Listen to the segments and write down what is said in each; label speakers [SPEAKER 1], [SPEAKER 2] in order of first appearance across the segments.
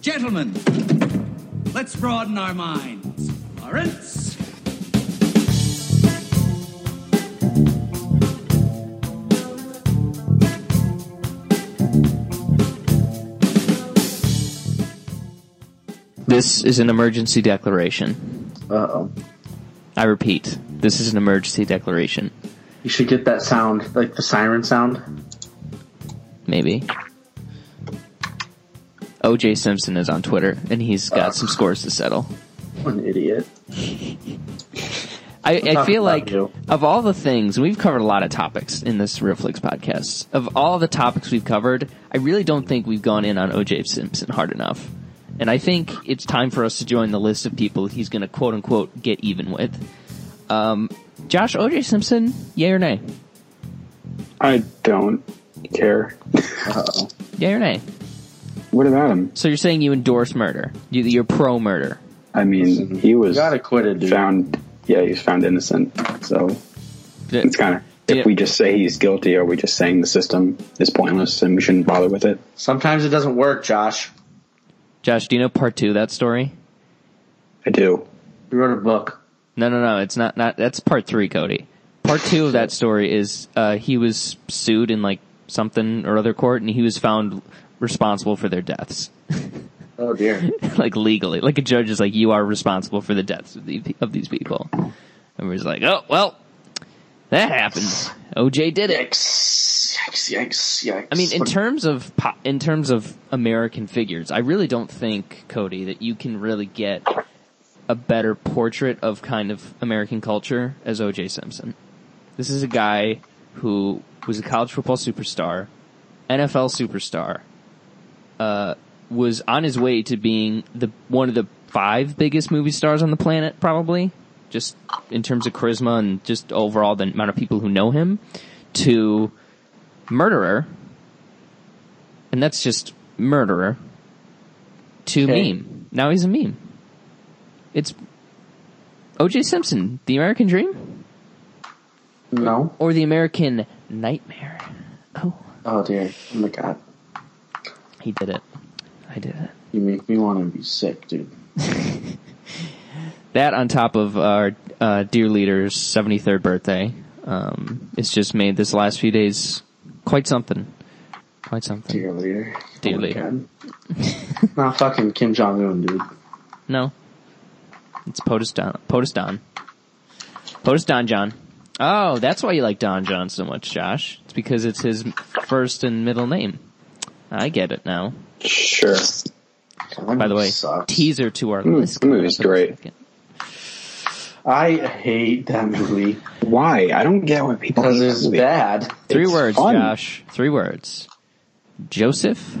[SPEAKER 1] Gentlemen, let's broaden our minds. Lawrence?
[SPEAKER 2] This is an emergency declaration.
[SPEAKER 3] Uh oh.
[SPEAKER 2] I repeat, this is an emergency declaration.
[SPEAKER 3] You should get that sound, like the siren sound.
[SPEAKER 2] Maybe. OJ Simpson is on Twitter, and he's got
[SPEAKER 3] Uh.
[SPEAKER 2] some scores to settle.
[SPEAKER 3] What an idiot.
[SPEAKER 2] I, I
[SPEAKER 3] talking
[SPEAKER 2] feel
[SPEAKER 3] about
[SPEAKER 2] like
[SPEAKER 3] you.
[SPEAKER 2] of all the things we've covered a lot of topics in this Real Flix podcast. Of all the topics we've covered, I really don't think we've gone in on OJ Simpson hard enough. And I think it's time for us to join the list of people he's going to quote unquote get even with. Um, Josh OJ Simpson, yay or nay?
[SPEAKER 4] I don't care.
[SPEAKER 2] Yay or nay?
[SPEAKER 4] What about him?
[SPEAKER 2] So you're saying you endorse murder? You, you're pro murder?
[SPEAKER 4] I mean, he was
[SPEAKER 3] Got acquitted, dude.
[SPEAKER 4] found. Yeah, he was found innocent. So it's kind of if
[SPEAKER 2] Yeah.
[SPEAKER 4] we just say he's guilty, are we just saying the system is pointless and we shouldn't bother with it?
[SPEAKER 3] Sometimes it doesn't work, Josh.
[SPEAKER 2] Josh, do you know part two of that story?
[SPEAKER 4] I do.
[SPEAKER 3] We wrote a book.
[SPEAKER 2] No, no, no. It's not. Not that's part three, Cody. Part two of that story is uh, he was sued in like something or other court, and he was found responsible for their deaths,
[SPEAKER 3] Oh dear.
[SPEAKER 2] like legally. Like a judge is like, you are responsible for the deaths of, the, of these people. And we're just like, oh well, that happened. OJ did it.
[SPEAKER 3] yikes! Yikes! Yikes! Yikes!
[SPEAKER 2] I mean, in
[SPEAKER 3] What-
[SPEAKER 2] terms of po- in terms of American figures, I really don't think Cody that you can really get a better portrait of kind of American culture as O.J. Simpson. This is a guy who was a college football superstar, NFL superstar, uh, was on his way to being the one of the five biggest movie stars on the planet, probably just in terms of charisma and just overall the amount of people who know him. To murderer, and that's just murderer, to
[SPEAKER 3] Okay.
[SPEAKER 2] meme. Now he's a meme. It's O.J. Simpson, the American dream
[SPEAKER 3] no.
[SPEAKER 2] or the American nightmare. Oh,
[SPEAKER 3] Oh dear. Oh my god.
[SPEAKER 2] he did it. I did it.
[SPEAKER 3] You make me want to be sick, dude.
[SPEAKER 2] That on top of our uh, dear leader's 73rd birthday, um, it's just made this last few days quite something. Quite something.
[SPEAKER 3] Dear leader.
[SPEAKER 2] Dear
[SPEAKER 3] Oh my
[SPEAKER 2] leader.
[SPEAKER 3] God. Not fucking Kim Jong Un, dude.
[SPEAKER 2] No. It's POTUS Don. POTUS Don. POTUS Don John. Oh, that's why you like Don John so much, Josh. It's because it's his first and middle name. I get it now.
[SPEAKER 4] Sure.
[SPEAKER 3] God, that
[SPEAKER 2] By the
[SPEAKER 3] movie
[SPEAKER 2] way,
[SPEAKER 3] sucks.
[SPEAKER 2] teaser to our
[SPEAKER 4] Mm,
[SPEAKER 2] list.
[SPEAKER 4] the movie's great.
[SPEAKER 3] I hate that movie
[SPEAKER 4] Why? I don't get why people.
[SPEAKER 3] because
[SPEAKER 4] hate
[SPEAKER 3] it's
[SPEAKER 4] that movie.
[SPEAKER 3] bad.
[SPEAKER 2] Three
[SPEAKER 4] It's
[SPEAKER 2] words,
[SPEAKER 4] fun.
[SPEAKER 2] Josh. Three words. Joseph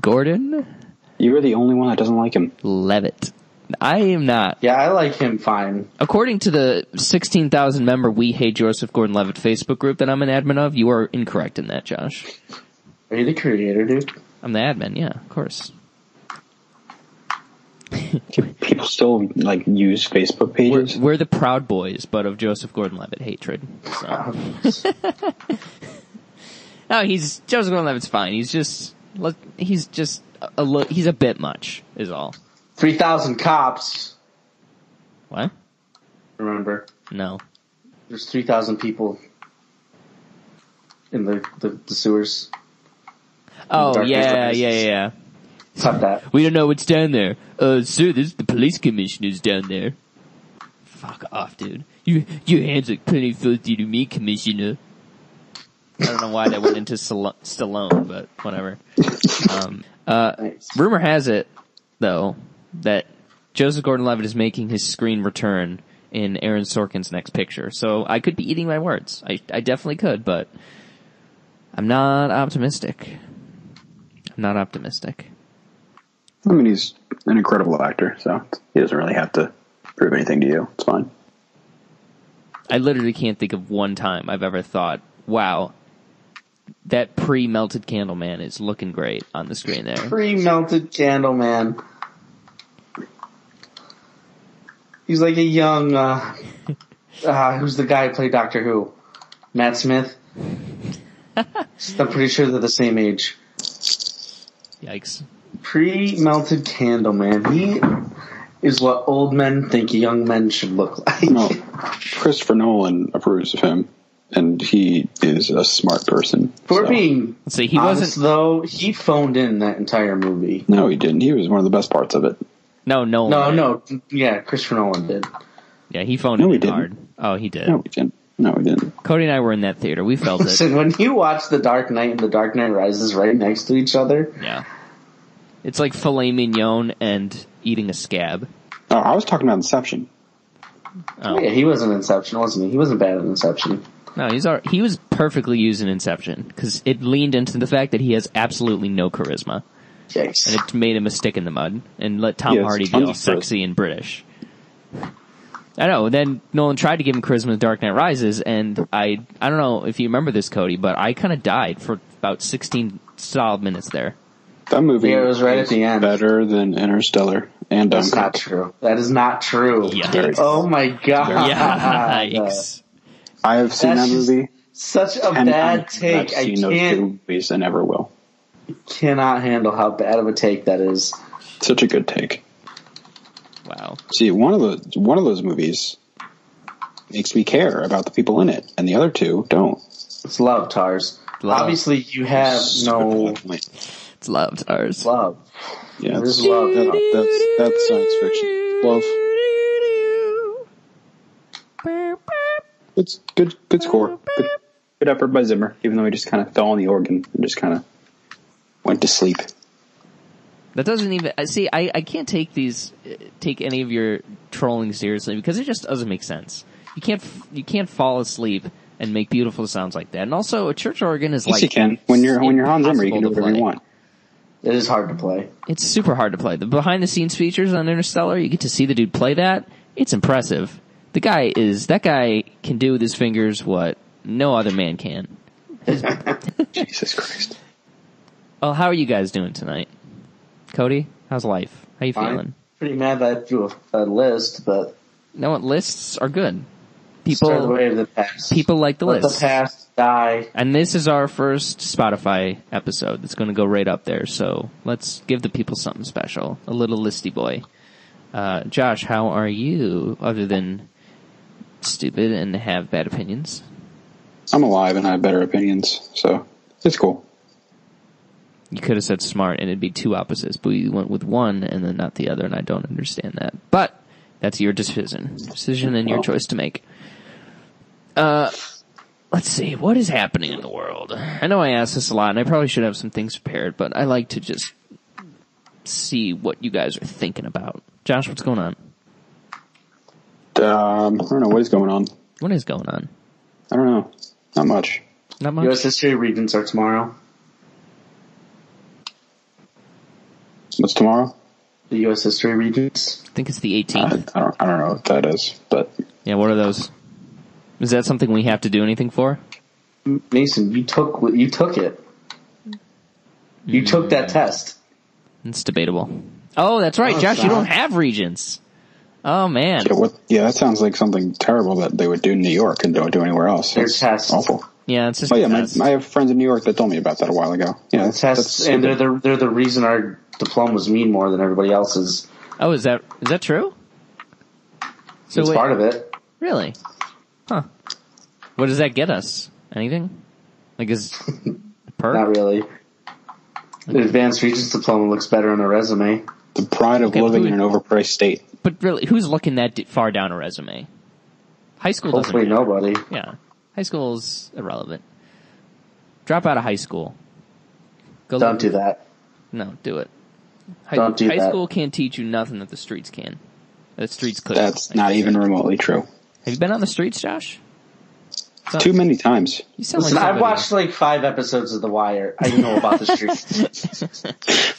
[SPEAKER 2] Gordon
[SPEAKER 4] You are the only one that doesn't like him.
[SPEAKER 2] Levitt. I am not.
[SPEAKER 3] Yeah, I like him fine.
[SPEAKER 2] According to the 16,000 member We Hate Joseph Gordon Levitt Facebook group that I'm an admin of, you are incorrect in that, Josh.
[SPEAKER 3] Are you the creator, dude?
[SPEAKER 2] I'm the admin, yeah, of course.
[SPEAKER 4] People still like use Facebook
[SPEAKER 2] We're,
[SPEAKER 4] pages.
[SPEAKER 2] we're the proud boys, but of Joseph Gordon-Levitt hatred. So. no, he's Joseph Gordon-Levitt's fine. He's just look, he's just a, a lo- he's a bit much is all.
[SPEAKER 3] Three thousand cops.
[SPEAKER 2] What?
[SPEAKER 3] Remember,
[SPEAKER 2] No.
[SPEAKER 3] there's three thousand people in the, the, the sewers.
[SPEAKER 2] Oh
[SPEAKER 3] Dark
[SPEAKER 2] yeah, yeah,
[SPEAKER 3] Knight
[SPEAKER 2] yeah,
[SPEAKER 3] Rises.
[SPEAKER 2] yeah.
[SPEAKER 3] Cut that.
[SPEAKER 2] We don't know what's down there. Uh, sir, there's the police commissioners down there. Fuck off, dude. You your hands look pretty filthy to me, commissioner. I don't know why that went into Stal- Stallone, but whatever.
[SPEAKER 3] Nice.
[SPEAKER 2] Rumor has it, though, that Joseph Gordon-Levitt is making his screen return in Aaron Sorkin's next picture. So I could be eating my words. I, I definitely could, but I'm not optimistic. I'm not optimistic.
[SPEAKER 4] I mean, he's an incredible actor, so he doesn't really have to prove anything to you. It's fine.
[SPEAKER 2] I literally can't think of one time I've ever thought, "Wow, that pre-melted candle man is looking great on the screen there."
[SPEAKER 3] Free melted candle man. He's like a young uh, uh who's the guy who played Doctor Who? Matt Smith. I'm pretty sure they're the same age.
[SPEAKER 2] Yikes!
[SPEAKER 3] Pre melted candle man. He is what old men think young men should look like.
[SPEAKER 4] No, Christopher Nolan approves of him, and he is a smart person.
[SPEAKER 3] For
[SPEAKER 4] so-
[SPEAKER 3] being
[SPEAKER 2] Let's see, he
[SPEAKER 3] honest,
[SPEAKER 2] wasn't-
[SPEAKER 3] though. He phoned in that entire movie.
[SPEAKER 4] No, he didn't. He was one of the best parts of it.
[SPEAKER 2] No, Nolan.
[SPEAKER 3] No,
[SPEAKER 2] did.
[SPEAKER 3] no, yeah, Christopher Nolan did.
[SPEAKER 2] Yeah, he phoned
[SPEAKER 4] No,
[SPEAKER 2] it
[SPEAKER 4] he
[SPEAKER 2] in
[SPEAKER 4] didn't.
[SPEAKER 2] hard. Oh, he did.
[SPEAKER 4] No, he didn't. No, he didn't.
[SPEAKER 2] Cody and I were in that theater. We felt it.
[SPEAKER 3] Listen, when you watch The Dark Knight and The Dark Knight Rises right next to each other,
[SPEAKER 2] Yeah. It's like filet mignon and eating a scab.
[SPEAKER 4] Oh, I was talking about Inception.
[SPEAKER 2] Oh.
[SPEAKER 3] yeah, he was in Inception, wasn't he? He wasn't bad in Inception.
[SPEAKER 2] No, he's all, he was perfectly used in Inception because it leaned into the fact that he has absolutely no charisma,
[SPEAKER 3] Yikes.
[SPEAKER 2] and it made him a stick in the mud and let Tom
[SPEAKER 4] He has
[SPEAKER 2] Hardy be
[SPEAKER 4] tons
[SPEAKER 2] all
[SPEAKER 4] of charisma.
[SPEAKER 2] sexy and British. I know. Then Nolan tried to give him charisma in Dark Knight Rises, and I I don't know if you remember this, Cody, but I kind of died for about sixteen solid minutes there.
[SPEAKER 4] That movie
[SPEAKER 3] Yeah, it was right at the end.
[SPEAKER 4] better than Interstellar and
[SPEAKER 3] That's
[SPEAKER 4] Dunkirk.
[SPEAKER 3] not true. That is not true.
[SPEAKER 2] Yikes.
[SPEAKER 3] Oh my god.
[SPEAKER 2] Yikes!
[SPEAKER 4] I have seen
[SPEAKER 3] That's
[SPEAKER 4] that
[SPEAKER 3] just-
[SPEAKER 4] movie.
[SPEAKER 3] Such a
[SPEAKER 4] and
[SPEAKER 3] bad
[SPEAKER 4] I've
[SPEAKER 3] take. I
[SPEAKER 4] seen those two
[SPEAKER 3] can't,
[SPEAKER 4] movies and never will.
[SPEAKER 3] cannot handle how bad of a take that is.
[SPEAKER 4] Such a good take.
[SPEAKER 2] Wow.
[SPEAKER 4] See, one of those one of those movies makes me care about the people in it, and the other two don't.
[SPEAKER 3] It's love, Tars.
[SPEAKER 2] Love.
[SPEAKER 3] Obviously, you have no
[SPEAKER 2] It's love, ours.
[SPEAKER 3] love.
[SPEAKER 4] Yeah,
[SPEAKER 3] This
[SPEAKER 4] it's-
[SPEAKER 3] is love.
[SPEAKER 4] no, that's that's science fiction. Love. It's good. Good score. Good, good effort by Zimmer, even though he just kind of fell on the organ and just kind of went to sleep.
[SPEAKER 2] That doesn't even I- see. I, I can't take these, uh, take any of your trolling seriously because it just doesn't make sense. You can't f- you can't fall asleep and make beautiful sounds like that. And also, a church organ is
[SPEAKER 4] Yes,
[SPEAKER 2] like
[SPEAKER 4] you can. When you're when you're Hans Zimmer, you can do
[SPEAKER 2] impossible to
[SPEAKER 4] whatever you
[SPEAKER 2] play.
[SPEAKER 4] want.
[SPEAKER 3] It is hard to play.
[SPEAKER 2] It's super hard to play. The behind the scenes features on Interstellar, you get to see the dude play that. It's impressive. The guy is that guy can do with his fingers what no other man can.
[SPEAKER 4] Jesus Christ.
[SPEAKER 2] Oh, how are you guys doing tonight? Cody, how's life? How you feeling?
[SPEAKER 3] I'm pretty mad that I threw a, a list, but
[SPEAKER 2] No, what lists are good.
[SPEAKER 3] start the
[SPEAKER 2] People
[SPEAKER 3] way of the past.
[SPEAKER 2] people like the
[SPEAKER 3] Let
[SPEAKER 2] lists.
[SPEAKER 3] the past die.
[SPEAKER 2] And this is our first Spotify episode that's going to go right up there. So let's give the people something special. A little listy boy. Uh, Josh, how are you other than stupid and have bad opinions?
[SPEAKER 4] I'm alive and I have better opinions, so it's cool.
[SPEAKER 2] You could have said smart and it'd be two opposites, but you went with one and then not the other and I don't understand that. But that's your decision. Decision and your
[SPEAKER 4] Well.
[SPEAKER 2] choice to make. Uh, let's see. What is happening in the world? I know I ask this a lot and I probably should have some things prepared, but I like to just see what you guys are thinking about. Josh, what's going on?
[SPEAKER 4] Um, I don't know what is going on.
[SPEAKER 2] What is going on?
[SPEAKER 4] I don't know. Not much.
[SPEAKER 2] Not much.
[SPEAKER 3] U.S. history regents are tomorrow.
[SPEAKER 4] What's tomorrow?
[SPEAKER 3] The U.S. history regents.
[SPEAKER 2] I think it's the
[SPEAKER 4] I,
[SPEAKER 2] 18th.
[SPEAKER 4] I don't. I don't know what that is, but
[SPEAKER 2] Yeah, what are those? Is that something we have to do anything for?
[SPEAKER 3] Mason, you took what- you took it. You took that
[SPEAKER 4] Mm.
[SPEAKER 3] test.
[SPEAKER 2] It's debatable. Oh, that's right,
[SPEAKER 3] No, it's
[SPEAKER 2] Josh. You
[SPEAKER 3] not.
[SPEAKER 2] don't have regents. Oh man,
[SPEAKER 4] yeah, what? Yeah, that sounds like something terrible that they would do in New York and don't do anywhere else.
[SPEAKER 3] Their
[SPEAKER 4] That's
[SPEAKER 3] tests.
[SPEAKER 4] awful.
[SPEAKER 2] yeah, it's just.
[SPEAKER 4] Oh yeah, my,
[SPEAKER 2] us.
[SPEAKER 4] I have friends in New York that told me about that a while ago. Yeah, that's, that's
[SPEAKER 3] Tests, and they're
[SPEAKER 4] stupid.
[SPEAKER 3] the they're the reason our diplomas mean more than everybody else's.
[SPEAKER 2] oh, is that is that true? So
[SPEAKER 3] it's
[SPEAKER 2] wait,
[SPEAKER 3] part of it.
[SPEAKER 2] really? Huh? What does that get us? Anything? Like is a perk?
[SPEAKER 3] Not really. The advanced regents diploma looks better on a resume.
[SPEAKER 4] the pride of
[SPEAKER 2] Okay, but
[SPEAKER 4] living
[SPEAKER 2] who-
[SPEAKER 4] in an overpriced state.
[SPEAKER 2] But really, who's looking that d- far down a resume? High school
[SPEAKER 3] Hopefully,
[SPEAKER 2] doesn't. matter.
[SPEAKER 3] nobody.
[SPEAKER 2] Yeah, high school's irrelevant. Drop out of high school. Go
[SPEAKER 3] Don't
[SPEAKER 2] live-
[SPEAKER 3] do that.
[SPEAKER 2] No, do it. High,
[SPEAKER 3] Don't do
[SPEAKER 2] high
[SPEAKER 3] that.
[SPEAKER 2] school can't teach you nothing that the streets can. The streets could.
[SPEAKER 4] That's not even remotely true.
[SPEAKER 2] Have you been on the streets, Josh? Sound-
[SPEAKER 4] Too many times.
[SPEAKER 2] You sound
[SPEAKER 3] Listen,
[SPEAKER 2] like
[SPEAKER 3] I've
[SPEAKER 2] somebody.
[SPEAKER 3] watched like five episodes of The Wire. I know about the streets.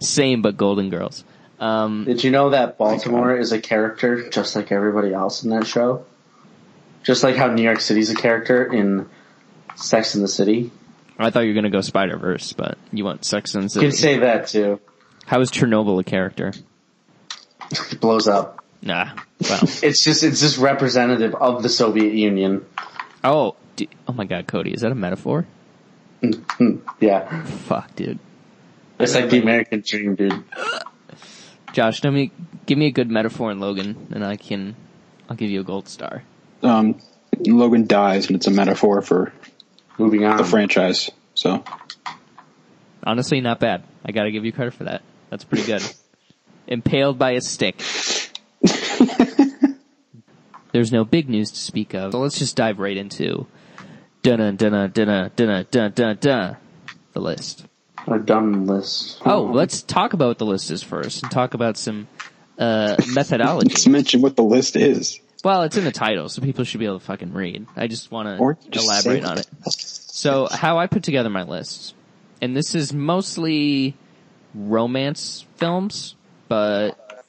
[SPEAKER 2] Same, but Golden Girls. Um,
[SPEAKER 3] Did you know that Baltimore is a character just like everybody else in that show? Just like how New York City's a character in Sex and the City.
[SPEAKER 2] I thought you were gonna go Spider Verse, but you want Sex and the
[SPEAKER 3] You
[SPEAKER 2] City.
[SPEAKER 3] can say that too.
[SPEAKER 2] How is Chernobyl a character?
[SPEAKER 3] It blows up.
[SPEAKER 2] Nah. Well.
[SPEAKER 3] It's just it's just representative of the Soviet Union.
[SPEAKER 2] oh. d oh my God, Cody, is that a metaphor?
[SPEAKER 3] Hmm, Yeah.
[SPEAKER 2] Fuck, dude.
[SPEAKER 3] It's like the American dream, dude.
[SPEAKER 2] Josh, tell me, give me a good metaphor in Logan, and I can, I'll give you a gold star.
[SPEAKER 4] Um, Logan dies, and it's a metaphor for
[SPEAKER 3] Moving on.
[SPEAKER 2] Um,
[SPEAKER 4] the franchise. So
[SPEAKER 2] Honestly, not bad. I gotta give you credit for that. That's pretty good. Impaled by a stick. There's no big news to speak of, so let's just dive right into dun dun dun dun dun dun dun dun the list.
[SPEAKER 3] A dumb list.
[SPEAKER 2] Oh, let's talk about what the list is first and talk about some uh, methodology.
[SPEAKER 4] let's mention what the list is,
[SPEAKER 2] Well, it's in the title, so people should be able to fucking read. I just want
[SPEAKER 4] or
[SPEAKER 2] to
[SPEAKER 4] just say
[SPEAKER 2] elaborate
[SPEAKER 4] what
[SPEAKER 2] on it.
[SPEAKER 4] the list
[SPEAKER 2] So,
[SPEAKER 4] is.
[SPEAKER 2] how I put together my list, and this is mostly romance films, but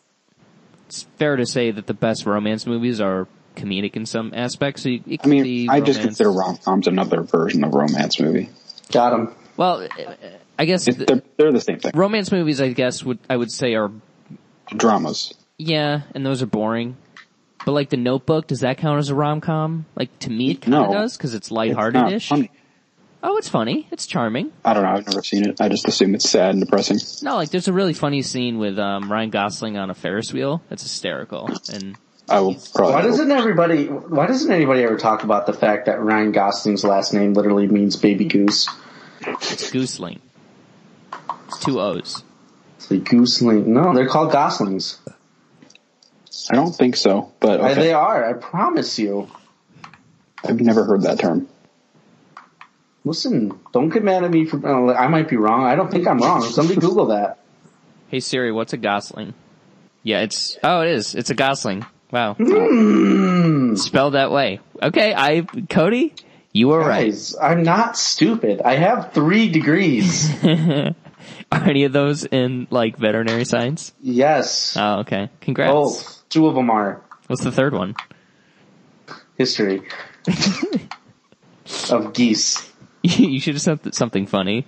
[SPEAKER 2] it's fair to say that the best romance movies are comedic in some aspects. So you- it
[SPEAKER 4] I
[SPEAKER 2] could be
[SPEAKER 4] mean, I just
[SPEAKER 2] romance-
[SPEAKER 4] consider rom coms another version of romance movie.
[SPEAKER 3] Got him.
[SPEAKER 2] Well, I guess
[SPEAKER 4] It,
[SPEAKER 2] the,
[SPEAKER 4] they're, they're the same thing.
[SPEAKER 2] romance movies, I guess, would I would say are
[SPEAKER 4] Dramas.
[SPEAKER 2] yeah, and those are boring. But like the Notebook, does that count as a rom com? Like to me, it kind of
[SPEAKER 4] No.
[SPEAKER 2] does because it's
[SPEAKER 4] It's not
[SPEAKER 2] lighthearted-ish.
[SPEAKER 4] funny.
[SPEAKER 2] Oh, it's funny. It's charming.
[SPEAKER 4] I don't know. I've never seen it. I just assume it's sad and depressing.
[SPEAKER 2] No, like there's a really funny scene with um, Ryan Gosling on a Ferris wheel. That's hysterical. And
[SPEAKER 4] I will probably.
[SPEAKER 3] Why doesn't everybody? Why doesn't anybody ever talk about the fact that Ryan Gosling's last name literally means baby goose?
[SPEAKER 2] it's Goosling. It's two O's.
[SPEAKER 3] It's like gooseling. No, they're called goslings.
[SPEAKER 4] I don't think so, but
[SPEAKER 3] I- They
[SPEAKER 4] okay.
[SPEAKER 3] are. I promise you.
[SPEAKER 4] I've never heard that term.
[SPEAKER 3] Listen, don't get mad at me for. uh, I might be wrong. I don't think I'm wrong. Somebody Google that.
[SPEAKER 2] Hey Siri, what's a Gosling? Yeah, it's oh, it is. It's a Gosling. Wow, spelled that way. Okay, I Cody, you were right.
[SPEAKER 3] Guys, I'm not stupid. I have three degrees.
[SPEAKER 2] Are any of those in like veterinary science?
[SPEAKER 3] yes.
[SPEAKER 2] Oh, okay. Congrats.
[SPEAKER 3] Both. Two of them are
[SPEAKER 2] What's the third one?
[SPEAKER 3] history of geese.
[SPEAKER 2] you should have said something funny.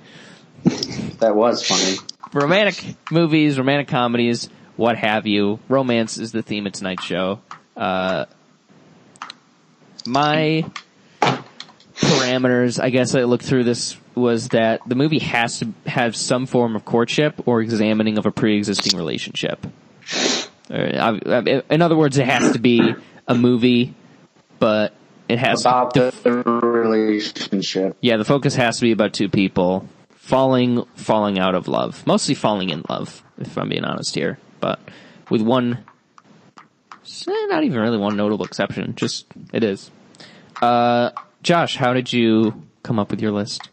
[SPEAKER 3] That was funny.
[SPEAKER 2] romantic movies, romantic comedies, what have you. Romance is the theme of tonight's show. Uh, my parameters, I guess I looked through this, was that the movie has to have some form of courtship or examining of a pre-existing relationship. Or, I- I- In other words, it has to be a movie, but it has to
[SPEAKER 3] About the relationship.
[SPEAKER 2] yeah, the focus has to be about two people falling, falling out of love, mostly falling in love, if I'm being honest here, but with one, eh, not even really one notable exception, just it is. Uh, Josh, how did you come up with your list?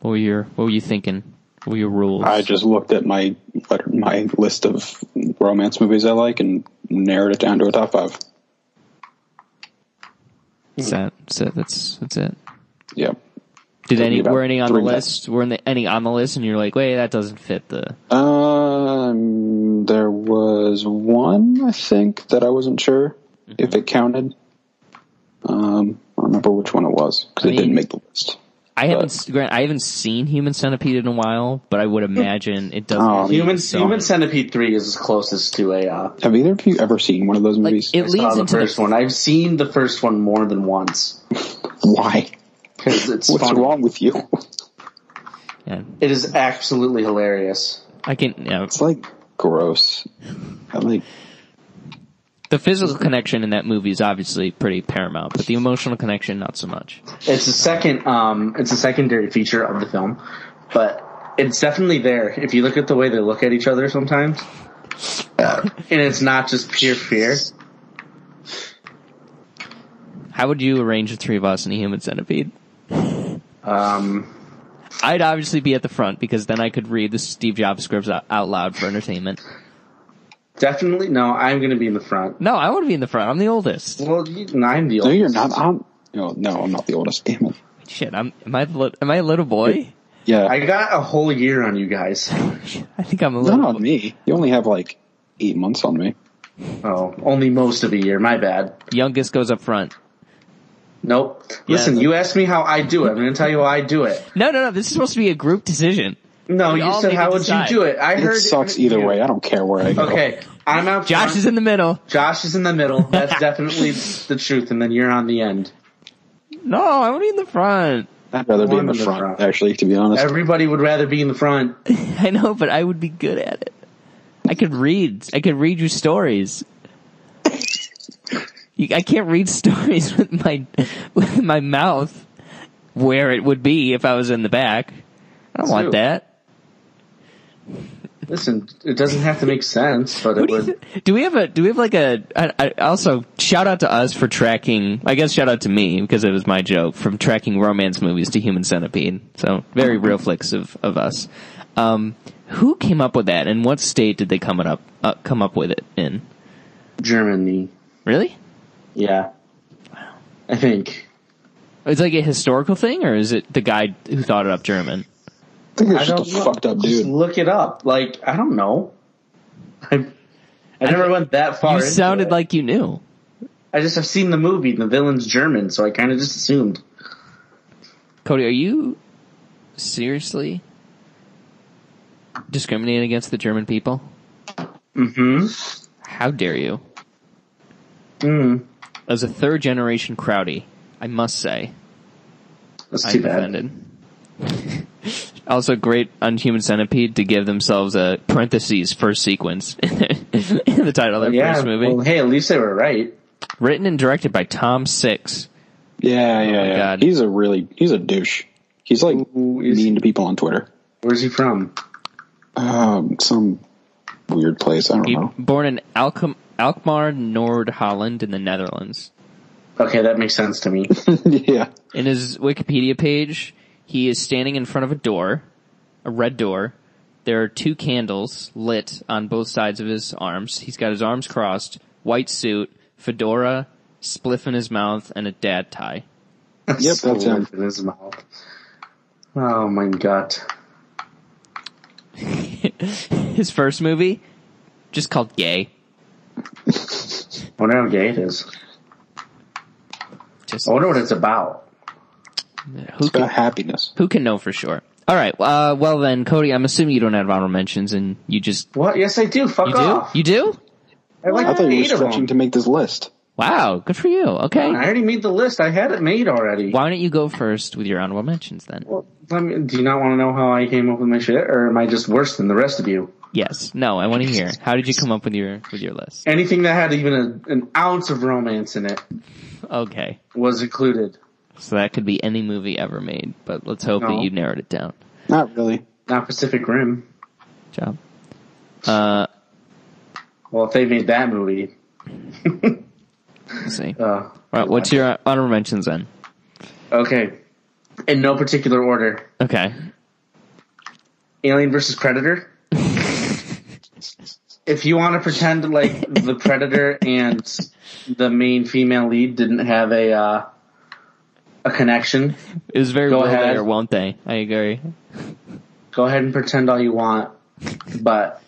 [SPEAKER 2] What were your, what were you thinking? What were your rules?
[SPEAKER 4] I just looked at my my list of romance movies I like and narrowed it down to a top five.
[SPEAKER 2] That's that, that's it. That's, that's it.
[SPEAKER 4] Yep.
[SPEAKER 2] Did any,
[SPEAKER 4] about
[SPEAKER 2] were any on the
[SPEAKER 4] three minutes.
[SPEAKER 2] list? Were any- any on the list and you're like, wait, that doesn't fit the,
[SPEAKER 4] Um, there was one I think that I wasn't sure
[SPEAKER 2] Mm-hmm.
[SPEAKER 4] if it counted. Um, I don't remember which one it was because it
[SPEAKER 2] mean-
[SPEAKER 4] didn't make the list.
[SPEAKER 2] I haven't, s- Grant, I haven't seen Human Centipede in a while, but I would imagine it doesn't.
[SPEAKER 4] Oh,
[SPEAKER 2] lead
[SPEAKER 3] Hmm. Human
[SPEAKER 2] so-
[SPEAKER 3] Human Centipede Three is as closest to a. Uh,
[SPEAKER 4] Have either of you ever seen one of those
[SPEAKER 2] Like
[SPEAKER 4] movies?
[SPEAKER 2] it
[SPEAKER 3] saw
[SPEAKER 2] leads
[SPEAKER 3] the
[SPEAKER 2] into
[SPEAKER 3] first
[SPEAKER 2] the,
[SPEAKER 3] one. I've seen the first one more than once
[SPEAKER 4] Why?
[SPEAKER 3] because it's
[SPEAKER 4] What's
[SPEAKER 3] funny.
[SPEAKER 4] wrong with you?
[SPEAKER 2] Yeah,
[SPEAKER 3] It is absolutely hilarious.
[SPEAKER 2] I can. Yeah,
[SPEAKER 4] It's like gross. I like
[SPEAKER 2] the physical
[SPEAKER 3] Hmm.
[SPEAKER 2] connection in that movie is obviously pretty paramount, but the emotional connection not so much.
[SPEAKER 3] It's a second. Um, it's a secondary feature of the film, but it's definitely there. If you look at the way they look at each other sometimes, and it's not just pure fear.
[SPEAKER 2] How would you arrange the three of us in a Human Centipede?
[SPEAKER 3] Um,
[SPEAKER 2] I'd obviously be at the front because then I could read the Steve Jobs scripts out, out loud for entertainment.
[SPEAKER 3] definitely no. I'm going to be in the front.
[SPEAKER 2] No, I want to be in the front. I'm the oldest.
[SPEAKER 3] Well, you, no, I'm the
[SPEAKER 4] No,
[SPEAKER 3] old.
[SPEAKER 4] you're not. I'm, no, no, I'm not the oldest. Damn it.
[SPEAKER 2] Shit, I'm. Am I? the lit- Am I a little boy?
[SPEAKER 4] Yeah,
[SPEAKER 3] I got a whole year on you guys.
[SPEAKER 2] I think I'm a little.
[SPEAKER 4] not on me. You only have like eight months on me.
[SPEAKER 3] Oh, only most of a year. My bad.
[SPEAKER 2] Youngest goes up front.
[SPEAKER 3] Nope. Listen,
[SPEAKER 2] Yeah,
[SPEAKER 3] you asked me how I do it. I'm going to tell you how I do it.
[SPEAKER 2] No, no, no. This is supposed to be a group decision.
[SPEAKER 3] No,
[SPEAKER 2] We
[SPEAKER 3] you
[SPEAKER 2] all
[SPEAKER 3] said
[SPEAKER 2] need
[SPEAKER 3] how
[SPEAKER 2] to
[SPEAKER 3] would you
[SPEAKER 2] decide.
[SPEAKER 3] do it? I
[SPEAKER 4] It
[SPEAKER 3] heard
[SPEAKER 4] sucks either way. I don't care where I go.
[SPEAKER 3] Okay, I'm out.
[SPEAKER 2] Josh
[SPEAKER 3] front.
[SPEAKER 2] is in the middle.
[SPEAKER 3] Josh is in the middle. That's definitely the truth, and then you're on the end.
[SPEAKER 2] No, I want to be in the front.
[SPEAKER 4] I'd rather be in the
[SPEAKER 3] One in the
[SPEAKER 4] front,
[SPEAKER 3] front.
[SPEAKER 4] actually, to be honest.
[SPEAKER 3] Everybody would rather be in the front.
[SPEAKER 2] I know, but I would be good at it. I could read. I could read you stories. You, I can't read stories with my with my mouth where it would be if I was in the back. I don't want
[SPEAKER 3] True.
[SPEAKER 2] that.
[SPEAKER 3] Listen, it doesn't have to make sense, but
[SPEAKER 2] What
[SPEAKER 3] it
[SPEAKER 2] do, you
[SPEAKER 3] would.
[SPEAKER 2] th- do we have a do we have like a I, I also shout out to us for tracking I guess shout out to me because it was my joke from tracking romance movies to human centipede. So
[SPEAKER 3] Mm-hmm.
[SPEAKER 2] very real flicks of, of us. Um who came up with that and what state did they come it up uh, come up with it in?
[SPEAKER 3] Germany.
[SPEAKER 2] Really?
[SPEAKER 3] Yeah. I think.
[SPEAKER 2] It's like a historical thing, or is it the guy who thought it up German?
[SPEAKER 4] I think
[SPEAKER 3] I
[SPEAKER 4] it's
[SPEAKER 3] don't
[SPEAKER 4] just a
[SPEAKER 3] know.
[SPEAKER 4] fucked up
[SPEAKER 3] Just
[SPEAKER 4] dude.
[SPEAKER 3] look it up. Like I don't know. I I never went that far.
[SPEAKER 2] You
[SPEAKER 3] into
[SPEAKER 2] sounded
[SPEAKER 3] it.
[SPEAKER 2] like you knew.
[SPEAKER 3] I just have seen the movie. and The villain's German, so I kind of just assumed.
[SPEAKER 2] Cody, are you seriously discriminating against the German people?
[SPEAKER 3] Mm-hmm.
[SPEAKER 2] How dare you?
[SPEAKER 3] Mm.
[SPEAKER 2] As a third generation Crowdy, I must say,
[SPEAKER 3] That's too
[SPEAKER 2] I'm
[SPEAKER 3] bad.
[SPEAKER 2] offended. also great on Human Centipede to give themselves a parentheses first sequence in the title of their
[SPEAKER 3] Yeah.
[SPEAKER 2] first movie.
[SPEAKER 3] Well, hey, at least they were right.
[SPEAKER 2] Written and directed by Tom Six.
[SPEAKER 3] Oh
[SPEAKER 4] Yeah, yeah, yeah.
[SPEAKER 2] God.
[SPEAKER 4] He's a really he's a douche. He's like
[SPEAKER 3] Who is-
[SPEAKER 4] mean to people on Twitter.
[SPEAKER 3] Where's he from?
[SPEAKER 4] Um, some weird place. I don't
[SPEAKER 2] He,
[SPEAKER 3] Uh-huh.
[SPEAKER 4] know.
[SPEAKER 2] born in Alkem- Alkmaar, Nord Holland, in the Netherlands.
[SPEAKER 3] Okay, that makes sense to me.
[SPEAKER 4] yeah.
[SPEAKER 2] In his Wikipedia page, he is standing in front of a door, a red door. There are two candles lit on both sides of his arms. He's got his arms crossed, white suit, fedora, spliff in his mouth, and a dad tie.
[SPEAKER 4] Yep, that's him.
[SPEAKER 3] in his mouth. Oh my god.
[SPEAKER 2] His first movie, just called Gay.
[SPEAKER 3] wonder how gay it is.
[SPEAKER 2] Just
[SPEAKER 3] I wonder what it's about.
[SPEAKER 2] who
[SPEAKER 4] It's about
[SPEAKER 2] can,
[SPEAKER 4] happiness.
[SPEAKER 2] who can know for sure? All right. Uh, well then, Cody, I'm assuming you don't have honorable mentions, and you just
[SPEAKER 3] What? Yes, I do. Fuck
[SPEAKER 2] you
[SPEAKER 3] off.
[SPEAKER 2] do you do.
[SPEAKER 3] I like
[SPEAKER 4] I thought you were
[SPEAKER 3] eight of
[SPEAKER 4] stretching
[SPEAKER 3] them.
[SPEAKER 4] to make this list.
[SPEAKER 2] Wow, good for you. Okay.
[SPEAKER 3] I already made the list. I had it made already.
[SPEAKER 2] Why don't you go first with your honorable mentions then?
[SPEAKER 3] Well, let me, do you not want to know how I came up with my shit, or am I just worse than the rest of you?
[SPEAKER 2] Yes. No, I want to hear. How did you come up with your with your list?
[SPEAKER 3] Anything that had even a, an ounce of romance in it
[SPEAKER 2] Okay.
[SPEAKER 3] was included.
[SPEAKER 2] So that could be any movie ever made, but let's hope
[SPEAKER 3] No.
[SPEAKER 2] that you narrowed it down.
[SPEAKER 4] Not really.
[SPEAKER 3] Not Pacific Rim.
[SPEAKER 2] Good job. Uh,
[SPEAKER 3] Well, if they made that movie,
[SPEAKER 2] let's see.
[SPEAKER 3] uh,
[SPEAKER 2] All right, what's your honorable mentions then?
[SPEAKER 3] okay. In no particular order,
[SPEAKER 2] Okay.
[SPEAKER 3] Alien versus Predator. if you want to pretend like the Predator and the main female lead didn't have a uh, a connection,
[SPEAKER 2] It was very
[SPEAKER 3] Go
[SPEAKER 2] will
[SPEAKER 3] ahead.
[SPEAKER 2] they or won't they? I agree.
[SPEAKER 3] go ahead and pretend all you want, but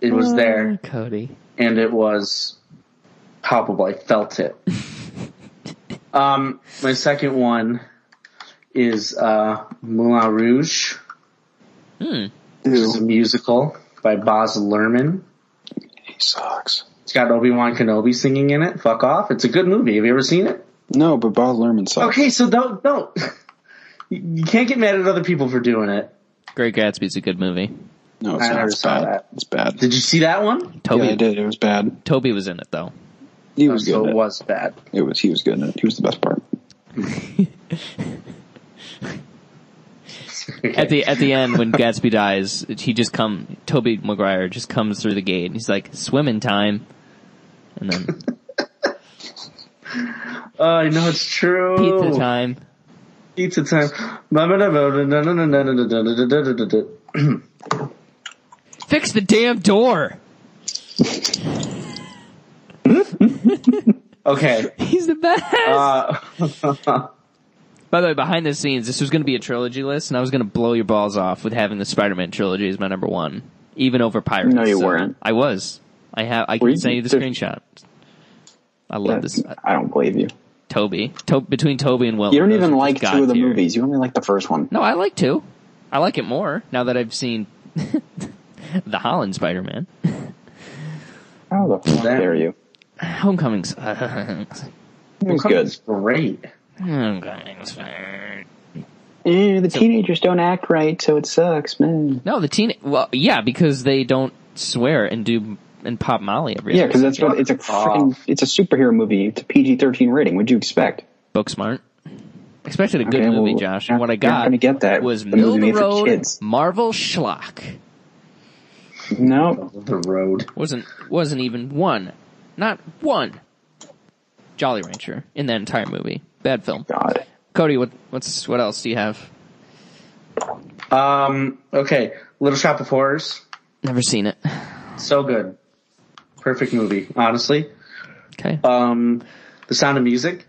[SPEAKER 3] it was there.
[SPEAKER 2] Uh, Cody.
[SPEAKER 3] and it was palpable. I felt it. um, my second one is uh, Moulin Rouge, which is a
[SPEAKER 4] Ew.
[SPEAKER 3] musical by Boz Lerman.
[SPEAKER 4] He sucks.
[SPEAKER 3] It's got Obi Wan Kenobi singing in it. Fuck off! It's a good movie. Have you ever seen it?
[SPEAKER 4] No, but Bob Lerman sucks.
[SPEAKER 3] Okay, so don't don't. You you can't get mad at other people for doing it.
[SPEAKER 2] Great Gatsby's a good movie.
[SPEAKER 4] No, it's
[SPEAKER 3] I
[SPEAKER 4] not.
[SPEAKER 3] never
[SPEAKER 4] It's
[SPEAKER 3] saw
[SPEAKER 4] bad.
[SPEAKER 3] that.
[SPEAKER 4] It's bad.
[SPEAKER 3] Did you see that one?
[SPEAKER 2] Toby.
[SPEAKER 4] yeah, I did. It was bad.
[SPEAKER 2] Toby was in it though.
[SPEAKER 4] He was
[SPEAKER 3] so
[SPEAKER 4] good.
[SPEAKER 3] it
[SPEAKER 4] It.
[SPEAKER 3] was bad.
[SPEAKER 4] it was. He was good. In it. He was the best part.
[SPEAKER 2] At the at the end when Gatsby dies, he just come Toby Maguire just comes through the gate and he's like, swimming time. And then
[SPEAKER 3] Oh, I know it's true.
[SPEAKER 2] pizza time.
[SPEAKER 3] Pizza time.
[SPEAKER 2] Fix the damn door.
[SPEAKER 3] Okay.
[SPEAKER 2] He's the best.
[SPEAKER 3] Uh,
[SPEAKER 2] By the way, behind the scenes, this was going to be a trilogy list, and I was going to blow your balls off with having the Spider-Man trilogy as my number one, even over Pirates.
[SPEAKER 4] No, you weren't.
[SPEAKER 2] I was. I have. I
[SPEAKER 4] Were
[SPEAKER 2] can
[SPEAKER 4] you?
[SPEAKER 2] send you the
[SPEAKER 4] There's-
[SPEAKER 2] screenshot. I love this. Uh,
[SPEAKER 4] I don't believe you.
[SPEAKER 2] Toby. To- between Toby and Will.
[SPEAKER 4] You don't
[SPEAKER 2] those are
[SPEAKER 4] even
[SPEAKER 2] just
[SPEAKER 4] like two
[SPEAKER 2] God
[SPEAKER 4] of the
[SPEAKER 2] tier.
[SPEAKER 4] movies. You only like the first one.
[SPEAKER 2] No, I like two. I like it more now that I've seen the Holland Spider-Man.
[SPEAKER 4] How the fuck
[SPEAKER 3] That-
[SPEAKER 4] dare you?
[SPEAKER 2] Homecoming.
[SPEAKER 4] It was good.
[SPEAKER 3] Great.
[SPEAKER 2] Homecoming's fine.
[SPEAKER 5] eh, the teenagers don't act right, so it sucks, man.
[SPEAKER 2] No, the teen. Well, yeah, because they don't swear and do and pop Molly every.
[SPEAKER 5] Yeah,
[SPEAKER 2] other
[SPEAKER 5] because that's what it's a freaking it's a superhero movie. It's a PG thirteen rating. What'd you expect?
[SPEAKER 2] book smart. Expected a good
[SPEAKER 5] Okay, well,
[SPEAKER 2] movie, Josh. And
[SPEAKER 5] you're-
[SPEAKER 2] what I
[SPEAKER 5] you're not
[SPEAKER 2] got
[SPEAKER 5] gonna get that.
[SPEAKER 2] was
[SPEAKER 5] The movie
[SPEAKER 2] Mill
[SPEAKER 5] made for
[SPEAKER 2] Road
[SPEAKER 5] kids.
[SPEAKER 2] Marvel Schlock.
[SPEAKER 5] No,
[SPEAKER 3] The road.
[SPEAKER 2] Wasn't wasn't even one, not one, Jolly Rancher in that entire movie. Bad film.
[SPEAKER 5] God.
[SPEAKER 2] Cody, what what's what else do you have?
[SPEAKER 3] Um, okay. Little Shop of Horrors.
[SPEAKER 2] Never seen it.
[SPEAKER 3] So good. Perfect movie, honestly.
[SPEAKER 2] Okay.
[SPEAKER 5] Uh,
[SPEAKER 3] Um, The Sound of Music.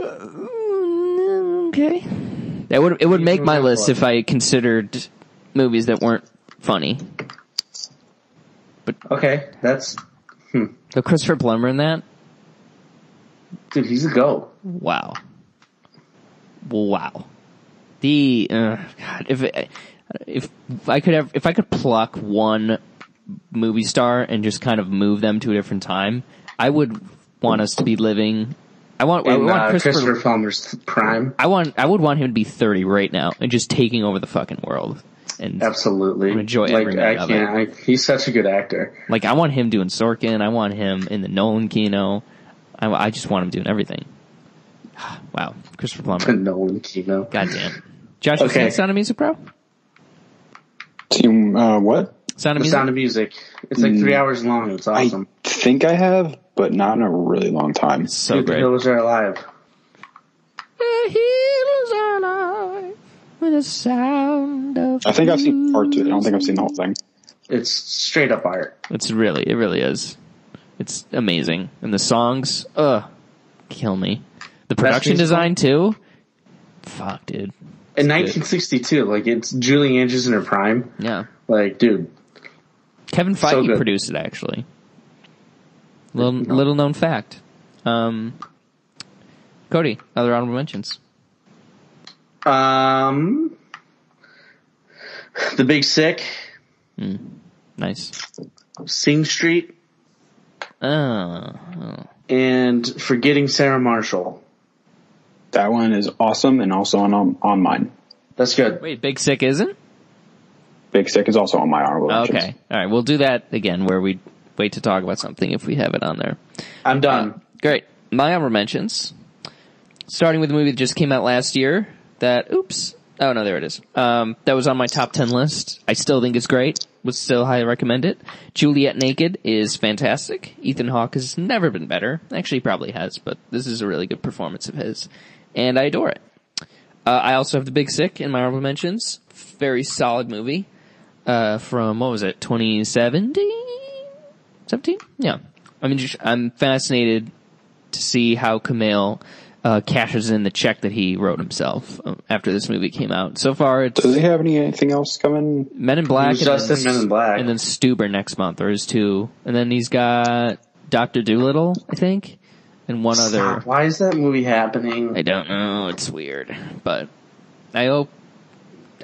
[SPEAKER 2] Mm, okay. That would it would make my list if I considered movies that weren't funny.
[SPEAKER 3] Okay, that's
[SPEAKER 2] The Christopher Plummer in that?
[SPEAKER 3] dude. He's a go.
[SPEAKER 2] Wow. Wow. The uh, God, if it- if I could have if I could pluck one movie star and just kind of move them to a different time, I would want us to be living. I want I
[SPEAKER 3] And
[SPEAKER 2] want
[SPEAKER 3] uh,
[SPEAKER 2] Christopher,
[SPEAKER 3] Christopher Plummer's prime.
[SPEAKER 2] I want I would want him to be thirty right now and just taking over the fucking world. And
[SPEAKER 3] Absolutely.
[SPEAKER 2] Enjoy
[SPEAKER 3] like
[SPEAKER 2] every
[SPEAKER 3] I
[SPEAKER 2] minute of
[SPEAKER 3] can't. I, he's such a good actor.
[SPEAKER 2] like I want him doing Sorkin, I want him in the Nolan Kino. I, I just want him doing everything. Wow, Christopher Plummer.
[SPEAKER 3] Nolan Kino.
[SPEAKER 2] Goddamn. Josh, what's
[SPEAKER 3] Okay.
[SPEAKER 2] next Sound of Music, bro?
[SPEAKER 4] Team, uh, what?
[SPEAKER 2] Sound of
[SPEAKER 3] The
[SPEAKER 2] Music?
[SPEAKER 3] Sound of Music. It's like
[SPEAKER 2] Mm.
[SPEAKER 3] three hours long. It's awesome.
[SPEAKER 4] I think I have, but not in a really long time.
[SPEAKER 2] so
[SPEAKER 3] Dude, the
[SPEAKER 2] great.
[SPEAKER 3] Hills Are Alive.
[SPEAKER 2] The hills are alive with the sound of
[SPEAKER 4] I think I've seen part two. I don't think I've seen the whole thing.
[SPEAKER 3] It's straight up art.
[SPEAKER 2] It's really, it really is. It's amazing. And the songs, ugh, kill me. The production
[SPEAKER 3] musical?
[SPEAKER 2] design too? Fuck, dude.
[SPEAKER 3] In 1962, like it's Julie Andrews in her prime.
[SPEAKER 2] Yeah.
[SPEAKER 3] Like, dude,
[SPEAKER 2] Kevin
[SPEAKER 3] So
[SPEAKER 2] Feige
[SPEAKER 3] good.
[SPEAKER 2] produced it actually. Little, little known fact. Um, Cody, other honorable mentions.
[SPEAKER 3] Um, The Big Sick,
[SPEAKER 2] Nice.
[SPEAKER 3] Sing Street,
[SPEAKER 2] Oh, oh.
[SPEAKER 3] and Forgetting Sarah Marshall.
[SPEAKER 4] That one is awesome and also on on, on mine.
[SPEAKER 3] That's good.
[SPEAKER 2] Wait, Big Sick isn't?
[SPEAKER 4] Big Sick is also on my honorable mentions.
[SPEAKER 2] Okay. All right. We'll do that again where we wait to talk about something if we have it on there.
[SPEAKER 3] I'm done.
[SPEAKER 2] Great. My honorable mentions. Starting with a movie that just came out last year that, oops. Oh no, there it is. Um, that was on my top 10 list. I still think it's great. Would still highly recommend it. Juliet Naked is fantastic. Ethan Hawke has never been better. Actually, he probably has, but this is a really good performance of his. And I adore it. Uh, I also have The Big Sick in my honorable mentions. Very solid movie. Uh, from, what was it, 2017? 17? Yeah. I mean, just, I'm fascinated to see how Camille uh, cashes in the check that he wrote himself um, after this movie came out. So far, it's
[SPEAKER 4] Do they have any anything else coming?
[SPEAKER 2] Men in Black,
[SPEAKER 3] It was just in Men in Black.
[SPEAKER 2] and then Stuber next month, or his two, and then he's got Doctor Doolittle, I think, and one other.
[SPEAKER 3] Stop. Why is that movie happening?
[SPEAKER 2] I don't know. It's weird, but I hope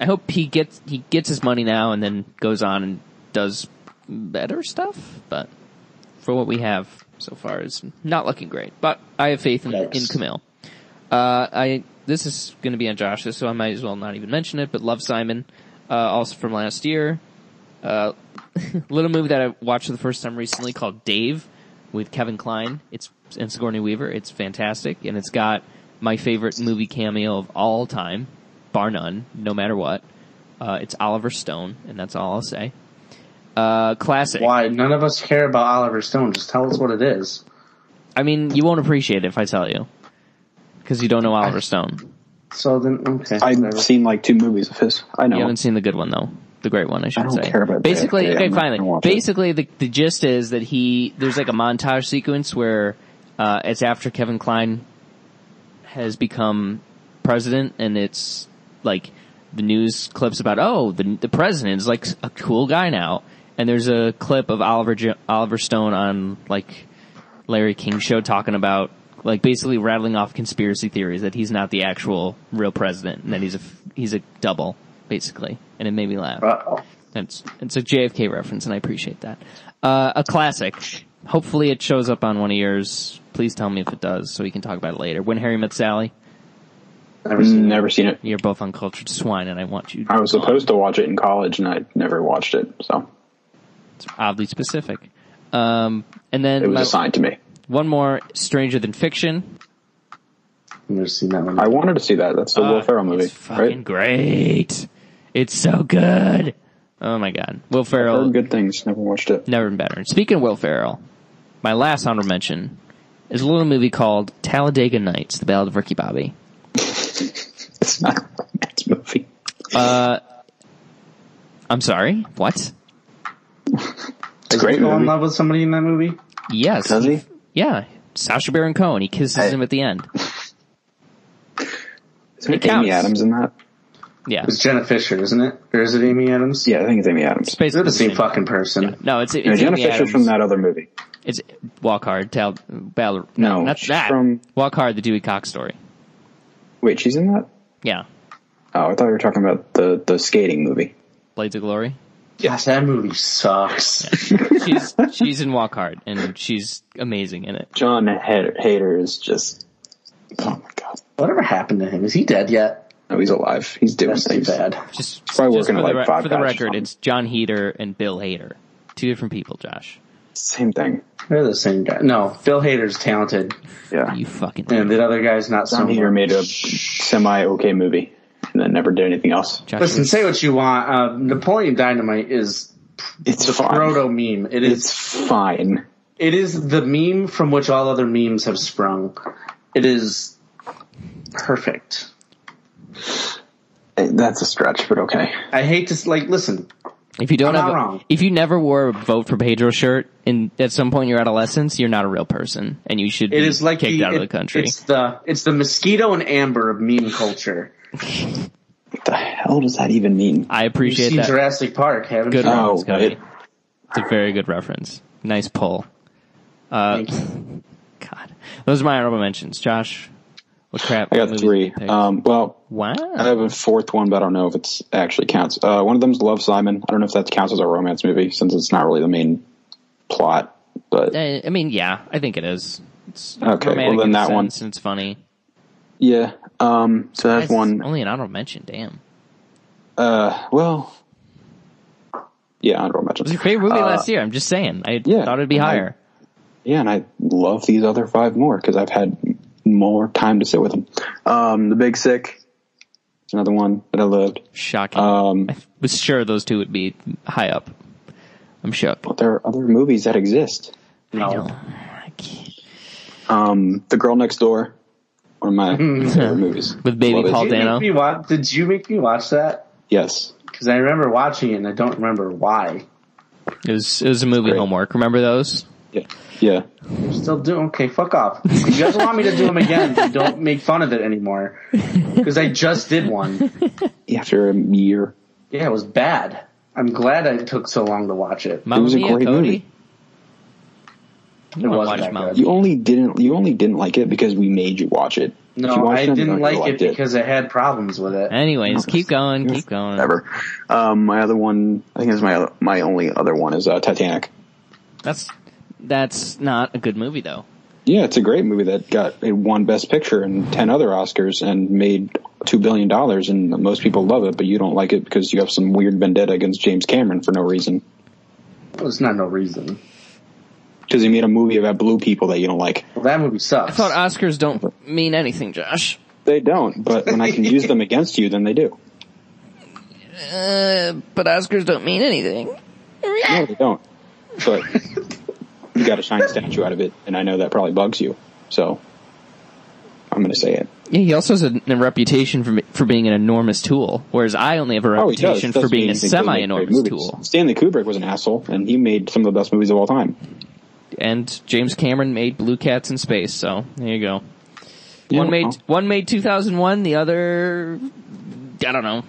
[SPEAKER 2] I hope he gets he gets his money now and then goes on and does better stuff. But for what we have so far is not looking great. But I have faith in, in
[SPEAKER 3] Yes.
[SPEAKER 2] Camille. Uh, I this is going to be on Josh's, so I might as well not even mention it. But Love Simon, uh, also from last year, uh, little movie that I watched for the first time recently called Dave with Kevin Klein. It's and Sigourney Weaver. It's fantastic, and it's got my favorite movie cameo of all time, bar none, no matter what. Uh, it's Oliver Stone, and that's all I'll say. Uh, classic.
[SPEAKER 3] Why? None of us care about Oliver Stone. Just tell us what it is.
[SPEAKER 2] I mean, you won't appreciate it if I tell you, because you don't know Oliver Stone.
[SPEAKER 3] So then, okay.
[SPEAKER 4] I've
[SPEAKER 3] whatever.
[SPEAKER 4] seen like two movies of his. I know.
[SPEAKER 2] You haven't seen the good one though. The great one, I should
[SPEAKER 4] don't
[SPEAKER 2] say.
[SPEAKER 4] care about that.
[SPEAKER 2] basically,
[SPEAKER 4] Yeah,
[SPEAKER 2] okay,
[SPEAKER 4] I'm not gonna
[SPEAKER 2] finally,
[SPEAKER 4] watch it.
[SPEAKER 2] basically the the gist is that he there's like a montage sequence where uh, it's after Kevin Klein has become president, and it's like the news clips about oh the the president is like a cool guy now, and there's a clip of Oliver jo- Oliver Stone on like Larry King show talking about like basically rattling off conspiracy theories that he's not the actual real president and that he's a f- he's a double basically, and it made me laugh.
[SPEAKER 3] Uh-oh.
[SPEAKER 2] It's it's a JFK reference, and I appreciate that. Uh, a classic. Hopefully, it shows up on one of yours. Please tell me if it does, so we can talk about it later. When Harry Met Sally.
[SPEAKER 3] Never seen it.
[SPEAKER 5] Mm, Never seen it.
[SPEAKER 2] You're both uncultured swine, and I want you
[SPEAKER 5] I was supposed to watch it in college, and I never watched it. So
[SPEAKER 2] it's oddly specific. Um, and then
[SPEAKER 5] it was
[SPEAKER 2] my-
[SPEAKER 5] assigned to me.
[SPEAKER 2] one more, Stranger Than Fiction.
[SPEAKER 3] Never seen that one.
[SPEAKER 5] I wanted to see that. That's the Will
[SPEAKER 2] Uh,
[SPEAKER 5] Ferrell movie,
[SPEAKER 2] It's fucking
[SPEAKER 5] right?
[SPEAKER 2] great. It's so good. Oh my god, Will Ferrell
[SPEAKER 5] Heard good things. Never watched it.
[SPEAKER 2] never been better. And speaking of Will Ferrell, my last honorable mention is a little movie called Talladega Nights: The Ballad of Ricky Bobby.
[SPEAKER 5] It's not a romance movie.
[SPEAKER 2] I'm sorry, what?
[SPEAKER 5] It's a great
[SPEAKER 3] fall in
[SPEAKER 5] movie.
[SPEAKER 3] love with somebody in that movie?
[SPEAKER 2] Yes,
[SPEAKER 5] Does he?
[SPEAKER 2] yeah, Sacha Baron Cohen. He kisses
[SPEAKER 5] Hey.
[SPEAKER 2] him at the end.
[SPEAKER 5] Is there
[SPEAKER 2] It counts.
[SPEAKER 5] Amy Adams in that?
[SPEAKER 2] Yeah,
[SPEAKER 3] It's Jenna Fisher, isn't it? Or is it Amy Adams?
[SPEAKER 5] Yeah, I think it's Amy Adams.
[SPEAKER 2] basically
[SPEAKER 3] They're the same
[SPEAKER 2] same.
[SPEAKER 3] fucking person.
[SPEAKER 2] No, it's it's
[SPEAKER 5] No, Jenna
[SPEAKER 2] Amy
[SPEAKER 5] Fisher
[SPEAKER 2] Adams.
[SPEAKER 5] from that other movie.
[SPEAKER 2] It's Walk Hard. Tell Ball,
[SPEAKER 5] No,
[SPEAKER 2] not
[SPEAKER 5] she's
[SPEAKER 2] that.
[SPEAKER 5] from-
[SPEAKER 2] Walk Hard, the Dewey Cox story.
[SPEAKER 5] Wait, she's in that?
[SPEAKER 2] Yeah,
[SPEAKER 5] Oh, I thought you were talking about the the skating movie.
[SPEAKER 2] Blades of Glory.
[SPEAKER 3] Yes, that movie sucks.
[SPEAKER 2] She's she's in Walk Hard, and she's amazing in it.
[SPEAKER 5] John Hed- Hader is just. Oh my god.
[SPEAKER 3] Whatever happened to him? Is he dead yet?
[SPEAKER 5] No, he's alive. He's doing
[SPEAKER 3] That's too
[SPEAKER 5] things.
[SPEAKER 3] bad.
[SPEAKER 2] Just, just
[SPEAKER 5] Probably working
[SPEAKER 2] for,
[SPEAKER 5] at,
[SPEAKER 2] the,
[SPEAKER 5] like,
[SPEAKER 2] re-
[SPEAKER 5] five
[SPEAKER 2] for the
[SPEAKER 5] guys or
[SPEAKER 2] record,
[SPEAKER 5] something.
[SPEAKER 2] it's John Heater and Bill Hader, two different people. Josh,
[SPEAKER 5] Same thing.
[SPEAKER 3] They're the same guy. No, Bill Hader's talented,
[SPEAKER 5] Yeah.
[SPEAKER 2] you fucking
[SPEAKER 3] and the other guy's not so
[SPEAKER 5] John Heater
[SPEAKER 3] much.
[SPEAKER 5] made a semi okay movie and then never did anything else.
[SPEAKER 2] Josh,
[SPEAKER 3] Listen,
[SPEAKER 2] you're-
[SPEAKER 3] say what you want. Uh, Napoleon Dynamite is
[SPEAKER 5] It's fine.
[SPEAKER 3] proto meme. It is.
[SPEAKER 5] it's fine.
[SPEAKER 3] It is the meme from which all other memes have sprung. It is perfect.
[SPEAKER 5] Eh, That's a stretch, but okay.
[SPEAKER 3] I hate to s- like listen.
[SPEAKER 2] if you don't
[SPEAKER 3] I'm
[SPEAKER 2] have,
[SPEAKER 3] not
[SPEAKER 2] a-
[SPEAKER 3] wrong.
[SPEAKER 2] if you never wore a vote for Pedro shirt, and at some point in your adolescence, you're not a real person, and you should
[SPEAKER 3] It
[SPEAKER 2] be
[SPEAKER 3] is like
[SPEAKER 2] kicked
[SPEAKER 3] the,
[SPEAKER 2] out of the
[SPEAKER 3] it-
[SPEAKER 2] country.
[SPEAKER 3] It's the it's the mosquito and amber of meme culture.
[SPEAKER 5] What the hell does that even mean?
[SPEAKER 2] I
[SPEAKER 3] You've
[SPEAKER 2] appreciate
[SPEAKER 3] seen
[SPEAKER 2] that.
[SPEAKER 3] Jurassic Park, haven't
[SPEAKER 2] Good
[SPEAKER 3] you?
[SPEAKER 5] Oh,
[SPEAKER 2] reference, Cody.
[SPEAKER 5] it-
[SPEAKER 2] It's a very good reference. Nice pull.
[SPEAKER 3] Thank you.
[SPEAKER 2] God, those are my honorable mentions. Josh, what crap?
[SPEAKER 4] I got
[SPEAKER 2] movies
[SPEAKER 4] three.
[SPEAKER 2] did you pick?
[SPEAKER 4] Um, uh, well,
[SPEAKER 2] wow.
[SPEAKER 4] I have a fourth one, but I don't know if it's actually counts. Uh, one of them's Love Simon. I don't know if that counts as a romance movie since it's not really the main plot. But
[SPEAKER 2] I I mean, yeah, I think it is. It's
[SPEAKER 4] Okay, well,
[SPEAKER 2] romantic
[SPEAKER 4] then
[SPEAKER 2] in a
[SPEAKER 4] that one.
[SPEAKER 2] sense, and it's funny.
[SPEAKER 4] yeah, um, so that's
[SPEAKER 2] Guys,
[SPEAKER 4] one.
[SPEAKER 2] Only an honorable mention. Damn.
[SPEAKER 4] Uh, well, yeah, honorable
[SPEAKER 2] It was
[SPEAKER 4] mention.
[SPEAKER 2] your favorite movie last year. I'm just saying. I
[SPEAKER 4] Uh, yeah,
[SPEAKER 2] thought it'd be
[SPEAKER 4] and I-
[SPEAKER 2] higher.
[SPEAKER 4] Yeah, and I love these other five more because I've had more time to sit with them. Um, The Big Sick is another one that I loved.
[SPEAKER 2] Shocking.
[SPEAKER 4] Um,
[SPEAKER 2] I was sure those two would be high up. I'm shook.
[SPEAKER 4] but there are other movies that exist.
[SPEAKER 2] I
[SPEAKER 3] No.
[SPEAKER 2] know. I can't-
[SPEAKER 4] Um, The Girl Next Door, one of my favorite movies.
[SPEAKER 2] With baby
[SPEAKER 4] Love it.
[SPEAKER 2] Paul
[SPEAKER 3] Did you,
[SPEAKER 2] Dano.
[SPEAKER 3] make me watch, did you make me watch that?
[SPEAKER 4] Yes.
[SPEAKER 3] Because I remember watching it and I don't remember why.
[SPEAKER 2] It was it was a movie
[SPEAKER 4] Great.
[SPEAKER 2] homework. Remember those?
[SPEAKER 4] Yeah. Yeah.
[SPEAKER 3] I'm still doing okay. Fuck off. If you guys want me to do them again, then don't make fun of it anymore. Because I just did one.
[SPEAKER 4] After a year.
[SPEAKER 3] Yeah, it was bad. I'm glad I took so long to watch it.
[SPEAKER 2] Mamma
[SPEAKER 4] was a
[SPEAKER 2] Mia,
[SPEAKER 4] great
[SPEAKER 2] Cody.
[SPEAKER 4] movie.
[SPEAKER 2] You
[SPEAKER 3] It
[SPEAKER 2] wanna
[SPEAKER 3] wasn't
[SPEAKER 2] watch
[SPEAKER 3] that
[SPEAKER 2] Mamma
[SPEAKER 3] good.
[SPEAKER 2] Mia.
[SPEAKER 4] You only didn't you only didn't like it because we made you watch it. If you
[SPEAKER 3] No,
[SPEAKER 4] watched
[SPEAKER 3] I
[SPEAKER 4] it on your
[SPEAKER 3] didn't
[SPEAKER 4] own, you
[SPEAKER 3] like it
[SPEAKER 4] liked
[SPEAKER 3] because I had problems with
[SPEAKER 2] Eh?
[SPEAKER 3] it.
[SPEAKER 2] Anyways, keep going, keep going.
[SPEAKER 4] whatever. Um, my other one, I think is my other- my only other one is uh, Titanic.
[SPEAKER 2] That's that's not a good movie though.
[SPEAKER 4] Yeah, it's a great movie that got it won Best Picture and ten other Oscars and made two billion dollars, and most people love it, but you don't like it because you have some weird vendetta against James Cameron for no reason
[SPEAKER 3] It's not no reason.
[SPEAKER 4] because he made a movie about blue people that you don't like.
[SPEAKER 3] Well, that movie sucks.
[SPEAKER 2] I thought Oscars don't mean anything, Josh.
[SPEAKER 4] They don't, but when I can use them against you, then they do.
[SPEAKER 2] Uh, but Oscars don't mean anything.
[SPEAKER 4] No, they don't. But you got a shiny statue out of it, and I know that probably bugs you. So I'm going to say it.
[SPEAKER 2] Yeah, he also has a, a reputation for for being an enormous tool, whereas I only have a
[SPEAKER 4] Oh, he does.
[SPEAKER 2] reputation
[SPEAKER 4] Doesn't
[SPEAKER 2] for being
[SPEAKER 4] mean
[SPEAKER 2] a
[SPEAKER 4] he doesn't make great
[SPEAKER 2] semi-enormous
[SPEAKER 4] movies.
[SPEAKER 2] tool.
[SPEAKER 4] Stanley Kubrick was an asshole, and he made some of the best movies of all time.
[SPEAKER 2] And James Cameron made Blue Cats in Space, so there you go. one
[SPEAKER 4] Yeah,
[SPEAKER 2] made
[SPEAKER 4] well,
[SPEAKER 2] one made 2001, the other I don't know.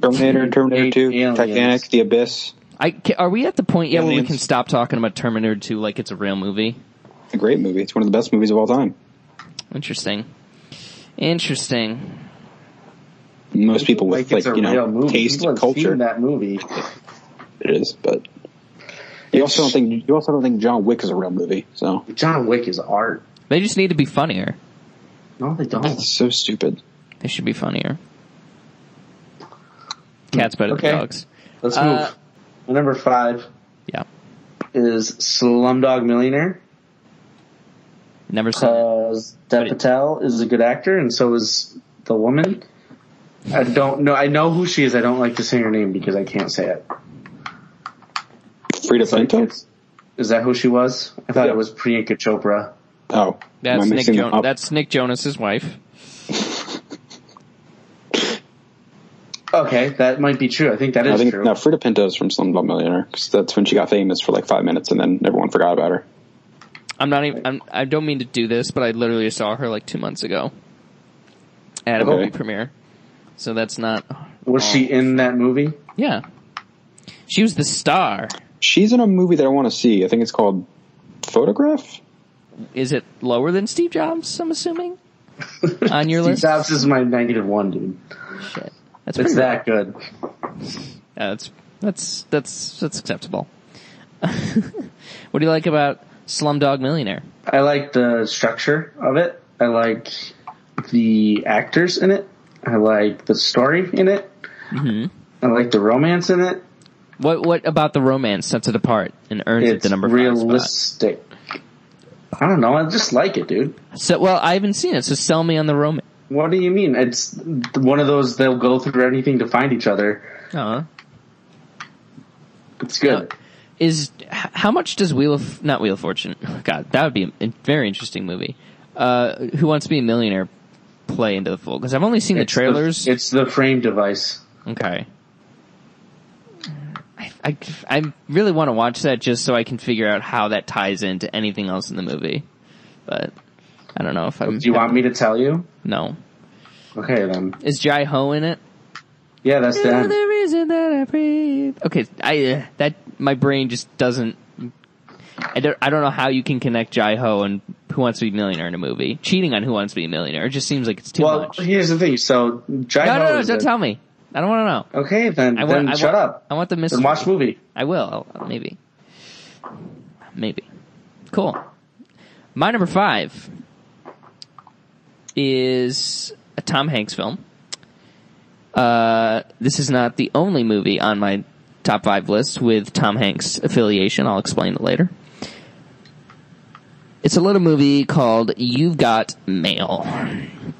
[SPEAKER 4] Terminator, Terminator
[SPEAKER 3] Eight
[SPEAKER 4] Two,
[SPEAKER 3] aliens.
[SPEAKER 4] Titanic, The Abyss.
[SPEAKER 2] I ca- are we at the point yet where we
[SPEAKER 4] Aliens.
[SPEAKER 2] can stop talking about Terminator 2 like it's a real movie?
[SPEAKER 4] It's a great movie. It's one of the best movies of all time.
[SPEAKER 2] Interesting. Interesting.
[SPEAKER 4] Most people with
[SPEAKER 3] it's
[SPEAKER 4] like,
[SPEAKER 3] a
[SPEAKER 4] you
[SPEAKER 3] real
[SPEAKER 4] know
[SPEAKER 3] movie.
[SPEAKER 4] taste
[SPEAKER 3] People
[SPEAKER 4] and
[SPEAKER 3] have
[SPEAKER 4] culture,
[SPEAKER 3] Seen that movie.
[SPEAKER 4] it is. But you also don't think you also don't think John Wick is a real movie. So
[SPEAKER 3] John Wick is art.
[SPEAKER 2] They just need to be funnier.
[SPEAKER 3] No, they don't.
[SPEAKER 4] that's so stupid.
[SPEAKER 2] They should be funnier. Cats better
[SPEAKER 3] Okay.
[SPEAKER 2] than dogs.
[SPEAKER 3] Let's move.
[SPEAKER 2] Uh,
[SPEAKER 3] My number five
[SPEAKER 2] Yeah.
[SPEAKER 3] is Slumdog Millionaire
[SPEAKER 2] Never
[SPEAKER 3] Uh,
[SPEAKER 2] saw it.
[SPEAKER 3] because Dev
[SPEAKER 2] it-
[SPEAKER 3] Patel is a good actor, and so is the woman. I don't know. I know who she is. I don't like to say her name because I can't say it.
[SPEAKER 4] Frida Pinto?
[SPEAKER 3] It's- Is that who she was? I thought
[SPEAKER 4] Yeah.
[SPEAKER 3] it was Priyanka Chopra.
[SPEAKER 4] Oh, am I
[SPEAKER 2] That's Nick
[SPEAKER 4] mixing them
[SPEAKER 2] Jonas.
[SPEAKER 4] up?
[SPEAKER 2] That's Nick Jonas's wife.
[SPEAKER 3] Okay, that might be true. I think that is
[SPEAKER 4] I think
[SPEAKER 3] true.
[SPEAKER 4] no, Frida Pinto is from Slumdog Millionaire because that's when she got famous for like five minutes and then everyone forgot about her.
[SPEAKER 2] I'm not even. I'm, I don't mean to do this, but I literally saw her like two months ago at a
[SPEAKER 4] Okay.
[SPEAKER 2] movie premiere. So that's not.
[SPEAKER 3] Was she in that movie?
[SPEAKER 2] Yeah, she was the star.
[SPEAKER 4] She's in a movie that I want to see. I think it's called Photograph.
[SPEAKER 2] Is it lower than Steve Jobs? I'm assuming on your
[SPEAKER 3] Steve
[SPEAKER 2] list.
[SPEAKER 3] Jobs is my negative one, dude.
[SPEAKER 2] Shit, that's
[SPEAKER 3] It's
[SPEAKER 2] pretty bad.
[SPEAKER 3] that good.
[SPEAKER 2] Yeah, that's that's that's that's acceptable. what do you like about Slumdog Millionaire?
[SPEAKER 3] I like the structure of it. I like the actors in it. I like the story in it.
[SPEAKER 2] Mm-hmm.
[SPEAKER 3] I like the romance in it.
[SPEAKER 2] What what about the romance sets it apart and earns it
[SPEAKER 3] It's
[SPEAKER 2] the number five spot?
[SPEAKER 3] realistic. I don't know. I just like it, dude.
[SPEAKER 2] So, well, I haven't seen it, so sell me on the romance.
[SPEAKER 3] What do you mean? It's one of those they'll go through anything to find each other.
[SPEAKER 2] Uh-huh.
[SPEAKER 3] It's good.
[SPEAKER 2] Is h- how much does Wheel of not Wheel of Fortune? God, that would be a very interesting movie. Uh, Who Wants to Be a Millionaire? Play into the full because I've only seen
[SPEAKER 3] It's
[SPEAKER 2] the trailers.
[SPEAKER 3] it's the frame device.
[SPEAKER 2] okay. I, I, I really want to watch that just so I can figure out how that ties into anything else in the movie, but I don't know if I'm.
[SPEAKER 3] Do you want me to tell you?
[SPEAKER 2] No.
[SPEAKER 3] Okay, then.
[SPEAKER 2] Is Jai Ho in it?
[SPEAKER 3] Yeah, that's
[SPEAKER 2] You're
[SPEAKER 3] them.
[SPEAKER 2] the reason that I breathe. Okay, I uh, that my brain just doesn't. I don't, I don't know how you can connect Jai Ho and Who Wants to Be a Millionaire in a movie. Cheating on Who Wants to Be a Millionaire it just seems like it's too
[SPEAKER 3] Well,
[SPEAKER 2] much.
[SPEAKER 3] here's the thing. So, Jai
[SPEAKER 2] No,
[SPEAKER 3] Ho
[SPEAKER 2] no, no!
[SPEAKER 3] is
[SPEAKER 2] Don't
[SPEAKER 3] a-
[SPEAKER 2] tell me. I don't want to know.
[SPEAKER 3] Okay, then,
[SPEAKER 2] I want.
[SPEAKER 3] then
[SPEAKER 2] I
[SPEAKER 3] shut
[SPEAKER 2] want,
[SPEAKER 3] up.
[SPEAKER 2] I want the mystery.
[SPEAKER 3] Then watch movie.
[SPEAKER 2] I will. Maybe. Maybe. Cool. My number five is a Tom Hanks film. Uh, this is not the only movie on my top five list with Tom Hanks affiliation. I'll explain it later. It's a little movie called You've Got Mail.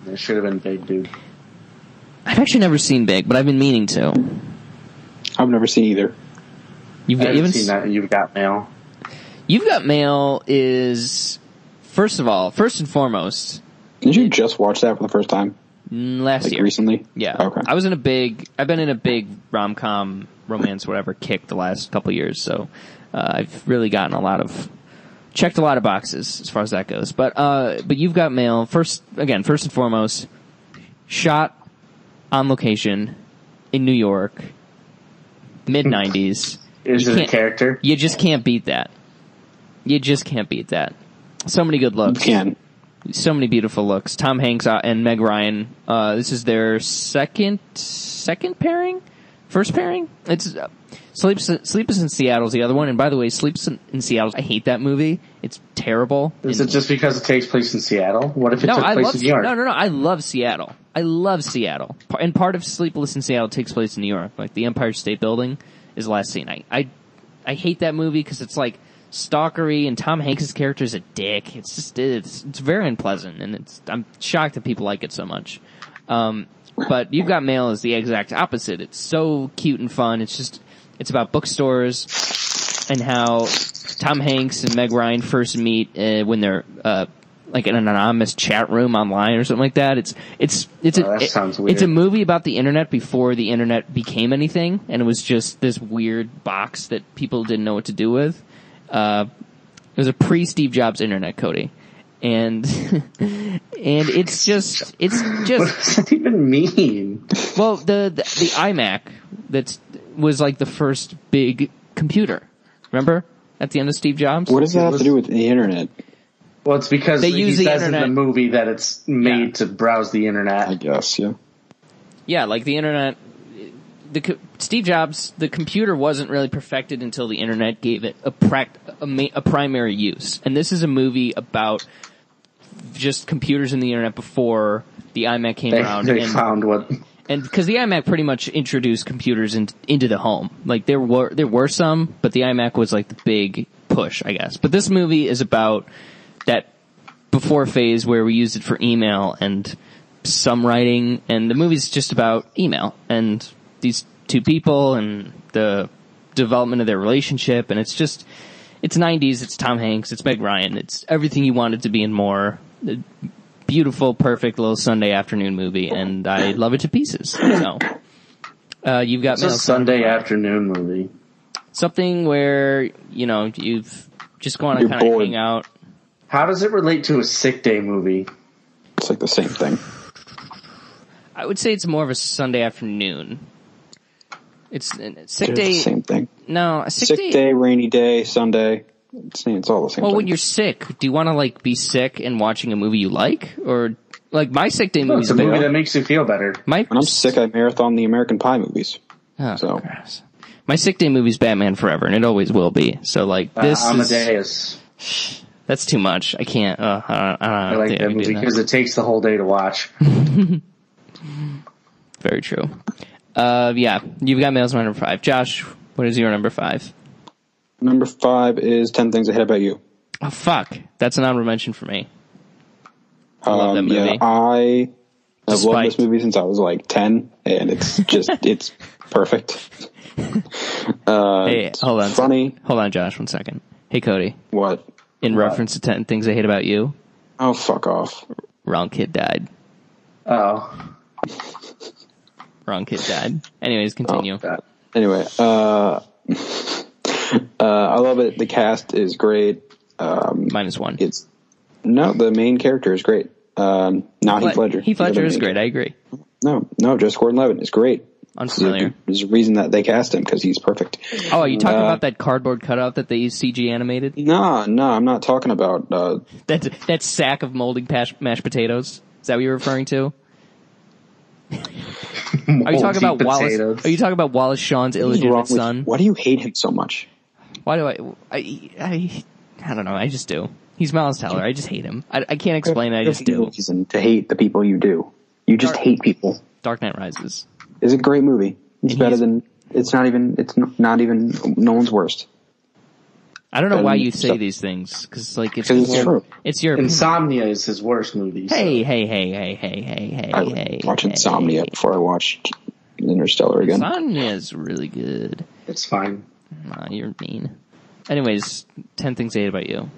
[SPEAKER 3] It should have been big, dude.
[SPEAKER 2] I've actually never seen Big, but I've been meaning to.
[SPEAKER 4] I've never seen either.
[SPEAKER 2] You've,
[SPEAKER 3] I
[SPEAKER 2] you
[SPEAKER 3] haven't
[SPEAKER 2] haven't
[SPEAKER 3] seen that. You've got mail.
[SPEAKER 2] You've Got Mail is, first of all, first and foremost,
[SPEAKER 4] Did you just watch that for the first time,
[SPEAKER 2] mm, last
[SPEAKER 4] like
[SPEAKER 2] year.
[SPEAKER 4] recently?
[SPEAKER 2] Yeah.
[SPEAKER 4] Okay.
[SPEAKER 2] I was in a big, I've been in a big rom com, romance, whatever kick the last couple years, so uh, I've really gotten a lot of, checked a lot of boxes as far as that goes. But, uh, but You've Got Mail, first, again, first and foremost, shot on location in New York, mid 90s.
[SPEAKER 3] Is
[SPEAKER 2] You
[SPEAKER 3] it a
[SPEAKER 2] can't-
[SPEAKER 3] character?
[SPEAKER 2] You just can't beat that. You just can't beat that. So many good looks.
[SPEAKER 4] Can
[SPEAKER 2] So many beautiful looks. Tom Hanks uh, and Meg Ryan. Uh, this is their second second pairing, first pairing. It's uh, sleeps sleeps in Seattle's the other one. And by the way, sleeps in, in Seattle. I hate that movie. It's terrible.
[SPEAKER 3] Is
[SPEAKER 2] And-
[SPEAKER 3] it just because it takes place in Seattle? What if it
[SPEAKER 2] no,
[SPEAKER 3] took
[SPEAKER 2] I
[SPEAKER 3] place
[SPEAKER 2] love
[SPEAKER 3] in New York?
[SPEAKER 2] no no no. I love Seattle. I love Seattle. Pa- And part of Sleepless in Seattle takes place in New York. Like the Empire State Building is the last scene. I I, I hate that movie because it's like stalkery and Tom Hanks' character is a dick. It's just it's it's very unpleasant and it's I'm shocked that people like it so much. Um, but You've Got Mail is the exact opposite. It's so cute and fun. It's just it's about bookstores and how Tom Hanks and Meg Ryan first meet uh, when they're uh, like in an anonymous chat room online or something like that. It's it's it's
[SPEAKER 3] Oh,
[SPEAKER 2] a
[SPEAKER 3] that
[SPEAKER 2] it-
[SPEAKER 3] sounds weird.
[SPEAKER 2] it's a movie about the internet before the internet became anything, and it was just this weird box that people didn't know what to do with. Uh, it was a pre Steve Jobs internet, Cody, and and it's just it's
[SPEAKER 3] What
[SPEAKER 2] just
[SPEAKER 3] does that even mean?
[SPEAKER 2] well, the the, the iMac that was like the first big computer. Remember at the end of Steve Jobs?
[SPEAKER 4] what does that have to do with the internet?
[SPEAKER 3] Well, it's because
[SPEAKER 2] They
[SPEAKER 3] he
[SPEAKER 2] use the
[SPEAKER 3] says
[SPEAKER 2] internet.
[SPEAKER 3] in the movie that it's made to browse the
[SPEAKER 4] I
[SPEAKER 3] internet.
[SPEAKER 4] guess. Yeah.
[SPEAKER 2] yeah, like the internet. The co- Steve Jobs, the computer wasn't really perfected until the internet gave it a prac a, ma- a primary use. And this is a movie about just computers and the internet before the iMac came
[SPEAKER 3] They,
[SPEAKER 2] around
[SPEAKER 3] they
[SPEAKER 2] and
[SPEAKER 3] found what
[SPEAKER 2] and because the iMac pretty much introduced computers in, into the home. Like there were there were some, but the iMac was like the big push, I guess. But this movie is about that before phase where we used it for email and some writing, and the movie's just about email and these two people and the development of their relationship, and it's just it's 90s, it's Tom Hanks, it's Meg Ryan, it's everything you want it to be and more beautiful, perfect little Sunday afternoon movie, and I love it to pieces. So, uh, you've got
[SPEAKER 3] it's a
[SPEAKER 2] mail.
[SPEAKER 3] Sunday afternoon movie.
[SPEAKER 2] something where you know you've just gone to
[SPEAKER 4] You're
[SPEAKER 2] kind of
[SPEAKER 4] bored.
[SPEAKER 2] hang out.
[SPEAKER 3] How does it relate to a sick day movie?
[SPEAKER 4] It's like the same thing.
[SPEAKER 2] I would say it's more of a Sunday afternoon. It's sick
[SPEAKER 4] It's the
[SPEAKER 2] day.
[SPEAKER 4] same thing.
[SPEAKER 2] No, a sick,
[SPEAKER 4] Sick day, rainy day, Sunday. It's, it's all the same.
[SPEAKER 2] Well,
[SPEAKER 4] thing.
[SPEAKER 2] when you're sick, do you want to like be sick and watching a movie you like, or like my sick day
[SPEAKER 3] No,
[SPEAKER 2] movies?
[SPEAKER 3] it's a movie
[SPEAKER 2] avail-
[SPEAKER 3] that makes you feel better.
[SPEAKER 2] my
[SPEAKER 4] when I'm sick, I marathon the American Pie movies.
[SPEAKER 2] Oh,
[SPEAKER 4] So-
[SPEAKER 2] gross. My sick day movie's Batman Forever, and it always will be. So like
[SPEAKER 3] Uh,
[SPEAKER 2] this is
[SPEAKER 3] Amadeus.
[SPEAKER 2] That's too much. I can't. Uh, I don't, I
[SPEAKER 3] I
[SPEAKER 2] don't
[SPEAKER 3] like
[SPEAKER 2] think
[SPEAKER 3] that
[SPEAKER 2] I can do
[SPEAKER 3] movie
[SPEAKER 2] that.
[SPEAKER 3] because it takes the whole day to watch.
[SPEAKER 2] Very true. Uh, yeah, you've got males number five. Josh, what is your number five?
[SPEAKER 4] Number five is Ten Things I Hate About You.
[SPEAKER 2] Oh fuck, that's an honorable mention for me.
[SPEAKER 4] I
[SPEAKER 2] love that
[SPEAKER 4] Um, Yeah,
[SPEAKER 2] movie.
[SPEAKER 4] I have
[SPEAKER 2] Despite-
[SPEAKER 4] loved this movie since I was like ten, and it's just it's perfect. Uh,
[SPEAKER 2] Hey,
[SPEAKER 4] it's
[SPEAKER 2] hold on.
[SPEAKER 4] Funny.
[SPEAKER 2] Hold on, Josh, one second. Hey, Cody.
[SPEAKER 4] What?
[SPEAKER 2] In reference to ten things I hate about you,
[SPEAKER 4] Oh, fuck off.
[SPEAKER 2] wrong kid died.
[SPEAKER 3] Oh,
[SPEAKER 2] Wrong kid died.
[SPEAKER 4] Oh,
[SPEAKER 2] Anyways, continue.
[SPEAKER 3] that-
[SPEAKER 4] Anyway, uh, uh, I love it. The cast is great.
[SPEAKER 2] Minus one.
[SPEAKER 4] It's no, the main character is great. Um, not Heath
[SPEAKER 2] But
[SPEAKER 4] Ledger.
[SPEAKER 2] Heath
[SPEAKER 4] The other
[SPEAKER 2] Ledger is
[SPEAKER 4] main-
[SPEAKER 2] great. I agree.
[SPEAKER 4] No, no, just Gordon Levitt is great.
[SPEAKER 2] Unfamiliar.
[SPEAKER 4] There's a reason that they cast him because he's perfect.
[SPEAKER 2] Oh, are you talking about that cardboard cutout that they use CG animated?
[SPEAKER 4] No, no, I'm not talking about uh,
[SPEAKER 2] That that sack of molding pas- mashed potatoes. Is that what you're referring to? Are you talking about
[SPEAKER 3] moldy
[SPEAKER 2] Wallace?
[SPEAKER 3] potatoes.
[SPEAKER 2] Are you talking about Wallace Shawn's
[SPEAKER 4] What's wrong
[SPEAKER 2] illegitimate
[SPEAKER 4] with-
[SPEAKER 2] son?
[SPEAKER 4] Why do you hate him so much?
[SPEAKER 2] Why do I, I? I I don't know. I just do. He's Miles Teller. I just hate him. I, I can't explain it. I just
[SPEAKER 4] There's no
[SPEAKER 2] do.
[SPEAKER 4] reason to hate the people you do. You just hate people.
[SPEAKER 2] Dark Knight Rises.
[SPEAKER 4] It's a great movie. It's
[SPEAKER 2] And
[SPEAKER 4] better
[SPEAKER 2] he's-
[SPEAKER 4] than. It's not even. It's n- not even Nolan's worst.
[SPEAKER 2] I don't know why you say
[SPEAKER 4] Stuff.
[SPEAKER 2] these things because like it's
[SPEAKER 4] 'Cause it's
[SPEAKER 2] your,
[SPEAKER 4] true.
[SPEAKER 2] It's your
[SPEAKER 3] Insomnia is his worst movie. so-
[SPEAKER 2] hey hey hey hey hey hey hey
[SPEAKER 4] I
[SPEAKER 2] hey.
[SPEAKER 4] watch
[SPEAKER 2] hey.
[SPEAKER 4] Insomnia before I watched Interstellar again.
[SPEAKER 2] Insomnia's really good.
[SPEAKER 3] It's fine.
[SPEAKER 2] Nah, you're mean. Anyways, ten things I hate about you.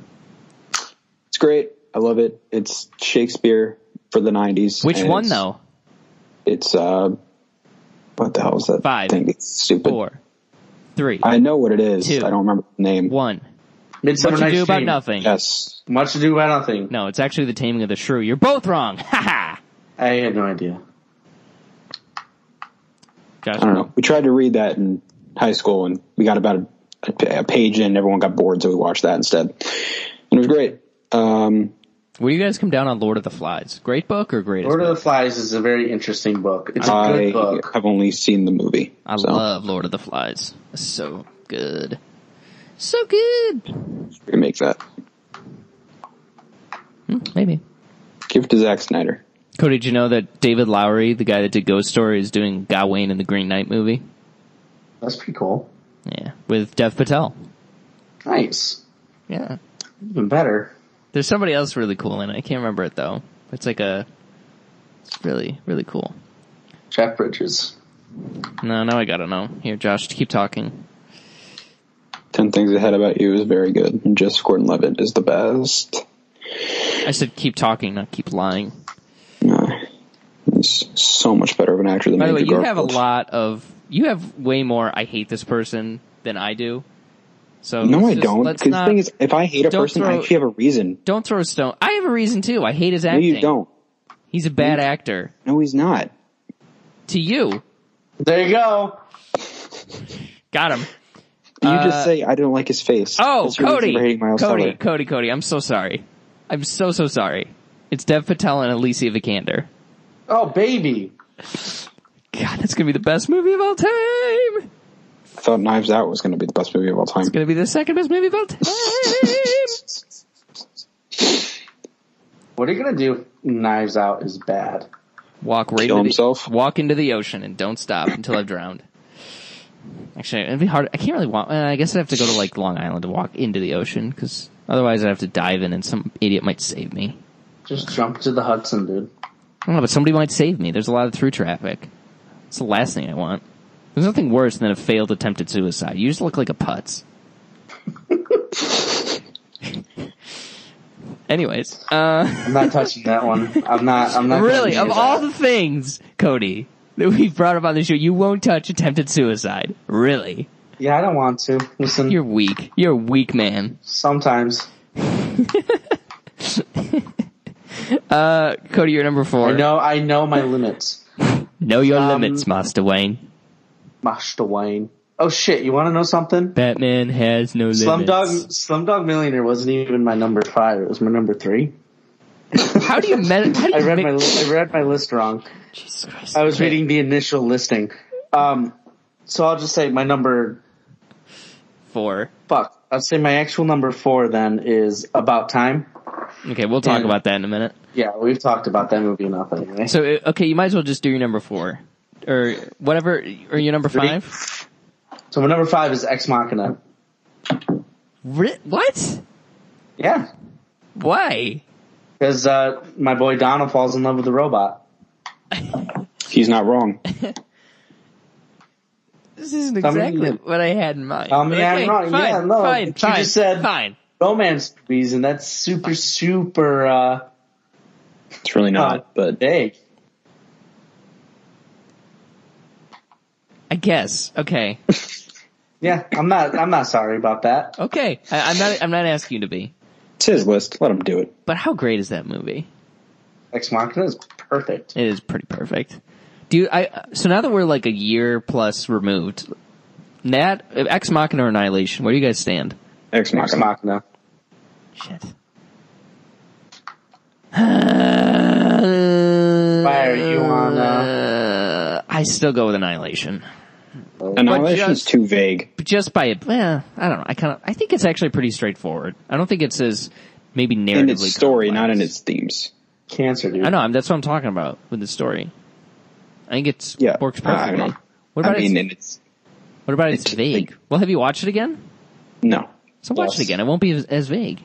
[SPEAKER 4] It's great. I love it. It's Shakespeare for the '90s.
[SPEAKER 2] Which
[SPEAKER 4] and
[SPEAKER 2] one
[SPEAKER 4] it's-
[SPEAKER 2] though?
[SPEAKER 4] It's uh, what the hell is that
[SPEAKER 2] Five.
[SPEAKER 4] thing? It's stupid.
[SPEAKER 2] Four, three,
[SPEAKER 4] I know what it is.
[SPEAKER 2] Two.
[SPEAKER 4] I don't remember the name.
[SPEAKER 2] one.
[SPEAKER 3] Midsummer
[SPEAKER 2] What you
[SPEAKER 3] Night's
[SPEAKER 2] do about
[SPEAKER 3] Dream.
[SPEAKER 2] nothing?
[SPEAKER 4] Yes,
[SPEAKER 3] Much Ado About Nothing.
[SPEAKER 2] No, it's actually the taming of the shrew. You're both wrong. Ha ha.
[SPEAKER 3] I had no idea.
[SPEAKER 2] Josh,
[SPEAKER 4] I don't know. We tried to read that in high school, and we got about a, a p- a page in. Everyone got bored, so we watched that instead. And it was great. Um,
[SPEAKER 2] Where do you guys come down on Lord of the Flies? Great book or greatest?
[SPEAKER 3] Lord
[SPEAKER 2] book?
[SPEAKER 3] of the Flies is a very interesting book. It's a
[SPEAKER 4] I
[SPEAKER 3] good book.
[SPEAKER 4] have only seen the movie.
[SPEAKER 2] I
[SPEAKER 4] so
[SPEAKER 2] love Lord of the Flies. It's so good. So good.
[SPEAKER 4] remake that.
[SPEAKER 2] Maybe.
[SPEAKER 4] Give it to Zack Snyder.
[SPEAKER 2] Cody, did you know that David Lowery, the guy that did Ghost Story, is doing Gawain in the Green Knight movie?
[SPEAKER 3] That's pretty cool.
[SPEAKER 2] Yeah. With Dev Patel.
[SPEAKER 3] Nice.
[SPEAKER 2] Yeah.
[SPEAKER 3] Even better.
[SPEAKER 2] There's somebody else really cool in it. I can't remember it though. It's like a, it's really, really cool.
[SPEAKER 3] Jeff Bridges.
[SPEAKER 2] No, now I gotta know. Here, Josh, keep talking.
[SPEAKER 4] Ten Things I Had About You is very good. And just Gordon Levitt is the best.
[SPEAKER 2] I said keep talking, not keep lying.
[SPEAKER 4] Nah. he's so much better of an actor than
[SPEAKER 2] By the way,
[SPEAKER 4] Andrew
[SPEAKER 2] you have a
[SPEAKER 4] Garfield.
[SPEAKER 2] lot of you have way more. I hate this person than I do. So
[SPEAKER 4] No,
[SPEAKER 2] let's
[SPEAKER 4] I
[SPEAKER 2] just-
[SPEAKER 4] don't.
[SPEAKER 2] Let's
[SPEAKER 4] Because the
[SPEAKER 2] not.
[SPEAKER 4] thing is, if I hate a
[SPEAKER 2] Don't
[SPEAKER 4] person, I
[SPEAKER 2] throw-
[SPEAKER 4] actually have a reason.
[SPEAKER 2] don't throw a stone. I have a reason too. I hate his
[SPEAKER 4] No,
[SPEAKER 2] acting.
[SPEAKER 4] you don't.
[SPEAKER 2] He's a bad actor.
[SPEAKER 4] No, he's not.
[SPEAKER 2] To you,
[SPEAKER 3] There you go.
[SPEAKER 2] got him.
[SPEAKER 4] You
[SPEAKER 2] Uh,
[SPEAKER 4] just say I don't like his face.
[SPEAKER 2] Oh,
[SPEAKER 4] That's your reason
[SPEAKER 2] Cody,
[SPEAKER 4] for hating Miles
[SPEAKER 2] Cody,
[SPEAKER 4] Teller.
[SPEAKER 2] Cody, Cody. I'm so sorry. I'm so so sorry. It's Dev Patel and Alicia Vikander.
[SPEAKER 3] Oh, baby.
[SPEAKER 2] God, that's gonna be the best movie of all time.
[SPEAKER 4] I thought Knives Out was going to be the best movie of all time.
[SPEAKER 2] It's gonna be the second best movie of all time.
[SPEAKER 3] What are you going to do if Knives Out is bad?
[SPEAKER 2] Walk right
[SPEAKER 4] Kill
[SPEAKER 2] into
[SPEAKER 4] himself?
[SPEAKER 2] The, walk into the ocean and don't stop until I've drowned. Actually, it'd be hard. I can't really walk. eh, I guess I'd have to go to like Long Island to walk into the ocean because otherwise I'd have to dive in and some idiot might save me.
[SPEAKER 3] Just jump to the Hudson, dude.
[SPEAKER 2] I don't know, but somebody might save me. There's a lot of through traffic. It's the last thing I want. There's nothing worse than a failed attempted suicide. You just look like a putz. Anyways, uh,
[SPEAKER 3] I'm not touching that one. I'm not. I'm not.
[SPEAKER 2] really,
[SPEAKER 3] going
[SPEAKER 2] of
[SPEAKER 3] near
[SPEAKER 2] all
[SPEAKER 3] that.
[SPEAKER 2] the things, Cody, that we've brought up on the show, you won't touch attempted suicide. Really?
[SPEAKER 3] yeah, I don't want to. Listen,
[SPEAKER 2] You're weak. You're a weak man.
[SPEAKER 3] sometimes
[SPEAKER 2] Uh, Cody, you're number four.
[SPEAKER 3] I know. I know my limits,
[SPEAKER 2] Know your
[SPEAKER 3] Um,
[SPEAKER 2] limits, Master Wayne.
[SPEAKER 3] Master Wayne. Oh shit! You want to know something?
[SPEAKER 2] Batman has no limits.
[SPEAKER 3] Slumdog Slumdog Millionaire wasn't even my number five. It was my number three.
[SPEAKER 2] How do you, med- how do you
[SPEAKER 3] I read
[SPEAKER 2] mi-
[SPEAKER 3] my li- I read my list wrong.
[SPEAKER 2] Jesus Christ.
[SPEAKER 3] I was
[SPEAKER 2] Okay.
[SPEAKER 3] reading the initial listing. Um, so I'll just say my number.
[SPEAKER 2] four.
[SPEAKER 3] Fuck. I'll say my actual number four then is About Time.
[SPEAKER 2] Okay, we'll talk
[SPEAKER 3] And-
[SPEAKER 2] about that in a minute.
[SPEAKER 3] Yeah, we've talked about that movie enough anyway.
[SPEAKER 2] So, uh, okay, you might as well just do your number four. Or whatever, or your number
[SPEAKER 3] Three.
[SPEAKER 2] five?
[SPEAKER 3] So my number five is Ex Machina.
[SPEAKER 2] Ri- What?
[SPEAKER 3] Yeah,
[SPEAKER 2] Why?
[SPEAKER 3] because uh, my boy Donald falls in love with a robot.
[SPEAKER 4] He's not wrong.
[SPEAKER 2] This isn't
[SPEAKER 3] Tell me
[SPEAKER 2] exactly
[SPEAKER 3] you-
[SPEAKER 2] what I had in mind.
[SPEAKER 3] Tell me I'm
[SPEAKER 2] Okay,
[SPEAKER 3] wrong.
[SPEAKER 2] Fine,
[SPEAKER 3] Yeah, no,
[SPEAKER 2] fine,
[SPEAKER 3] but you
[SPEAKER 2] fine,
[SPEAKER 3] just said-
[SPEAKER 2] fine.
[SPEAKER 3] Romance movies, and that's super super uh,
[SPEAKER 4] It's really
[SPEAKER 2] Uh,
[SPEAKER 4] not. But
[SPEAKER 3] big.
[SPEAKER 2] I guess. Okay.
[SPEAKER 3] Yeah, I'm not. I'm not sorry about that.
[SPEAKER 2] Okay. I, I'm not. I'm not asking you to be.
[SPEAKER 4] it's his list. Let him do it.
[SPEAKER 2] But how great is that movie?
[SPEAKER 3] Ex Machina is perfect.
[SPEAKER 2] It is pretty perfect. Do you, I? So now that we're like a year plus removed, Nat, uh, Ex Machina or Annihilation, where do you guys stand?
[SPEAKER 4] Ex
[SPEAKER 3] Ex
[SPEAKER 4] Machina.
[SPEAKER 3] Machina.
[SPEAKER 2] Shit.
[SPEAKER 3] Why are you on?
[SPEAKER 2] Uh,
[SPEAKER 3] Uh,
[SPEAKER 2] I still go with Annihilation.
[SPEAKER 4] Annihilation's
[SPEAKER 2] just-
[SPEAKER 4] too vague.
[SPEAKER 2] But just by it, well, I don't know. I kind of, I think it's actually pretty straightforward. I don't think it's as maybe narratively
[SPEAKER 4] In its story,
[SPEAKER 2] complex.
[SPEAKER 4] not in its themes.
[SPEAKER 3] cancer, dude.
[SPEAKER 2] I know. I'm- That's what I'm talking about with the story. I think it's
[SPEAKER 4] Yeah,
[SPEAKER 2] works
[SPEAKER 4] I
[SPEAKER 2] perfectly.
[SPEAKER 4] don't know.
[SPEAKER 2] What about
[SPEAKER 4] I mean,
[SPEAKER 2] it's,
[SPEAKER 4] and it's
[SPEAKER 2] what about it's
[SPEAKER 4] it's
[SPEAKER 2] vague?
[SPEAKER 4] like-
[SPEAKER 2] well, have you watched it again?
[SPEAKER 4] no.
[SPEAKER 2] So watch
[SPEAKER 3] Yes.
[SPEAKER 2] it again. It won't be as, as vague.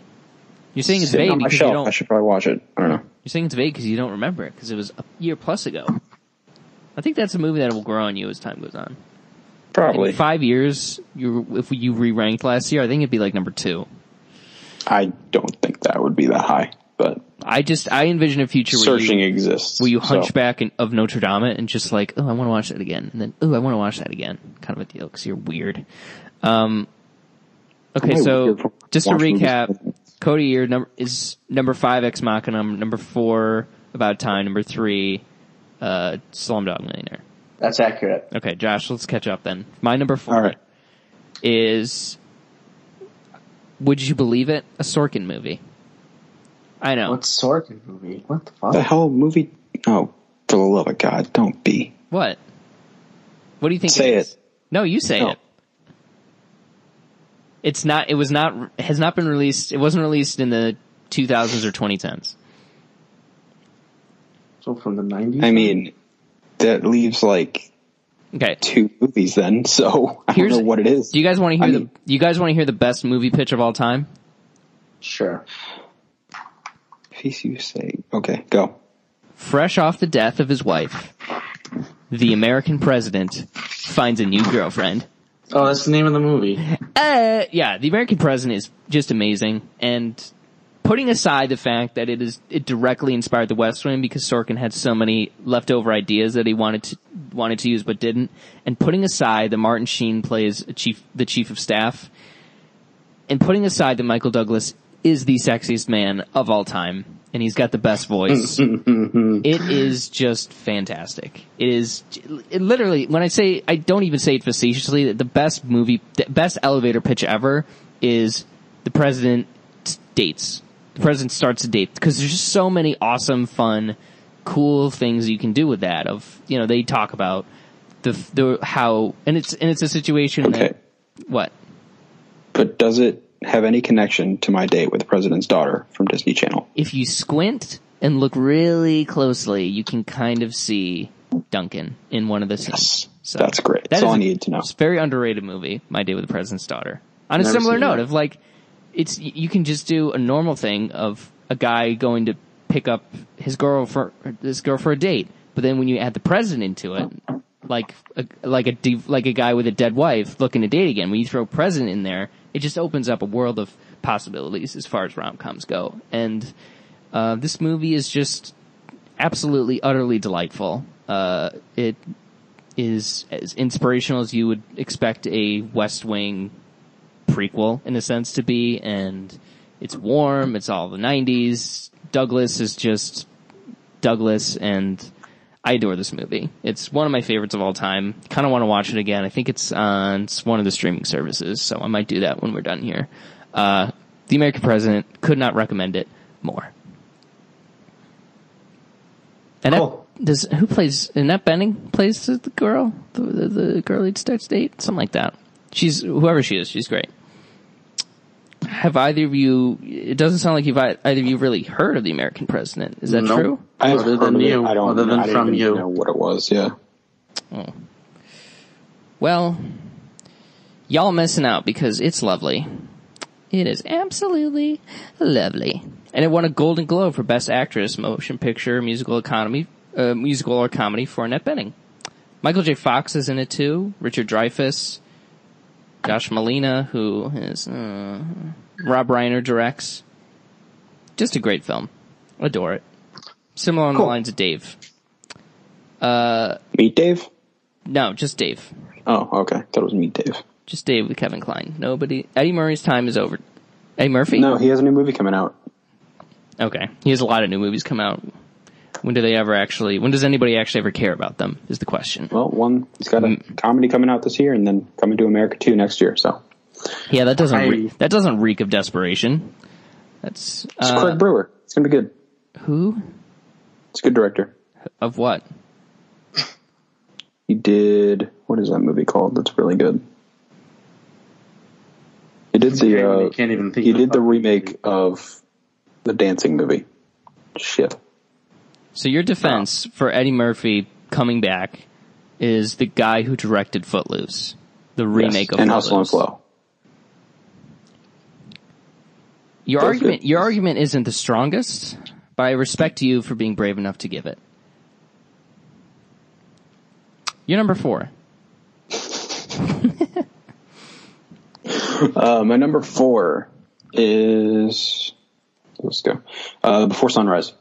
[SPEAKER 2] You're saying it's
[SPEAKER 4] Sitting
[SPEAKER 2] vague
[SPEAKER 4] on my
[SPEAKER 2] because you
[SPEAKER 4] shelf.
[SPEAKER 2] don't.
[SPEAKER 4] I should probably watch it. I don't know.
[SPEAKER 2] You're saying it's vague because you don't remember it because it was a year plus ago. I think that's a movie that will grow on you as time goes on.
[SPEAKER 4] Probably.
[SPEAKER 2] In five years, you if you re-ranked last year, I think it'd be like number two.
[SPEAKER 4] I don't think that would be that high, but
[SPEAKER 2] I just I envision a future where
[SPEAKER 4] searching
[SPEAKER 2] you,
[SPEAKER 4] exists.
[SPEAKER 2] where you
[SPEAKER 4] so-
[SPEAKER 2] hunchback in, of Notre Dame and just like oh I want to watch that again and then oh I want to watch that again kind of a deal because you're weird. Um, okay,
[SPEAKER 4] I'm
[SPEAKER 2] so
[SPEAKER 4] weird for-
[SPEAKER 2] just to
[SPEAKER 4] watch movies.
[SPEAKER 2] recap, Cody, your number is number five Ex Machina, number four About Time, number three uh, Slumdog Millionaire.
[SPEAKER 3] That's accurate.
[SPEAKER 2] Okay, Josh, let's catch up then. My number four
[SPEAKER 4] All right.
[SPEAKER 2] is, would you believe it, a Sorkin movie? I know.
[SPEAKER 3] What Sorkin movie? What the
[SPEAKER 4] The
[SPEAKER 3] fuck?
[SPEAKER 4] hell movie? Oh, for the love of God, don't be.
[SPEAKER 2] what? What do you think?
[SPEAKER 4] Say
[SPEAKER 2] it. Is?
[SPEAKER 4] it.
[SPEAKER 2] No, you say
[SPEAKER 4] No.
[SPEAKER 2] it. It's not. It was not. Has not been released. It wasn't released in the 2000s or 2010s.
[SPEAKER 3] So from the nineties.
[SPEAKER 4] I mean, that leaves like
[SPEAKER 2] Okay.
[SPEAKER 4] two movies then, so I
[SPEAKER 2] Here's-
[SPEAKER 4] don't know what it is.
[SPEAKER 2] Do you guys want to hear
[SPEAKER 4] I
[SPEAKER 2] the?
[SPEAKER 4] mean-
[SPEAKER 2] You guys want to hear the best movie pitch of all time?
[SPEAKER 3] sure.
[SPEAKER 4] Peace you say. Okay, go.
[SPEAKER 2] fresh off the death of his wife, the American president finds a new girlfriend.
[SPEAKER 3] Oh, that's the name of the movie.
[SPEAKER 2] Uh, yeah, the American president is just amazing. And putting aside the fact that it is, it directly inspired the West Wing because Sorkin had so many leftover ideas that he wanted to, wanted to use but didn't. And putting aside that Martin Sheen plays a chief, the chief of staff. And putting aside that Michael Douglas is the sexiest man of all time. And he's got the best voice. It is just fantastic. It is it literally when I say I don't even say it facetiously. that The best movie, the best elevator pitch ever is the president dates. The president starts a date because there's just so many awesome, fun, cool things you can do with that. Of you know they talk about the the how and it's and it's a situation
[SPEAKER 4] Okay.
[SPEAKER 2] that what
[SPEAKER 4] But does it have any connection to my date with the president's daughter from Disney Channel?
[SPEAKER 2] if you squint and look really closely, you can kind of see Duncan in one of the scenes. So
[SPEAKER 4] That's great.
[SPEAKER 2] that
[SPEAKER 4] That's
[SPEAKER 2] is
[SPEAKER 4] all I
[SPEAKER 2] a-
[SPEAKER 4] needed to know.
[SPEAKER 2] It's a very underrated movie, My Day with the President's Daughter. On a
[SPEAKER 3] Never
[SPEAKER 2] similar
[SPEAKER 3] seen
[SPEAKER 2] note
[SPEAKER 3] that.
[SPEAKER 2] of like, it's you can just do a normal thing of a guy going to pick up his girl for this girl for a date, but then when you add the president to it, like a, like a div- like a guy with a dead wife looking to date again, when you throw president in there, it just opens up a world of possibilities as far as rom coms go. And uh, this movie is just absolutely utterly delightful. Uh, it is as inspirational as you would expect a West Wing prequel in a sense to be and it's warm, it's all the 90s. Douglas is just Douglas and I adore this movie. It's one of my favorites of all time. Kind of want to watch it again. I think it's on it's one of the streaming services, so I might do that when we're done here. Uh, the American President could not recommend it more. And
[SPEAKER 3] Cool.
[SPEAKER 2] that, does who plays Annette Benning plays the the girl, the, the, the girl he starts date, something like that. She's whoever she is, she's great. Have either of you? It doesn't sound like you've ei- either of you really heard of the American President. Is that
[SPEAKER 3] Nope.
[SPEAKER 2] true?
[SPEAKER 4] I've
[SPEAKER 3] Other
[SPEAKER 4] heard
[SPEAKER 3] than
[SPEAKER 4] of it.
[SPEAKER 3] you.
[SPEAKER 4] I don't
[SPEAKER 3] Other than
[SPEAKER 4] I didn't
[SPEAKER 3] from
[SPEAKER 4] even
[SPEAKER 3] you.
[SPEAKER 4] know what it was. Yeah.
[SPEAKER 2] Well, y'all missing out because it's lovely. It is absolutely lovely. And it won a Golden Globe for Best Actress, Motion Picture, Musical Economy, uh, Musical or Comedy for Annette Bening. Michael J. Fox is in it too. Richard Dreyfuss, Josh Molina, who is uh, Rob Reiner directs. Just a great film. Adore it. Similar on
[SPEAKER 3] Cool.
[SPEAKER 2] the lines of Dave.
[SPEAKER 4] Meet Dave.
[SPEAKER 2] No, just Dave.
[SPEAKER 4] Oh, okay. Thought it was Meet Dave.
[SPEAKER 2] Just Dave with Kevin Klein. Nobody. Eddie Murray's time is over. Eddie Murphy?
[SPEAKER 4] No, he has a new movie coming out.
[SPEAKER 2] Okay. He has a lot of new movies come out. When do they ever actually? When does anybody actually ever care about them? Is the question.
[SPEAKER 4] Well, one he's got a
[SPEAKER 3] Mm.
[SPEAKER 4] comedy coming out this year, and then coming to America two next year. So
[SPEAKER 2] Yeah, that doesn't re-
[SPEAKER 3] I-
[SPEAKER 2] that doesn't reek of desperation. That's
[SPEAKER 4] it's
[SPEAKER 2] uh,
[SPEAKER 4] Craig Brewer. It's gonna be good.
[SPEAKER 2] who
[SPEAKER 4] It's a good director.
[SPEAKER 2] of what?
[SPEAKER 4] He did what is that movie called? That's really good. He did the
[SPEAKER 3] Can't-
[SPEAKER 4] uh,
[SPEAKER 3] can't even think
[SPEAKER 4] He
[SPEAKER 3] of
[SPEAKER 4] did
[SPEAKER 3] the
[SPEAKER 4] the remake of the dancing movie. Shit.
[SPEAKER 2] So your
[SPEAKER 4] Oh.
[SPEAKER 2] defense for Eddie Murphy coming back is the guy who directed Footloose, the remake
[SPEAKER 4] Yes.
[SPEAKER 2] of
[SPEAKER 4] and
[SPEAKER 2] Footloose.
[SPEAKER 4] Hustle and Flow.
[SPEAKER 2] Your
[SPEAKER 4] Both
[SPEAKER 2] argument,
[SPEAKER 4] good.
[SPEAKER 2] your argument isn't the strongest, but I respect you for being brave enough to give it. You're number four.
[SPEAKER 4] Uh, my number four is let's go uh, Before Sunrise.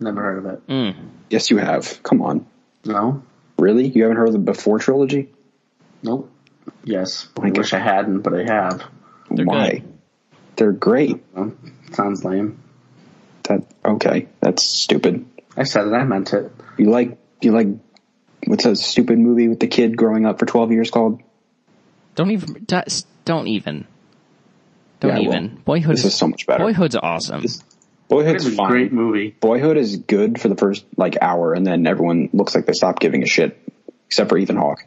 [SPEAKER 3] Never heard of
[SPEAKER 4] Mm.
[SPEAKER 3] it.
[SPEAKER 4] Yes, you have. Come on,
[SPEAKER 3] No.
[SPEAKER 4] really? You haven't heard of the Before trilogy?
[SPEAKER 3] Nope. Yes. I
[SPEAKER 4] Okay.
[SPEAKER 3] wish I hadn't, but I have.
[SPEAKER 4] Why? They're great.
[SPEAKER 3] Well, sounds lame.
[SPEAKER 4] That okay? That's stupid.
[SPEAKER 3] I said it. I meant it.
[SPEAKER 4] You like you like what's that stupid movie with the kid growing up for twelve years called?
[SPEAKER 2] Don't even. Don't, don't even. Don't
[SPEAKER 4] Yeah, I will.
[SPEAKER 2] even. Boyhood
[SPEAKER 4] This is so much better.
[SPEAKER 2] Boyhood's awesome.
[SPEAKER 4] Boyhood's
[SPEAKER 3] It's a
[SPEAKER 4] fine.
[SPEAKER 3] great movie.
[SPEAKER 4] Boyhood is good for the first like hour, and then everyone looks like they stopped giving a shit, except for Ethan Hawke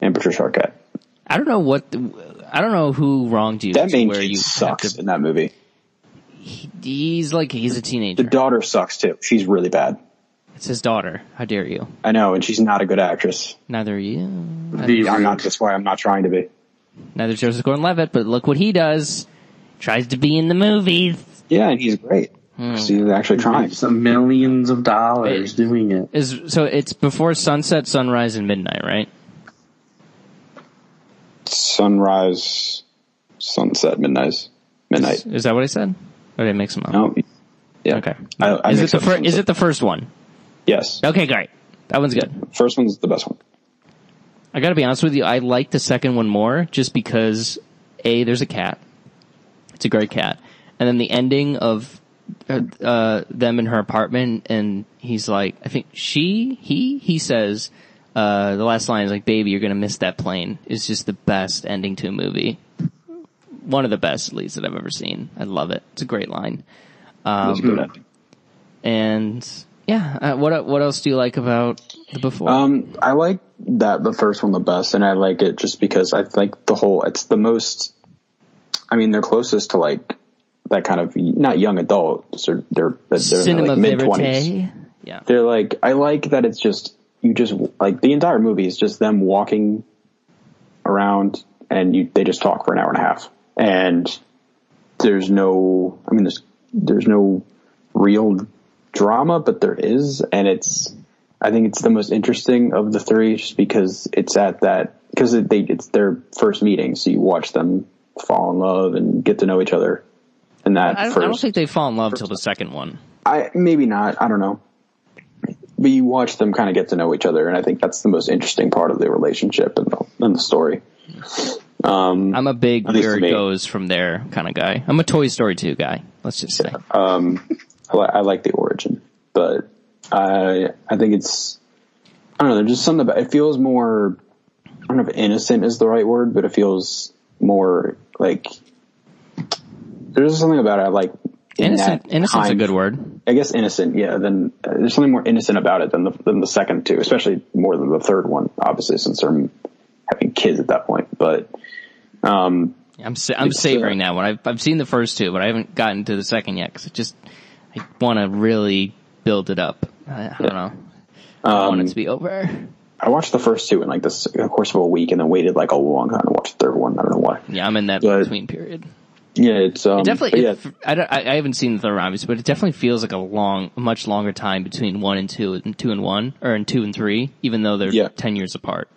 [SPEAKER 4] and Patricia Arquette.
[SPEAKER 2] I don't know what. The, I don't know who wronged you.
[SPEAKER 4] That
[SPEAKER 2] to
[SPEAKER 4] main
[SPEAKER 2] where
[SPEAKER 4] kid
[SPEAKER 2] you have
[SPEAKER 4] sucks
[SPEAKER 2] to-
[SPEAKER 4] in that movie.
[SPEAKER 2] he's like he's a
[SPEAKER 4] The
[SPEAKER 2] teenager.
[SPEAKER 4] daughter sucks too. She's really bad.
[SPEAKER 2] it's his daughter. How dare you?
[SPEAKER 4] I know, and she's not a good actress.
[SPEAKER 2] Neither are you.
[SPEAKER 3] The
[SPEAKER 4] I'm not. That's why I'm not trying to be.
[SPEAKER 2] Neither is Joseph Gordon-Levitt. But look what he does. Tries to be in the movies.
[SPEAKER 4] Yeah, and he's great.
[SPEAKER 2] Hmm.
[SPEAKER 4] 'Cause He's actually trying.
[SPEAKER 3] some millions of dollars doing it.
[SPEAKER 2] Is so it's before sunset, sunrise, and midnight, right?
[SPEAKER 4] Sunrise, sunset, midnight, midnight.
[SPEAKER 2] Is that what I said? Or did I mix them up?
[SPEAKER 4] No. Yeah.
[SPEAKER 2] Okay.
[SPEAKER 4] I, I
[SPEAKER 2] is it
[SPEAKER 4] mix
[SPEAKER 2] the
[SPEAKER 4] up
[SPEAKER 2] fir-
[SPEAKER 4] some-
[SPEAKER 2] is it the first one?
[SPEAKER 4] Yes.
[SPEAKER 2] Okay, great. That one's good.
[SPEAKER 4] First one's the best one.
[SPEAKER 2] I gotta be honest with you, I like the second one more just because A, there's a cat. It's a great cat. And then the ending of uh, uh, them in her apartment and he's like, I think she, he, he says, uh, the last line is like, baby, you're gonna miss that plane. It's just the best ending to a movie. One of the best, at least, that I've ever seen. I love it. It's a great line. Um,
[SPEAKER 4] That's a good ending.
[SPEAKER 2] And yeah, uh, what, what else do you like about the before?
[SPEAKER 4] Um, I like that the first one the best, and I like it just because I like the whole. It's the most. I mean, they're closest to like that kind of not young adults or they're they're
[SPEAKER 2] Cinema
[SPEAKER 4] like mid twenties.
[SPEAKER 2] verite. Yeah.
[SPEAKER 4] They're like I like that it's just you just like the entire movie is just them walking around and you they just talk for an hour and a half and there's no I mean there's there's no real drama but there is and it's I think it's the most interesting of the three just because it's at that because it, they it's their first meeting so you watch them fall in love and get to know each other and that
[SPEAKER 2] I don't,
[SPEAKER 4] first
[SPEAKER 2] I don't think they fall in love till the second one.
[SPEAKER 4] I maybe not. I don't know. But you watch them kind of get to know each other, and I think that's the most interesting part of the relationship and the, and the story. Um,
[SPEAKER 2] I'm a big
[SPEAKER 4] At least
[SPEAKER 2] where
[SPEAKER 4] to
[SPEAKER 2] it
[SPEAKER 4] me.
[SPEAKER 2] goes from there kind of guy. I'm a Toy Story 2 guy. Let's just say.
[SPEAKER 4] I, li- I like the origin, but I I think it's I don't know. There's just something about it feels more. I don't know if innocent is the right word, but it feels more like there's just something about it. I like in
[SPEAKER 2] Innocent.
[SPEAKER 4] that
[SPEAKER 2] Innocent's a
[SPEAKER 4] time
[SPEAKER 2] good word.
[SPEAKER 4] I guess innocent, yeah. Then uh, there's something more innocent about it than the than the second two, especially more than the third one, obviously, since they're having kids at that point. But um,
[SPEAKER 2] I'm sa- I'm
[SPEAKER 4] It's, uh,
[SPEAKER 2] savoring that one. I've I've seen the first two, but I haven't gotten to the second yet because I just I want to really build it up. I, I don't know. I want it to
[SPEAKER 4] Um,
[SPEAKER 2] be over.
[SPEAKER 4] I watched the first two in like this the course of a week, and then waited like a long time to watch the third one. I don't know why.
[SPEAKER 2] Yeah, I'm in that
[SPEAKER 4] But-
[SPEAKER 2] between period.
[SPEAKER 4] Yeah, it's um,
[SPEAKER 2] Definitely,
[SPEAKER 4] but yeah,
[SPEAKER 2] it- I, don't, I I haven't seen the third one, obviously, but it definitely feels like a long, much longer time between one and two, and two and one, or in two and three, even though they're
[SPEAKER 4] Yeah.
[SPEAKER 2] ten years apart.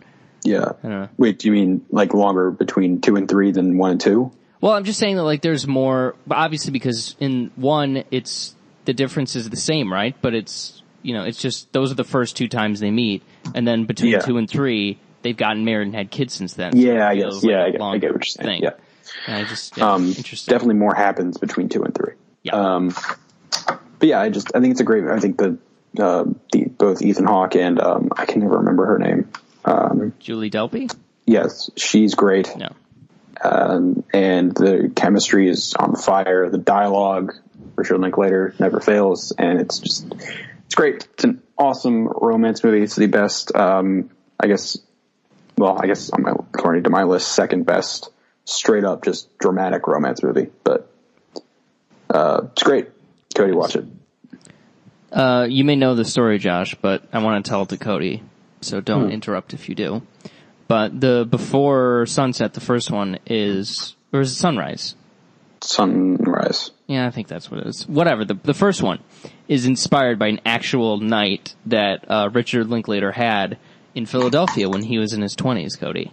[SPEAKER 4] yeah.
[SPEAKER 2] don't know.
[SPEAKER 4] Wait, do you mean like longer between two and three than one and two?
[SPEAKER 2] Well, I'm just saying that like there's more, but obviously because in one, it's the difference is the same, right? But it's you know, it's just those are the first two times they meet, and then between
[SPEAKER 4] Yeah.
[SPEAKER 2] two and three, they've gotten married and had kids since then.
[SPEAKER 4] Yeah, I
[SPEAKER 2] it
[SPEAKER 4] guess.
[SPEAKER 2] feels like
[SPEAKER 4] Yeah,
[SPEAKER 2] a
[SPEAKER 4] I get- I
[SPEAKER 2] long
[SPEAKER 4] get what you're saying.
[SPEAKER 2] thing.
[SPEAKER 4] Yeah.
[SPEAKER 2] And I just yeah,
[SPEAKER 4] Um,
[SPEAKER 2] interesting.
[SPEAKER 4] definitely more happens between two and three.
[SPEAKER 2] Yeah.
[SPEAKER 4] Um, but yeah, I just I think it's a great. I think the uh, the both Ethan Hawke and um, I can never remember her name. Um,
[SPEAKER 2] Julie Delpy?
[SPEAKER 4] yes, she's great,
[SPEAKER 2] No.
[SPEAKER 4] um, and the chemistry is on fire. The dialogue, Richard Linklater never fails, and it's just it's great. It's an awesome romance movie. It's the best. Um, I guess. Well, I guess on my according to my list, second best straight up just dramatic romance movie, but uh, it's great. Cody, watch it.
[SPEAKER 2] Uh, you may know the story, Josh, but I want to tell it to Cody, so don't
[SPEAKER 4] Hmm.
[SPEAKER 2] interrupt if you do. But the before sunset, the first one is or is it sunrise?
[SPEAKER 4] Sunrise.
[SPEAKER 2] Yeah, I think that's what it is. Whatever. The, the first one is inspired by an actual night that uh, Richard Linklater had in Philadelphia when he was in his 20s, Cody.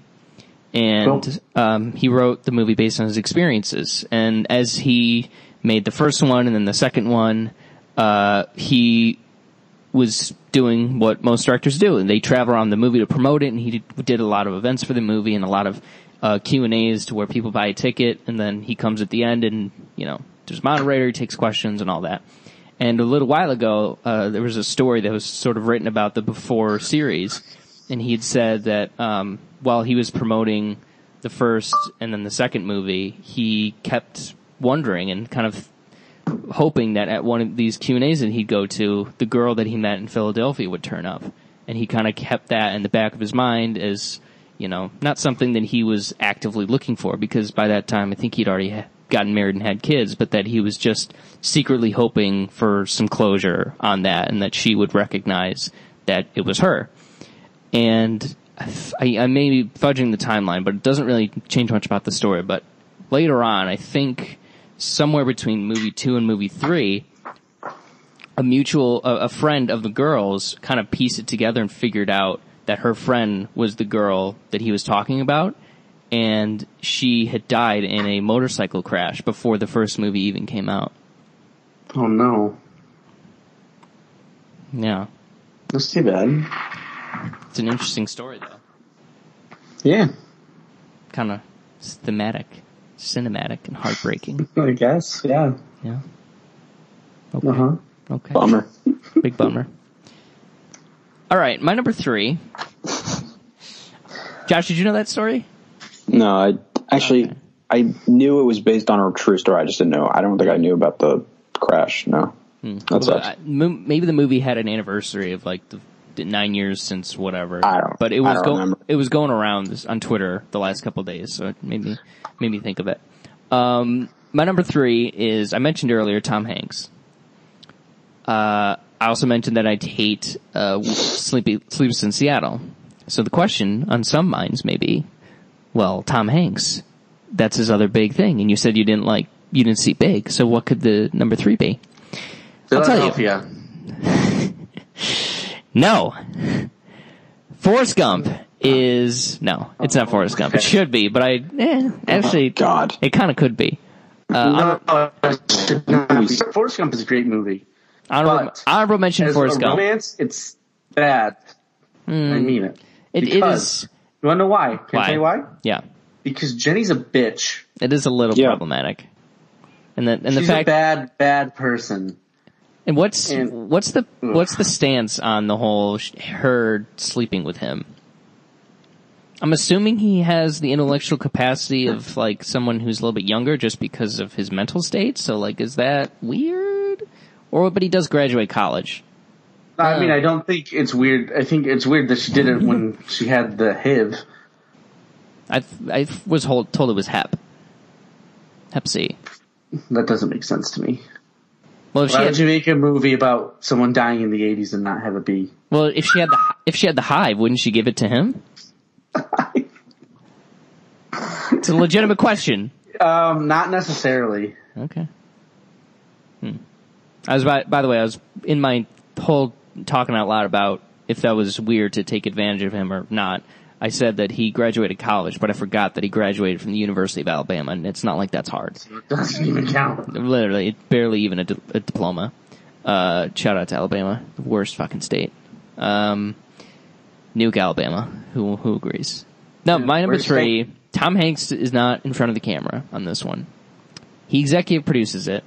[SPEAKER 2] And um, he wrote the movie based on his experiences. And as he made the first one and then the second one, uh, he was doing what most directors do, and they travel around the movie to promote it. And he did, did a lot of events for the movie and a lot of uh, Q and A's to where people buy a ticket, and then he comes at the end, and you know, there's a moderator, he takes questions and all that. And a little while ago, uh, there was a story that was sort of written about the before series, and he had said that um, while he was promoting the first and then the second movie, he kept wondering and kind of hoping that at one of these Q and A's that he'd go to, the girl that he met in Philadelphia would turn up, and he kind of kept that in the back of his mind as you know not something that he was actively looking for because by that time I think he'd already ha- gotten married and had kids, but that he was just secretly hoping for some closure on that and that she would recognize that it was her and I, I may be fudging the timeline, but it doesn't really change much about the story. But later on, I think somewhere between movie two and movie three, a mutual, a, a friend of the girls kind of pieced it together and figured out that her friend was the girl that he was talking about. And she had died in a motorcycle crash before the first movie even came out.
[SPEAKER 3] Oh no,
[SPEAKER 2] Yeah.
[SPEAKER 3] that's too bad.
[SPEAKER 2] It's an interesting story though.
[SPEAKER 3] Yeah,
[SPEAKER 2] Kind of thematic, cinematic, and heartbreaking.
[SPEAKER 3] I guess. Yeah.
[SPEAKER 2] Yeah. Okay.
[SPEAKER 3] Uh huh.
[SPEAKER 2] Okay.
[SPEAKER 4] Bummer.
[SPEAKER 2] Big bummer. All right, my number three. Josh, did you know that story?
[SPEAKER 4] No, I actually I knew it was based on a true story. I just didn't know. I don't think I knew about the crash. No, that's
[SPEAKER 2] Hmm. Well, I- mo- maybe the movie had an anniversary of like the, the nine years since whatever.
[SPEAKER 4] I don't-
[SPEAKER 2] But it
[SPEAKER 4] I
[SPEAKER 2] was
[SPEAKER 4] don't
[SPEAKER 2] going.
[SPEAKER 4] remember.
[SPEAKER 2] It was going around this, on Twitter the last couple of days, so it made me made me think of it. Um, my number three is I mentioned earlier Tom Hanks. Uh, I also mentioned that I'd hate uh, Sleepy Sleeps in Seattle. So the question on some minds may be, well, Tom Hanks, that's his other big thing, and you said you didn't like you didn't see Big. So what could the number three be? I'll tell you.
[SPEAKER 3] Philadelphia.
[SPEAKER 2] No. Forrest Gump is no, it's not Forrest Gump. It
[SPEAKER 3] okay. Oh
[SPEAKER 2] should be, but I eh, actually
[SPEAKER 4] God.
[SPEAKER 2] it kind of could be. Uh,
[SPEAKER 3] no, it should not be. Forrest Gump is a great movie.
[SPEAKER 2] Honorable,
[SPEAKER 3] But-
[SPEAKER 2] honorable mention
[SPEAKER 3] As
[SPEAKER 2] Forrest
[SPEAKER 3] a
[SPEAKER 2] Gump. Hmm.
[SPEAKER 3] romance, it's bad. I mean it.
[SPEAKER 2] It- it
[SPEAKER 3] Because-
[SPEAKER 2] is-
[SPEAKER 3] You want to know why? Can I tell you why?
[SPEAKER 2] Yeah,
[SPEAKER 3] Because Jenny's a bitch.
[SPEAKER 2] it is a little
[SPEAKER 4] Yeah.
[SPEAKER 2] problematic. And the and the
[SPEAKER 3] She's a
[SPEAKER 2] fact
[SPEAKER 3] bad, bad person.
[SPEAKER 2] and what's
[SPEAKER 3] and-
[SPEAKER 2] what's the what's the stance on the whole sh- her sleeping with him? I'm assuming he has the intellectual capacity of like someone who's a little bit younger, just because of his mental state. So like, is that weird? Or but he does graduate college.
[SPEAKER 3] I mean, I don't think it's weird. I think it's weird that she did it when she had the HIV.
[SPEAKER 2] I I was hold, told it was Hep. Hep C.
[SPEAKER 3] That doesn't make sense to me.
[SPEAKER 2] Well, if she
[SPEAKER 3] Why would
[SPEAKER 2] had,
[SPEAKER 3] you make a movie about someone dying in the 80s and not have it be?
[SPEAKER 2] well if she had the if she had the hive, wouldn't she give it to him? it's a legitimate question.
[SPEAKER 3] Um, not necessarily.
[SPEAKER 2] Okay. Hmm. I was by by the way, I was in my whole talking out loud about if that was weird to take advantage of him or not. I said that he graduated college, but I forgot that he graduated from the University of Alabama, and it's not like that's hard.
[SPEAKER 3] It doesn't even count.
[SPEAKER 2] Literally, it's barely even a, di- a diploma. Uh, shout out to Alabama, the worst fucking state. Um, nuke Alabama. Who who agrees? No, my number
[SPEAKER 3] worst state.
[SPEAKER 2] three. Tom Hanks is not in front of the camera on this one. He executive produces it,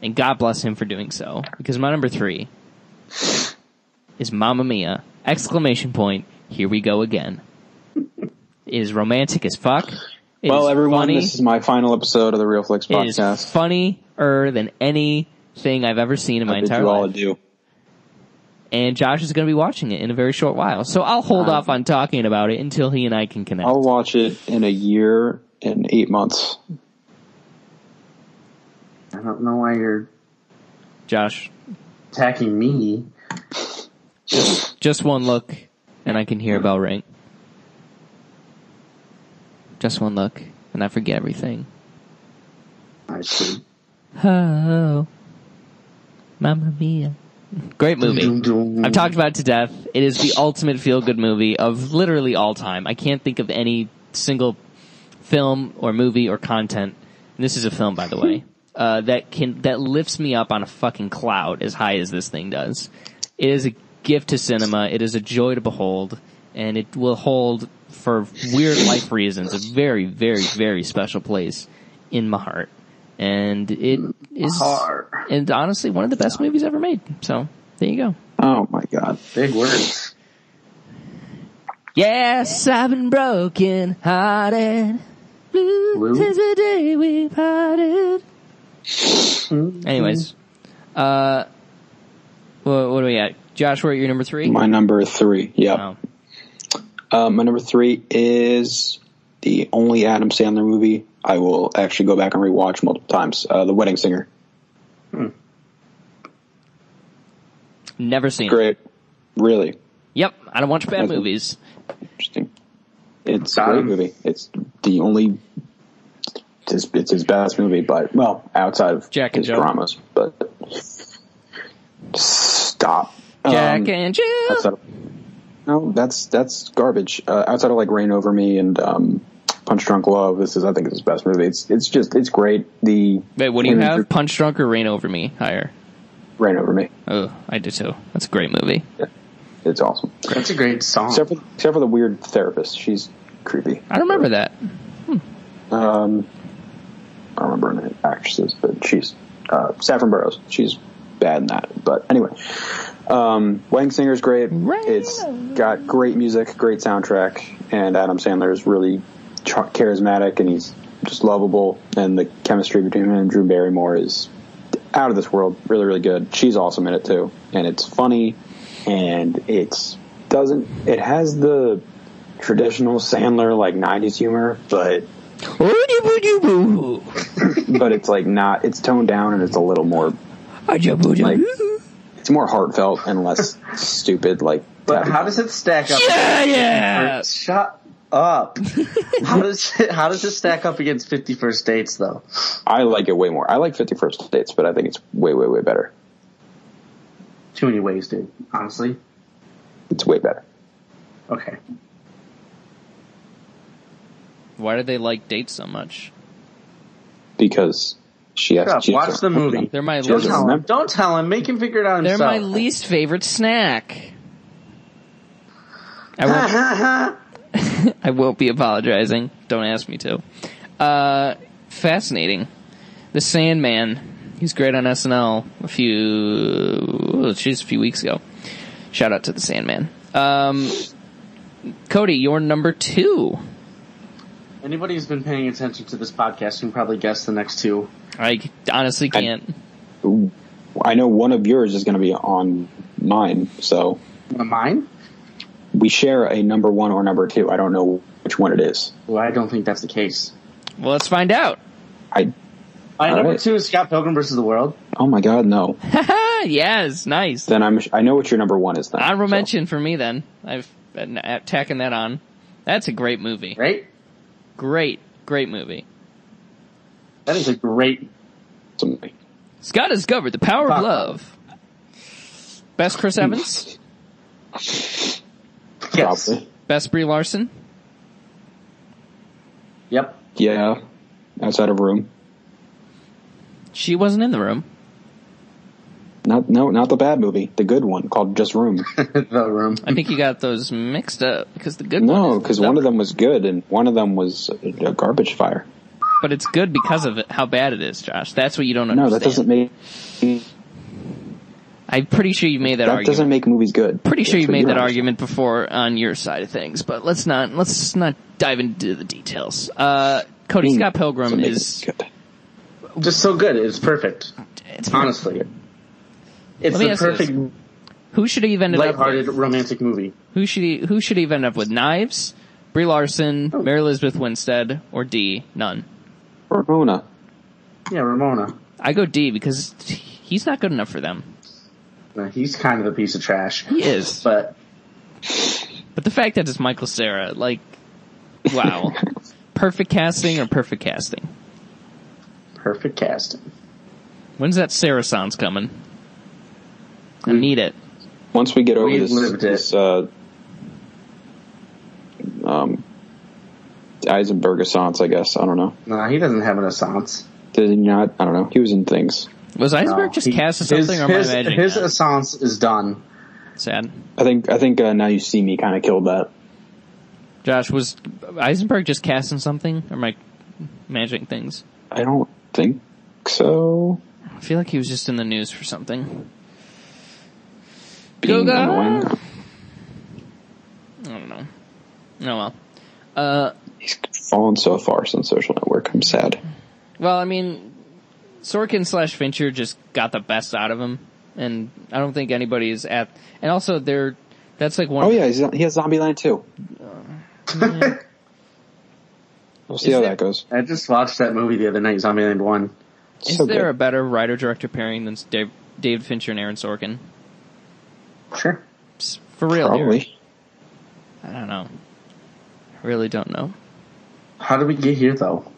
[SPEAKER 2] and God bless him for doing so. Because my number three is Mamma Mia! Exclamation point! Here we go again. It is romantic as fuck. It
[SPEAKER 4] Well,
[SPEAKER 2] is
[SPEAKER 4] everyone,
[SPEAKER 2] funny.
[SPEAKER 4] this is my final episode of the Real Flicks
[SPEAKER 2] It is
[SPEAKER 4] podcast.
[SPEAKER 2] funnier than anything I've ever seen in my
[SPEAKER 4] I bid
[SPEAKER 2] entire
[SPEAKER 4] you all
[SPEAKER 2] life.
[SPEAKER 4] adieu.
[SPEAKER 2] And Josh is going to be watching it in a very short while. So I'll hold off on talking about it until he and I can connect.
[SPEAKER 4] I'll watch it in a year and eight months.
[SPEAKER 3] I don't know why you're
[SPEAKER 2] Josh,
[SPEAKER 3] attacking me.
[SPEAKER 2] just one look and I can hear a bell ring. Just one look and I forget everything.
[SPEAKER 3] I see.
[SPEAKER 2] Oh, Mamma Mia. Great movie. I've talked about it to death. It is the ultimate feel good movie of literally all time. I can't think of any single film or movie or content. And this is a film, by the way, uh, that can that lifts me up on a fucking cloud as high as this thing does. It is a gift to cinema. It is a joy to behold, and it will hold for weird life reasons a very, very, very special place in my heart. And it is,
[SPEAKER 3] Heart.
[SPEAKER 2] and honestly, one of the best movies ever made. So there you go.
[SPEAKER 4] Oh my god.
[SPEAKER 3] Big words.
[SPEAKER 2] Yes, I've been broken hearted. Blue,
[SPEAKER 3] Blue?
[SPEAKER 2] since the day we parted. Mm-hmm. Anyways, uh, what, what do we got? Josh, we're at your number three?
[SPEAKER 4] My number three. Yep.
[SPEAKER 2] Oh.
[SPEAKER 4] Uh, my number three is the only Adam Sandler movie I will actually go back and rewatch multiple times. Uh, the Wedding Singer.
[SPEAKER 2] Never seen it.
[SPEAKER 4] Great. Really
[SPEAKER 2] Yep, I don't watch bad
[SPEAKER 4] Nothing.
[SPEAKER 2] movies.
[SPEAKER 4] interesting. It's a great
[SPEAKER 3] Um,
[SPEAKER 4] movie. It's the only. It's his, it's his best movie, but well, outside of
[SPEAKER 2] Jack and
[SPEAKER 4] his
[SPEAKER 2] Jill.
[SPEAKER 4] dramas, but stop.
[SPEAKER 2] Jack
[SPEAKER 4] Um,
[SPEAKER 2] and Jill.
[SPEAKER 4] outside of, no, that's that's garbage. Uh, outside of like Rain Over Me and um, Punch Drunk Love, this is I think it's his best movie. It's it's just it's great. The
[SPEAKER 2] Wait, what do you
[SPEAKER 4] Rain
[SPEAKER 2] have?
[SPEAKER 4] Over-
[SPEAKER 2] Punch Drunk or Rain Over Me? Higher.
[SPEAKER 4] Rain Over Me.
[SPEAKER 2] Oh, I do too. That's a great movie.
[SPEAKER 4] It's awesome.
[SPEAKER 3] That's a great song.
[SPEAKER 4] Except for except for the weird therapist. She's creepy.
[SPEAKER 2] I remember that.
[SPEAKER 4] Um, I don't remember her name, actresses, but she's uh, Saffron Burrows. She's bad in that. But anyway, um, Wedding Singer's great.
[SPEAKER 2] Right.
[SPEAKER 4] It's got great music, great soundtrack, and Adam Sandler is really char- charismatic and he's just lovable. And the chemistry between him and Drew Barrymore is out of this world. Really, really good. She's awesome in it too, and it's funny, and it's doesn't it has the traditional Sandler like '90s humor, but
[SPEAKER 2] Ooh-dee-boo-dee-boo.
[SPEAKER 4] but it's like not. It's toned down and it's a little more like it's more heartfelt and less stupid. Like
[SPEAKER 3] But
[SPEAKER 4] Tabby.
[SPEAKER 3] how does it stack up?
[SPEAKER 2] yeah, yeah.
[SPEAKER 3] Shut up. how does it, how does it stack up against Fifty First Dates though?
[SPEAKER 4] I like it way more. I like Fifty First Dates, but I think it's way, way, way better.
[SPEAKER 3] Too many ways, dude. Honestly.
[SPEAKER 4] It's way better.
[SPEAKER 3] Okay.
[SPEAKER 2] Why do they like dates so much?
[SPEAKER 4] because she has
[SPEAKER 3] Shut up.
[SPEAKER 4] to
[SPEAKER 3] Watch the movie.
[SPEAKER 2] They're my
[SPEAKER 3] Don't
[SPEAKER 2] least,
[SPEAKER 3] tell him.
[SPEAKER 4] remember.
[SPEAKER 3] Don't tell him. Make him figure it out
[SPEAKER 2] they're
[SPEAKER 3] himself.
[SPEAKER 2] my least favorite snack. I won't, I won't be apologizing. Don't ask me to. Uh, fascinating. The Sandman. He's great on SNL a few, oh, geez, a few weeks ago. Shout out to the Sandman. Um, Cody, you're number two.
[SPEAKER 3] Anybody who's been paying attention to this podcast can probably guess the next two.
[SPEAKER 2] I honestly can't.
[SPEAKER 4] I know one of yours is going to be on mine, so
[SPEAKER 3] Mine?
[SPEAKER 4] we share a number one or number two. I don't know which one it is.
[SPEAKER 3] Well, I don't think that's the case.
[SPEAKER 2] well, let's find out.
[SPEAKER 4] I
[SPEAKER 3] My
[SPEAKER 4] All
[SPEAKER 3] number
[SPEAKER 4] right.
[SPEAKER 3] two is Scott Pilgrim versus the World.
[SPEAKER 4] oh my god, no.
[SPEAKER 2] yes, nice.
[SPEAKER 4] Then I'm I know what your number one is. Then
[SPEAKER 2] Honorable
[SPEAKER 4] So,
[SPEAKER 2] mention for me then. I've been a- tacking that on. That's a great movie.
[SPEAKER 3] Right?
[SPEAKER 2] Great, great movie.
[SPEAKER 3] That is a great.
[SPEAKER 4] something.
[SPEAKER 2] Scott has covered the power
[SPEAKER 4] Uh,
[SPEAKER 2] of
[SPEAKER 3] Fuck.
[SPEAKER 2] love. Best Chris Evans.
[SPEAKER 3] Yes.
[SPEAKER 4] Probably.
[SPEAKER 2] Best Brie Larson.
[SPEAKER 3] Yep.
[SPEAKER 4] Yeah, outside of room.
[SPEAKER 2] She wasn't in the room.
[SPEAKER 4] Not no, not the bad movie. The good one called Just Room.
[SPEAKER 3] the room.
[SPEAKER 2] I think you got those mixed up because the good one.
[SPEAKER 4] No,
[SPEAKER 2] is the
[SPEAKER 4] because
[SPEAKER 2] dumb-
[SPEAKER 4] one of them was good and one of them was a garbage fire.
[SPEAKER 2] But it's good because of it, how bad it is, Josh. That's what you don't
[SPEAKER 4] No,
[SPEAKER 2] understand.
[SPEAKER 4] that doesn't make
[SPEAKER 2] I'm pretty sure you made that,
[SPEAKER 4] that
[SPEAKER 2] argument.
[SPEAKER 4] doesn't make movies good.
[SPEAKER 2] pretty sure
[SPEAKER 4] That's
[SPEAKER 2] you
[SPEAKER 4] what
[SPEAKER 2] made that
[SPEAKER 4] yours-
[SPEAKER 2] argument before on your side of things, but let's not let's not dive into the details. Uh, Cody Scott
[SPEAKER 4] Doesn't
[SPEAKER 2] Pilgrim
[SPEAKER 4] make
[SPEAKER 2] is
[SPEAKER 4] it good.
[SPEAKER 3] Just so good. It's perfect.
[SPEAKER 2] it's
[SPEAKER 3] Honestly. It's
[SPEAKER 2] Let me
[SPEAKER 3] the
[SPEAKER 2] ask you
[SPEAKER 3] perfect
[SPEAKER 2] who should have ended up
[SPEAKER 3] lighthearted
[SPEAKER 2] with,
[SPEAKER 3] romantic movie.
[SPEAKER 2] who should he, who should have ended up with knives Brie Larson
[SPEAKER 3] Oh.
[SPEAKER 2] Mary Elizabeth Winstead or D none
[SPEAKER 4] Ramona.
[SPEAKER 3] Yeah, Ramona.
[SPEAKER 2] I go D because he's not good enough for them
[SPEAKER 3] Uh, He's kind of a piece of trash.
[SPEAKER 2] he is but,
[SPEAKER 3] But
[SPEAKER 2] the fact that it's Michael Sarah like wow perfect casting or perfect casting
[SPEAKER 3] perfect casting.
[SPEAKER 2] when's that Sarah sounds coming I need it
[SPEAKER 4] Once we get over
[SPEAKER 3] We
[SPEAKER 4] this,
[SPEAKER 3] lived it.
[SPEAKER 4] this uh, um, Eisenberg assance, I guess. I don't know.
[SPEAKER 3] No, he doesn't have an assance.
[SPEAKER 4] Did he not? I don't know. He was in things.
[SPEAKER 2] Was Eisenberg
[SPEAKER 3] No,
[SPEAKER 2] just
[SPEAKER 3] he-
[SPEAKER 2] cast as something,
[SPEAKER 3] his,
[SPEAKER 2] or am I
[SPEAKER 3] his,
[SPEAKER 2] imagining
[SPEAKER 3] his
[SPEAKER 2] that?
[SPEAKER 3] assance is done.
[SPEAKER 2] Sad.
[SPEAKER 4] I think. I think uh, now you see me kind of killed that.
[SPEAKER 2] Josh, was Eisenberg just cast in something, or am I imagining things?
[SPEAKER 4] I don't think so.
[SPEAKER 2] I feel like he was just in the news for something.
[SPEAKER 4] Being
[SPEAKER 2] Yoga?
[SPEAKER 4] annoying.
[SPEAKER 2] I don't know. Oh well. Uh,
[SPEAKER 4] He's fallen so far since Social Network. I'm sad.
[SPEAKER 2] well, I mean, Sorkin slash Fincher just got the best out of him, and I don't think anybody is at. And also, they're that's like one.
[SPEAKER 4] Oh yeah, he's, he has Zombieland too. we'll see
[SPEAKER 2] Is
[SPEAKER 4] how
[SPEAKER 2] there-
[SPEAKER 4] that goes.
[SPEAKER 3] I just watched that movie the other night, Zombieland 1.
[SPEAKER 2] Is
[SPEAKER 4] so
[SPEAKER 2] there
[SPEAKER 4] good.
[SPEAKER 2] a better writer director pairing than Dave, David Fincher and Aaron Sorkin?
[SPEAKER 3] Sure.
[SPEAKER 2] Psst, For real, here.
[SPEAKER 4] Probably.
[SPEAKER 2] I don't know. I really don't know.
[SPEAKER 3] How did we get here, though?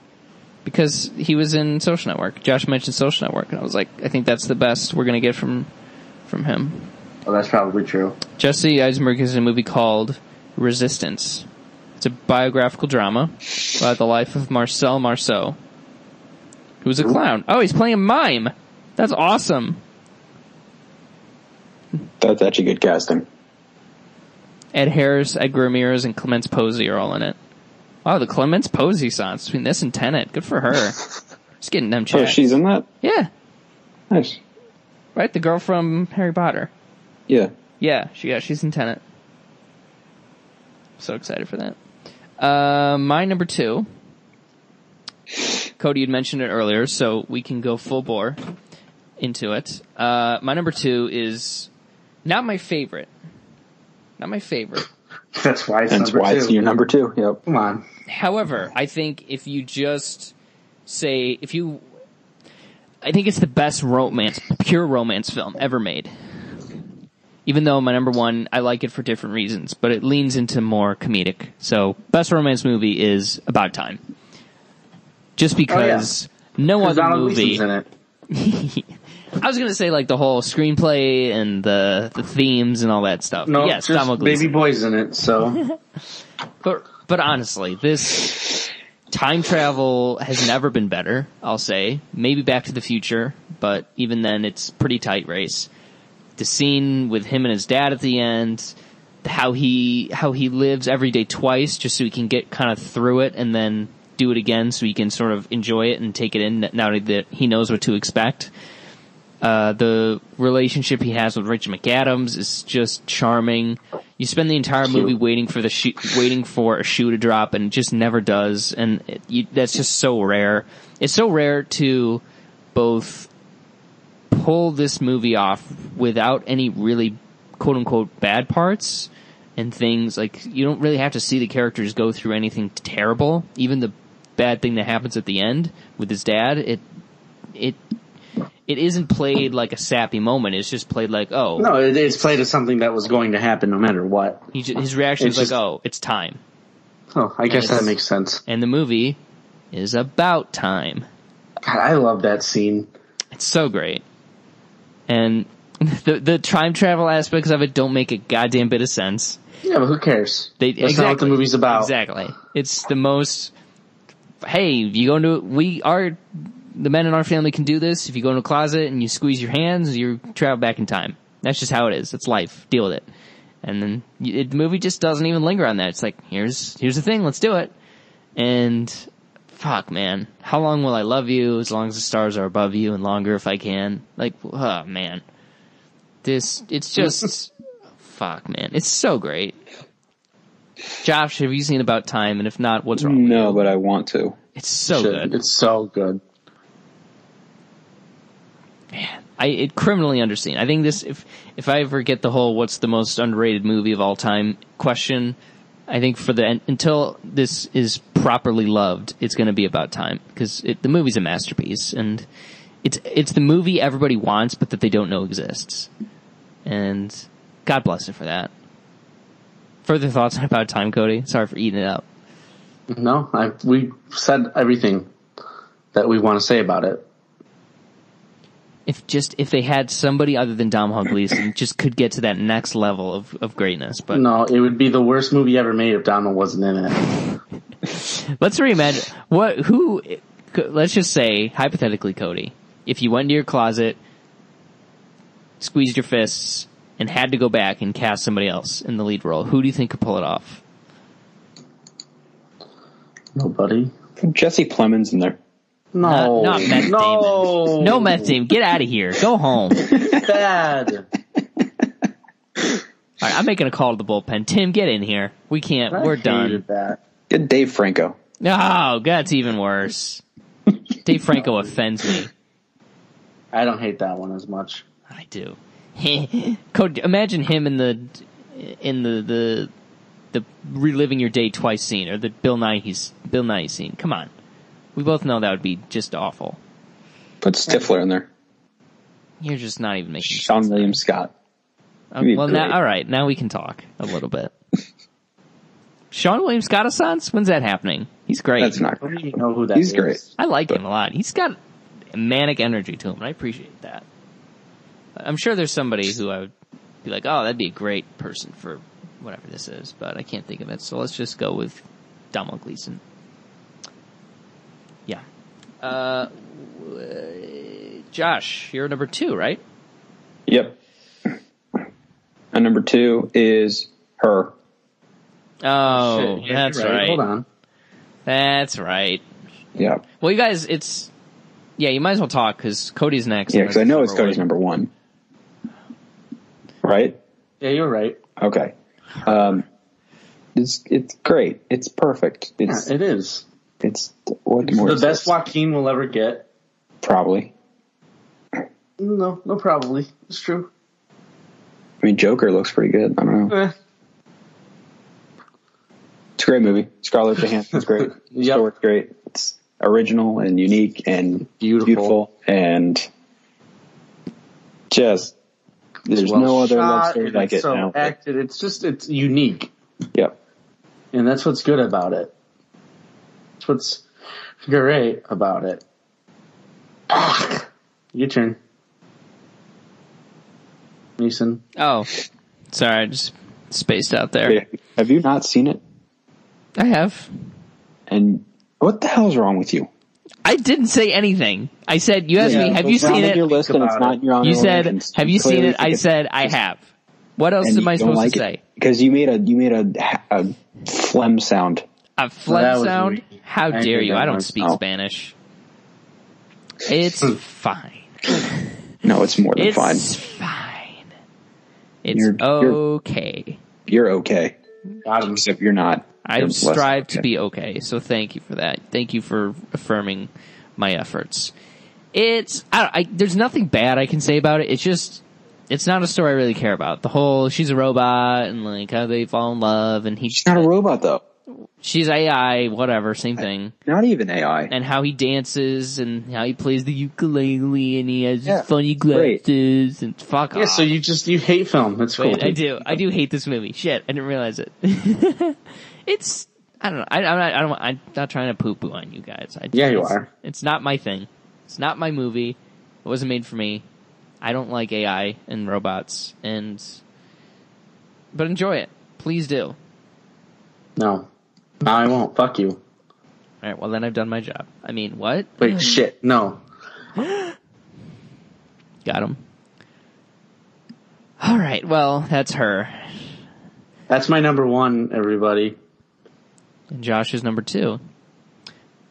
[SPEAKER 2] Because he was in Social Network. Josh mentioned Social Network, and I was like, I think that's the best we're gonna get from from him.
[SPEAKER 3] Oh, that's probably true.
[SPEAKER 2] Jesse Eisenberg is in a movie called Resistance. It's a biographical drama about the life of Marcel Marceau, who's a clown. Oh, he's playing a mime. That's awesome.
[SPEAKER 4] That's actually good casting.
[SPEAKER 2] Ed Harris, Edgar Ramirez, and Clemence Posey are all in it. Wow, the Clemence Posey sons between this and Tenet. Good for her. Just getting them
[SPEAKER 4] Oh,
[SPEAKER 2] checks.
[SPEAKER 4] she's in that.
[SPEAKER 2] yeah.
[SPEAKER 4] Nice.
[SPEAKER 2] Right, the girl from Harry Potter.
[SPEAKER 4] Yeah.
[SPEAKER 2] Yeah, she yeah, she's in Tenet. So excited for that. Uh, my number two. Cody had mentioned it earlier, so we can go full bore into it. Uh, my number two is not my favorite. Not my favorite.
[SPEAKER 3] That's why it's
[SPEAKER 4] That's
[SPEAKER 3] number
[SPEAKER 4] why
[SPEAKER 3] two.
[SPEAKER 4] it's your number two. Yep.
[SPEAKER 3] Come on.
[SPEAKER 2] However, I think if you just say if you I think it's the best romance, pure romance film ever made. Even though my number one, I like it for different reasons, but it leans into more comedic. So, best romance movie is About Time. Just because no
[SPEAKER 3] Oh, Because
[SPEAKER 2] other
[SPEAKER 3] Donald
[SPEAKER 2] movie.
[SPEAKER 3] Gleason's in it.
[SPEAKER 2] I was gonna say like the whole screenplay and the the themes and all that stuff.
[SPEAKER 3] No,
[SPEAKER 2] yes,
[SPEAKER 3] just
[SPEAKER 2] Donald Gleason.
[SPEAKER 3] Baby Boy's in it, so
[SPEAKER 2] But but honestly, this time travel has never been better. I'll say maybe Back to the Future, but even then, it's pretty tight race. The scene with him and his dad at the end, how he how he lives every day twice just so he can get kind of through it and then do it again so he can sort of enjoy it and take it in now that he knows what to expect. Uh, the relationship he has with Rachel McAdams is just charming. You spend the entire movie waiting for the shoe, waiting for a shoe to drop, and it just never does. And it, you, that's just so rare. It's so rare to both pull this movie off without any really quote unquote bad parts and things like you don't really have to see the characters go through anything terrible. Even the bad thing that happens at the end with his dad, it it it isn't played like a sappy moment. It's just played like, oh,
[SPEAKER 3] no, it, it's played as something that was going to happen no matter what.
[SPEAKER 2] he ju- his reaction is
[SPEAKER 3] It's
[SPEAKER 2] like,
[SPEAKER 3] just-
[SPEAKER 2] oh, it's time.
[SPEAKER 3] Oh, I guess
[SPEAKER 2] Yes.
[SPEAKER 3] that makes sense.
[SPEAKER 2] And the movie is about time.
[SPEAKER 3] God, I love that scene.
[SPEAKER 2] It's so great. And the the time travel aspects of it don't make a goddamn bit of sense.
[SPEAKER 3] Yeah, but who cares?
[SPEAKER 2] They,
[SPEAKER 3] That's not what the
[SPEAKER 2] exactly.
[SPEAKER 3] movie's about.
[SPEAKER 2] Exactly. It's the most. Hey, if you go into we are the men in our family can do this. If you go in a closet and you squeeze your hands, you travel back in time. That's just how it is. It's life. Deal with it. And then you- it, the movie just doesn't even linger on that. It's like here's here's the thing. Let's do it. And fuck, man, how long will I love you? As long as the stars are above you, and longer if I can. Like, oh man, this it's just fuck, man. It's so great. Josh, have you seen About Time? And if not, what's wrong? with
[SPEAKER 4] No,
[SPEAKER 2] you?
[SPEAKER 4] but I want to.
[SPEAKER 2] it's so
[SPEAKER 3] Mm. Shit,
[SPEAKER 2] good.
[SPEAKER 3] It's so good.
[SPEAKER 2] I it criminally underseen. I think this if if I ever get the whole what's the most underrated movie of all time question, I think for the until this is properly loved, it's going to be about time because the movie's a masterpiece and it's it's the movie everybody wants but that they don't know exists. And God bless it for that. Further thoughts on about time, Cody? Sorry for eating it up.
[SPEAKER 3] No, I, we said everything that we want to say about it.
[SPEAKER 2] if just if they had somebody other than Dom Gleason just could get to that next level of, of greatness. But
[SPEAKER 3] No, it would be the worst movie ever made if Donald wasn't in it.
[SPEAKER 2] let's reimagine what who. Let's just say hypothetically, Cody, if you went to your closet, squeezed your fists, and had to go back and cast somebody else in the lead role, who do you think could pull it off?
[SPEAKER 3] Nobody.
[SPEAKER 4] Jesse Plemons in there.
[SPEAKER 3] No,
[SPEAKER 2] Not- not Matt
[SPEAKER 3] no,
[SPEAKER 2] No, meth team, get out of here. Go home. All
[SPEAKER 3] Bad.
[SPEAKER 2] right, I'm making a call to the bullpen. Tim, get in here. We can't.
[SPEAKER 3] I
[SPEAKER 2] We're
[SPEAKER 3] hated
[SPEAKER 2] done.
[SPEAKER 3] That.
[SPEAKER 4] Get Dave Franco.
[SPEAKER 2] Oh, that's even worse. Dave Franco offends me.
[SPEAKER 3] I don't hate that one as much.
[SPEAKER 2] I do. Code, imagine him in the in the the the reliving your day twice scene or the Bill Nye Bill Nye scene. Come on, we both know that would be just awful.
[SPEAKER 4] Put Stifler in there.
[SPEAKER 2] You're just not even making.
[SPEAKER 4] Sean William Scott.
[SPEAKER 2] Uh,
[SPEAKER 4] You'd be
[SPEAKER 2] well,
[SPEAKER 4] great.
[SPEAKER 2] now all right, now we can talk a little bit. Sean William Scott Assance, when's that happening? He's great.
[SPEAKER 4] That's not
[SPEAKER 3] I don't
[SPEAKER 4] great.
[SPEAKER 3] even know who that
[SPEAKER 4] He's
[SPEAKER 3] is.
[SPEAKER 4] great.
[SPEAKER 2] I like him a lot. He's got manic energy to him, and I appreciate that. I'm sure there's somebody who I would be like, oh, that'd be a great person for whatever this is, but I can't think of it. So let's just go with Donald Gleason. Yeah. Uh, w- Josh, you're number two, right?
[SPEAKER 4] Yep. And number two is her.
[SPEAKER 2] Oh,
[SPEAKER 3] Shit, yeah,
[SPEAKER 2] that's
[SPEAKER 3] you're
[SPEAKER 2] right.
[SPEAKER 3] Hold on.
[SPEAKER 2] That's right.
[SPEAKER 4] Yep.
[SPEAKER 2] Well, you guys, it's yeah. You might as well talk because Cody's next.
[SPEAKER 4] Yeah,
[SPEAKER 2] and
[SPEAKER 4] because I
[SPEAKER 2] that's
[SPEAKER 4] know it's Cody's
[SPEAKER 2] one.
[SPEAKER 4] number one. Right?
[SPEAKER 3] Yeah, you're right.
[SPEAKER 4] Okay. Um, it's it's great. It's perfect.
[SPEAKER 3] Yeah,
[SPEAKER 4] It's
[SPEAKER 3] it is.
[SPEAKER 4] it's what
[SPEAKER 3] It's
[SPEAKER 4] more
[SPEAKER 3] the
[SPEAKER 4] is
[SPEAKER 3] best
[SPEAKER 4] this?
[SPEAKER 3] Joaquin will ever get.
[SPEAKER 4] probably.
[SPEAKER 3] No, no, probably. It's true.
[SPEAKER 4] I mean, Joker looks pretty good. I don't know.
[SPEAKER 3] Eh,
[SPEAKER 4] It's a great movie. Scarlett Johansson's great.
[SPEAKER 3] Yep.
[SPEAKER 4] Story's great. It's original and unique and
[SPEAKER 6] Beautiful.
[SPEAKER 4] and just there's
[SPEAKER 6] well
[SPEAKER 4] no other love
[SPEAKER 3] shot,
[SPEAKER 4] story
[SPEAKER 3] and
[SPEAKER 4] like
[SPEAKER 3] it's
[SPEAKER 4] it
[SPEAKER 3] so
[SPEAKER 4] now.
[SPEAKER 3] acted. It's just it's unique,
[SPEAKER 4] Yep.
[SPEAKER 3] and that's what's good about it. That's what's great about it. Ah, your turn, Mason.
[SPEAKER 2] Oh, sorry, I just spaced out there.
[SPEAKER 4] Wait, Have you not seen it?
[SPEAKER 2] I have.
[SPEAKER 4] And what the hell's wrong with you?
[SPEAKER 2] I didn't say anything. I said you asked me,
[SPEAKER 4] Yeah,
[SPEAKER 2] have
[SPEAKER 4] so
[SPEAKER 2] you
[SPEAKER 4] it's
[SPEAKER 2] seen
[SPEAKER 4] not on
[SPEAKER 2] it?
[SPEAKER 4] Your list and it's
[SPEAKER 3] about it.
[SPEAKER 4] not your honorable
[SPEAKER 2] You said,
[SPEAKER 4] mentions.
[SPEAKER 2] have
[SPEAKER 4] You
[SPEAKER 2] you seen
[SPEAKER 4] clearly
[SPEAKER 2] it?
[SPEAKER 4] think
[SPEAKER 2] I
[SPEAKER 4] it's-
[SPEAKER 2] said, I have. What else
[SPEAKER 4] and
[SPEAKER 2] am
[SPEAKER 4] you
[SPEAKER 2] I
[SPEAKER 4] don't
[SPEAKER 2] supposed
[SPEAKER 4] like
[SPEAKER 2] to
[SPEAKER 4] it.
[SPEAKER 2] say?
[SPEAKER 4] Because you made a you made a, a phlegm sound.
[SPEAKER 2] A
[SPEAKER 3] that
[SPEAKER 2] phlegm
[SPEAKER 3] was
[SPEAKER 2] sound?
[SPEAKER 3] weak.
[SPEAKER 2] How
[SPEAKER 3] I
[SPEAKER 2] dare
[SPEAKER 3] did
[SPEAKER 2] you?
[SPEAKER 3] that
[SPEAKER 2] I don't
[SPEAKER 3] one.
[SPEAKER 2] speak
[SPEAKER 4] Oh.
[SPEAKER 2] Spanish. It's fine.
[SPEAKER 4] No, it's more than
[SPEAKER 2] It's
[SPEAKER 4] fine.
[SPEAKER 2] fine. It's
[SPEAKER 4] You're- you're-
[SPEAKER 2] okay.
[SPEAKER 4] You're okay,
[SPEAKER 3] Got him.
[SPEAKER 4] except you're not.
[SPEAKER 2] I
[SPEAKER 4] You're less than
[SPEAKER 2] strive to
[SPEAKER 4] okay.
[SPEAKER 2] be okay, so thank you for that. Thank you for affirming my efforts. It's I, don't- I there's nothing bad I can say about it. It's just it's not a story I really care about. The whole she's a robot and like how they fall in love and he
[SPEAKER 4] She's not a robot though.
[SPEAKER 2] she's AI whatever same thing
[SPEAKER 4] Not even AI.
[SPEAKER 2] and how he dances and how he plays the ukulele and he has
[SPEAKER 4] Yeah,
[SPEAKER 2] funny
[SPEAKER 4] great.
[SPEAKER 2] glasses and fuck
[SPEAKER 3] Yeah,
[SPEAKER 2] off.
[SPEAKER 3] so you just you hate film. That's cool.
[SPEAKER 2] Wait, I do. I do hate this movie. Shit, I didn't realize it. it's I don't know. I, I'm not. I don't. I'm not trying to poo poo on you guys. I,
[SPEAKER 3] Yeah, you
[SPEAKER 2] it's-
[SPEAKER 3] are.
[SPEAKER 2] It's not my thing. It's not my movie. It wasn't made for me. I don't like AI and robots, and but enjoy it. Please do.
[SPEAKER 3] No, no, I won't. Fuck you.
[SPEAKER 2] All right. Well, then I've done my job. I mean, what?
[SPEAKER 3] Wait, shit. No,
[SPEAKER 2] Got him. All right. Well, that's her.
[SPEAKER 3] that's my number one. Everybody.
[SPEAKER 2] And Josh is number two.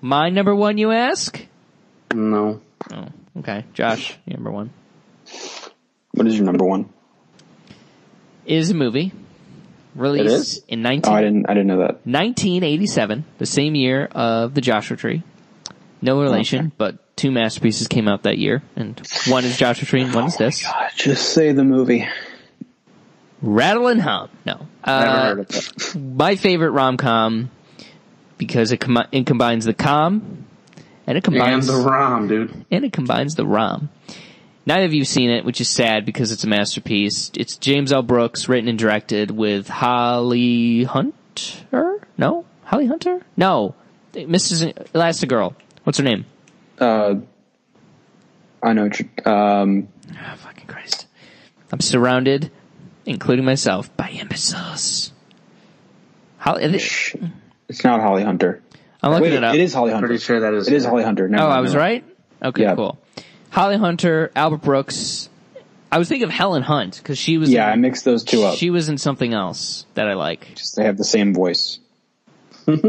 [SPEAKER 2] My number one, you ask?
[SPEAKER 3] No.
[SPEAKER 2] Oh, okay. Josh, you're number one.
[SPEAKER 4] What is your number one?
[SPEAKER 2] is a movie released
[SPEAKER 3] It is?
[SPEAKER 2] in
[SPEAKER 4] Oh,
[SPEAKER 2] 19,
[SPEAKER 4] I didn't. I didn't know that.
[SPEAKER 2] 1987, the same year of The Joshua Tree. No relation, but two masterpieces came out that year, and one is Joshua Tree and one
[SPEAKER 3] Oh
[SPEAKER 2] is this.
[SPEAKER 4] Just say the movie.
[SPEAKER 2] Rattle and Hum. No. Uh,
[SPEAKER 3] Never heard of it.
[SPEAKER 2] My favorite rom-com because it, com- it combines the com and it
[SPEAKER 3] And
[SPEAKER 2] combines
[SPEAKER 3] the ROM, dude.
[SPEAKER 2] and it combines the ROM. Neither of you have seen it, which is sad because it's a masterpiece. It's James L. Brooks, written and directed with Holly Hunter? No? Holly Hunter? No. Mrs. Elastigirl. What's her name?
[SPEAKER 4] Uh, I know. what you're- Um,
[SPEAKER 2] Oh, fucking Christ. I'm surrounded, including myself, by imbeciles. Holly,
[SPEAKER 4] sh- it's not Holly Hunter.
[SPEAKER 2] I'm looking
[SPEAKER 4] Wait,
[SPEAKER 2] it up.
[SPEAKER 4] it is Holly Hunter.
[SPEAKER 3] Pretty sure that is.
[SPEAKER 4] It is Holly Hunter. Never
[SPEAKER 2] oh, I
[SPEAKER 4] mind,
[SPEAKER 2] was
[SPEAKER 4] never
[SPEAKER 2] right? Okay,
[SPEAKER 4] Yeah.
[SPEAKER 2] cool. Holly Hunter, Albert Brooks. I was thinking of Helen Hunt because she was
[SPEAKER 4] mind. Yeah, I
[SPEAKER 2] in-
[SPEAKER 4] mixed those two up.
[SPEAKER 2] She was in something else that I like.
[SPEAKER 4] Just they have the same voice.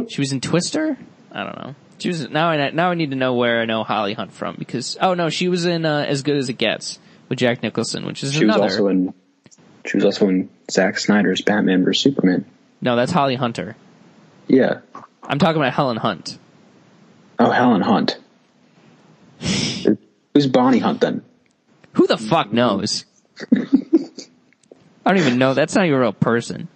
[SPEAKER 2] She was in Twister. I don't know. She was now. I now I need to know where I know Holly Hunt from because oh no, she was in uh, As Good as It Gets with Jack Nicholson, which is
[SPEAKER 4] She
[SPEAKER 2] another.
[SPEAKER 4] was also in. She was also in Zack Snyder's Batman vs Superman.
[SPEAKER 2] no, that's Holly Hunter.
[SPEAKER 4] Yeah.
[SPEAKER 2] I'm talking about Helen Hunt.
[SPEAKER 4] Oh, Helen Hunt. Who's Bonnie Hunt then?
[SPEAKER 2] Who the fuck knows? I don't even know. That's not even a real person.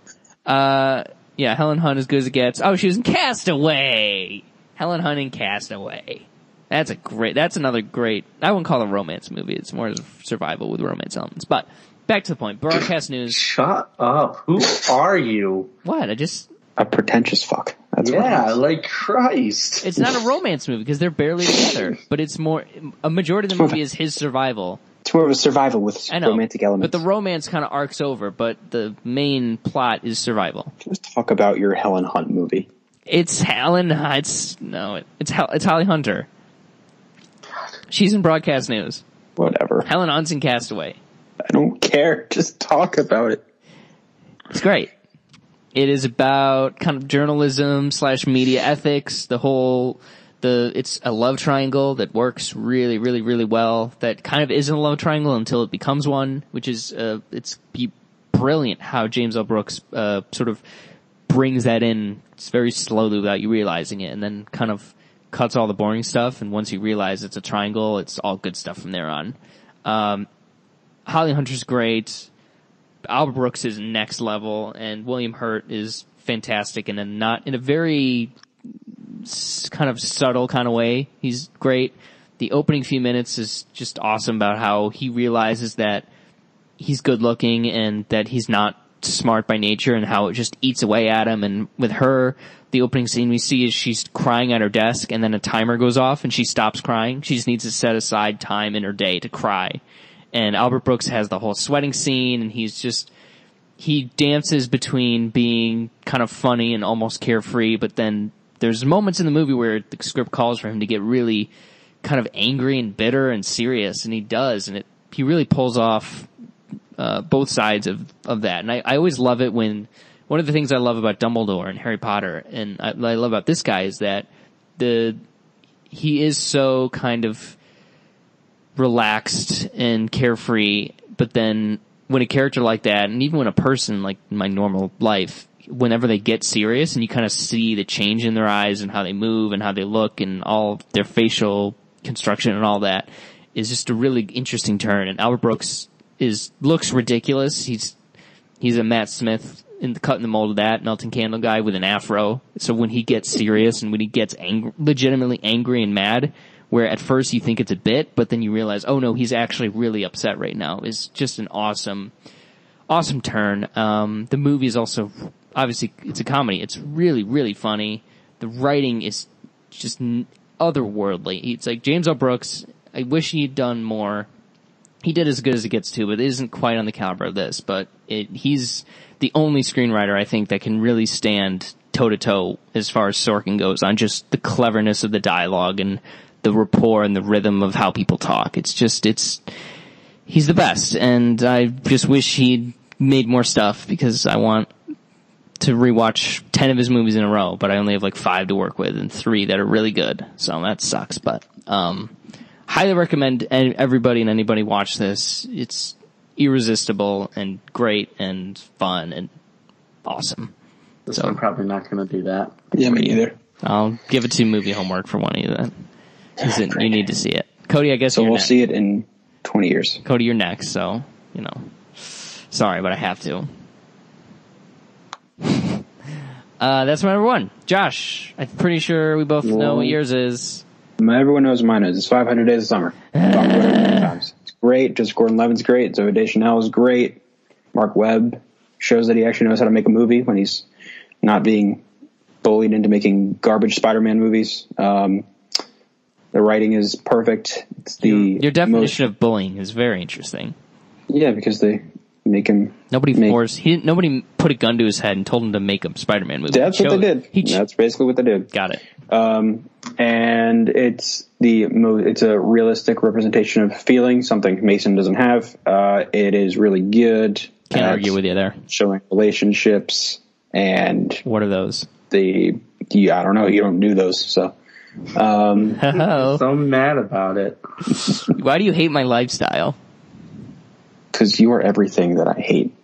[SPEAKER 2] Uh, yeah, Helen Hunt as good as it gets. Oh, she was in Castaway. Helen Hunt in Castaway. That's a great. That's another great. I wouldn't call it a romance movie. It's more survival with romance elements. But back to the point. Broadcast news.
[SPEAKER 3] Shut up. Who are you?
[SPEAKER 2] What? I just.
[SPEAKER 4] A pretentious fuck. That's
[SPEAKER 3] yeah,
[SPEAKER 4] What it is.
[SPEAKER 3] like Christ.
[SPEAKER 2] It's not a romance movie because they're barely together. But it's more. A majority of the movie is his survival.
[SPEAKER 4] It's more of a survival with
[SPEAKER 2] I know.
[SPEAKER 4] romantic elements.
[SPEAKER 2] But the romance kind of arcs over. But the main plot is survival.
[SPEAKER 4] Let's talk about your Helen Hunt movie.
[SPEAKER 2] It's Helen. It's no. It's Hel- it's Holly Hunter. She's in broadcast news.
[SPEAKER 4] Whatever.
[SPEAKER 2] Helen Hunt's in Castaway.
[SPEAKER 4] I don't care. Just talk about it.
[SPEAKER 2] It's great. It is about kind of journalism slash media ethics. The whole the it's a love triangle that works really, really, really well. That kind of isn't a love triangle until it becomes one, which is uh, it's be brilliant how James L. Brooks uh, sort of brings that in s- very slowly without you realizing it, and then kind of cuts all the boring stuff. And once you realize it's a triangle, it's all good stuff from there on. Um, Holly Hunter's great. Albert Brooks is next level, and William Hurt is fantastic, and then not in a very s- kind of subtle kind of way. He's great. The opening few minutes is just awesome about how he realizes that he's good looking and that he's not smart by nature and how it just eats away at him. And with her, the opening scene we see is she's crying at her desk and then a timer goes off and she stops crying. She just needs to set aside time in her day to cry. And Albert Brooks has the whole sweating scene and he's just, he dances between being kind of funny and almost carefree, but then there's moments in the movie where the script calls for him to get really kind of angry and bitter and serious and he does and it, he really pulls off uh, both sides of, of that. And I, I always love it when one of the things I love about Dumbledore and Harry Potter and I, I love about this guy is that the, he is so kind of relaxed and carefree, but then when a character like that and even when a person like my normal life, whenever they get serious and you kind of see the change in their eyes and how they move and how they look and all their facial construction and all that is just a really interesting turn. And Albert Brooks is looks ridiculous. He's he's a Matt Smith in the cut in the mold of that melting candle guy with an afro. So when he gets serious and when he gets angry, legitimately angry and mad, where at first you think it's a bit, but then you realize, oh no, he's actually really upset right now. Is just an awesome, awesome turn. Um, the movie is also obviously it's a comedy. It's really really funny. The writing is just n- otherworldly. It's like James L. Brooks. I wish he'd done more he did as good as it gets to, but it isn't quite on the caliber of this. But it, he's the only screenwriter I think that can really stand toe to toe as far as Sorkin goes on just the cleverness of the dialogue and the rapport and the rhythm of how people talk. It's just, it's, he's the best. And I just wish he'd made more stuff because I want to rewatch 10 of his movies in a row, but I only have like five to work with and three that are really good. So that sucks, but, um, highly recommend an- everybody and anybody watch this. It's irresistible and great and fun and awesome.
[SPEAKER 3] This I'm probably not going to do that.
[SPEAKER 5] Yeah, me either.
[SPEAKER 2] I'll give it to movie homework for one of you then. 'Cause it- you need to see it. Cody, I guess
[SPEAKER 5] So
[SPEAKER 2] you're
[SPEAKER 5] we'll
[SPEAKER 2] next.
[SPEAKER 5] see it in 20 years.
[SPEAKER 2] Cody, you're next, so, you know. Sorry, but I have to. Uh, that's my number one. Josh, I'm pretty sure we both know what yours is.
[SPEAKER 4] My- Everyone knows mine is. It's 500 Days of Summer. Talked about it many times. It's great. Just Gordon Levitt's great. Zoe Deschanel is great. Mark Webb shows that he actually knows how to make a movie when he's not being bullied into making garbage Spider-Man movies. Um, the writing is perfect. It's the
[SPEAKER 2] Your definition of bullying is very interesting.
[SPEAKER 4] most, yeah, because they make him.
[SPEAKER 2] Nobody
[SPEAKER 4] make-
[SPEAKER 2] forced. He didn't, nobody put a gun to his head and told him to make a Spider-Man movie.
[SPEAKER 4] That's
[SPEAKER 2] He
[SPEAKER 4] what they
[SPEAKER 2] chose-
[SPEAKER 4] did.
[SPEAKER 2] He ch-
[SPEAKER 4] That's basically what they did.
[SPEAKER 2] got it.
[SPEAKER 4] um, and it's the mo- it's a realistic representation of feeling something Mason doesn't have. Uh, it is really good.
[SPEAKER 2] Can't argue with you there.
[SPEAKER 4] showing relationships and
[SPEAKER 2] What are those?
[SPEAKER 4] the yeah, I don't know. You don't do those, so um,
[SPEAKER 2] Oh,
[SPEAKER 3] So mad about it.
[SPEAKER 2] why do you hate my lifestyle?
[SPEAKER 4] because you are everything that I hate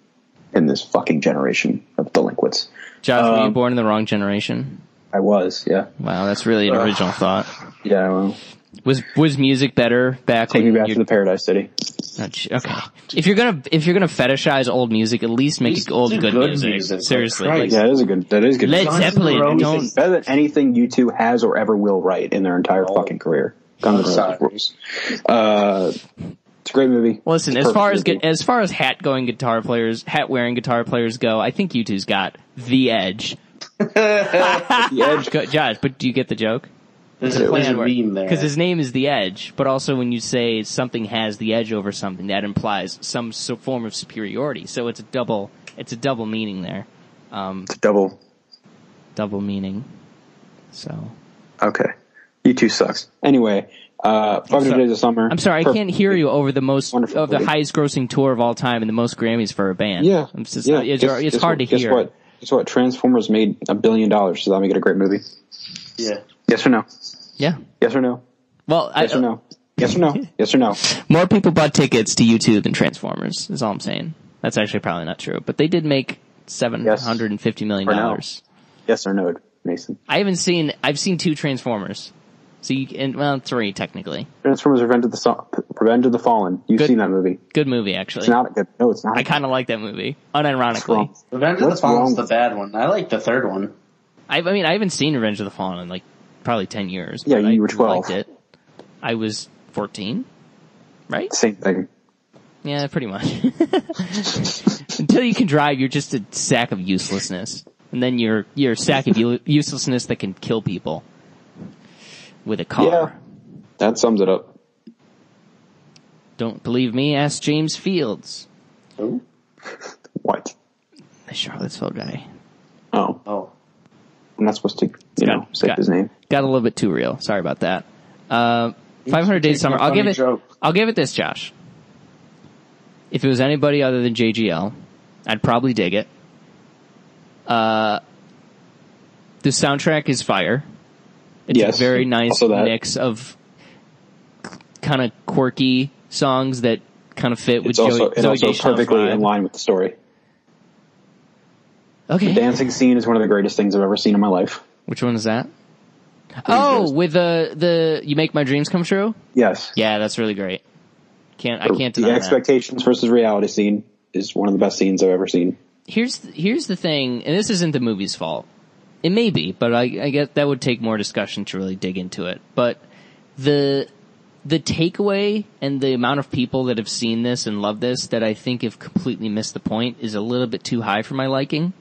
[SPEAKER 4] in this fucking generation of delinquents.
[SPEAKER 2] Josh, were you
[SPEAKER 4] Um,
[SPEAKER 2] born in the wrong generation?
[SPEAKER 4] I was, yeah,
[SPEAKER 2] Wow, that's really
[SPEAKER 4] uh,
[SPEAKER 2] an original thought.
[SPEAKER 4] yeah. Well,
[SPEAKER 2] Was was music better back
[SPEAKER 4] take me
[SPEAKER 2] when
[SPEAKER 4] back
[SPEAKER 2] you
[SPEAKER 4] to the Paradise City.
[SPEAKER 2] okay. If you're gonna if you're gonna fetishize old music, at least make
[SPEAKER 3] Just
[SPEAKER 2] old
[SPEAKER 3] do
[SPEAKER 2] good,
[SPEAKER 3] good
[SPEAKER 2] music.
[SPEAKER 3] music, for
[SPEAKER 2] Seriously,
[SPEAKER 3] Christ's
[SPEAKER 4] Yeah, that is a good. That is good.
[SPEAKER 2] Led
[SPEAKER 3] Guns N'
[SPEAKER 2] Zeppelin.
[SPEAKER 3] Roses.
[SPEAKER 2] Don't
[SPEAKER 4] better than anything you two has or ever will write in their entire fucking career. Guns N'
[SPEAKER 3] Sorry.
[SPEAKER 4] Roses rules. Uh, it's a great movie.
[SPEAKER 2] listen.
[SPEAKER 4] It's a
[SPEAKER 2] As far
[SPEAKER 4] perfect
[SPEAKER 2] as gu-
[SPEAKER 4] movie.
[SPEAKER 2] as far as hat going guitar players, hat wearing guitar players go, I think you two's got the edge.
[SPEAKER 4] the edge,
[SPEAKER 2] Go, Josh, but do you get the joke?
[SPEAKER 3] There's a, there's a meme there.
[SPEAKER 2] Because his name is the Edge, but also when you say something has the edge over something, that implies some so form of superiority. So it's a double, it's a double meaning there, Um,
[SPEAKER 4] it's double.
[SPEAKER 2] double meaning. So
[SPEAKER 4] Okay, you two sucks. Anyway, uh, Five Hundred
[SPEAKER 2] sorry.
[SPEAKER 4] Days of Summer.
[SPEAKER 2] I'm sorry, I
[SPEAKER 4] Perfect.
[SPEAKER 2] can't hear you over the most
[SPEAKER 4] Wonderful
[SPEAKER 2] of the
[SPEAKER 4] movie.
[SPEAKER 2] highest grossing tour of all time and the most Grammys for a band.
[SPEAKER 4] Yeah,
[SPEAKER 2] e- I'm just-
[SPEAKER 4] yeah.
[SPEAKER 2] it's,
[SPEAKER 4] Guess-
[SPEAKER 2] it's
[SPEAKER 4] guess
[SPEAKER 2] hard
[SPEAKER 4] what-
[SPEAKER 2] to hear.
[SPEAKER 4] Guess what? Guess what? Transformers made a billion dollars. Does that make it a great movie?
[SPEAKER 3] yeah.
[SPEAKER 4] Yes or no?
[SPEAKER 2] Yeah.
[SPEAKER 4] Yes or no?
[SPEAKER 2] Well,
[SPEAKER 4] Yes
[SPEAKER 2] I,
[SPEAKER 4] or no? Yes or no? Yes or no?
[SPEAKER 2] more people bought tickets to U2 than Transformers. Is all I'm saying. That's actually probably not true, but they did make seven hundred and fifty million
[SPEAKER 4] Or no.
[SPEAKER 2] dollars.
[SPEAKER 4] Yes or no, Mason?
[SPEAKER 2] I haven't seen. I've seen two Transformers. So you and well three technically.
[SPEAKER 4] Transformers: Revenge of the Su- Revenge of the Fallen. You've
[SPEAKER 2] Good-
[SPEAKER 4] seen that movie?
[SPEAKER 2] Good movie actually.
[SPEAKER 4] It's not a good. No, it's not.
[SPEAKER 2] I
[SPEAKER 4] a good
[SPEAKER 2] kind of like that movie, unironically.
[SPEAKER 4] film.
[SPEAKER 3] Revenge of the
[SPEAKER 4] What's
[SPEAKER 3] Fallen's
[SPEAKER 4] wrong
[SPEAKER 3] the
[SPEAKER 4] with-
[SPEAKER 3] bad one. I like the third one.
[SPEAKER 2] I, I mean, I haven't seen Revenge of the Fallen in like probably ten years.
[SPEAKER 4] Yeah,
[SPEAKER 2] but I
[SPEAKER 4] you were 12.
[SPEAKER 2] Liked it. I was fourteen, right?
[SPEAKER 4] Same thing.
[SPEAKER 2] Yeah, pretty much. Until you can drive, you're just a sack of uselessness, and then you're you're a sack of u- uselessness that can kill people with a car.
[SPEAKER 4] Yeah, that sums it up.
[SPEAKER 2] Don't believe me? Ask James Fields,
[SPEAKER 4] What?
[SPEAKER 2] the Charlottesville guy.
[SPEAKER 4] Oh,
[SPEAKER 3] Oh,
[SPEAKER 4] I'm not supposed to, you know, say
[SPEAKER 2] got-
[SPEAKER 4] his name.
[SPEAKER 2] Got a little bit too real. Sorry about that. Uh, 500 Days of Summer.
[SPEAKER 3] my
[SPEAKER 2] I'll give
[SPEAKER 3] funny
[SPEAKER 2] it.
[SPEAKER 3] joke.
[SPEAKER 2] I'll give it this, Josh. If it was anybody other than JGL, I'd probably dig it. Uh, the soundtrack is fire. It's
[SPEAKER 4] Yes,
[SPEAKER 2] a very nice
[SPEAKER 4] also that.
[SPEAKER 2] mix of kind of quirky songs that kind of fit with
[SPEAKER 4] It's also
[SPEAKER 2] Joey,
[SPEAKER 4] it
[SPEAKER 2] Zoe
[SPEAKER 4] also
[SPEAKER 2] Deschanel's
[SPEAKER 4] perfectly
[SPEAKER 2] vibe.
[SPEAKER 4] in line with the story.
[SPEAKER 2] Okay,
[SPEAKER 4] Dancing scene is one of the greatest things I've ever seen in my life.
[SPEAKER 2] which one is that? Oh, with the the you make my dreams come true.
[SPEAKER 4] Yes,
[SPEAKER 2] Yeah, that's really great. Can't I can't
[SPEAKER 4] the
[SPEAKER 2] deny that.
[SPEAKER 4] expectations versus reality scene is one of the best scenes I've ever seen.
[SPEAKER 2] Here's th- here's the thing, and this isn't the movie's fault. It may be, but I, I guess that would take more discussion to really dig into it. But the the takeaway and the amount of people that have seen this and loved this that I think have completely missed the point is a little bit too high for my liking.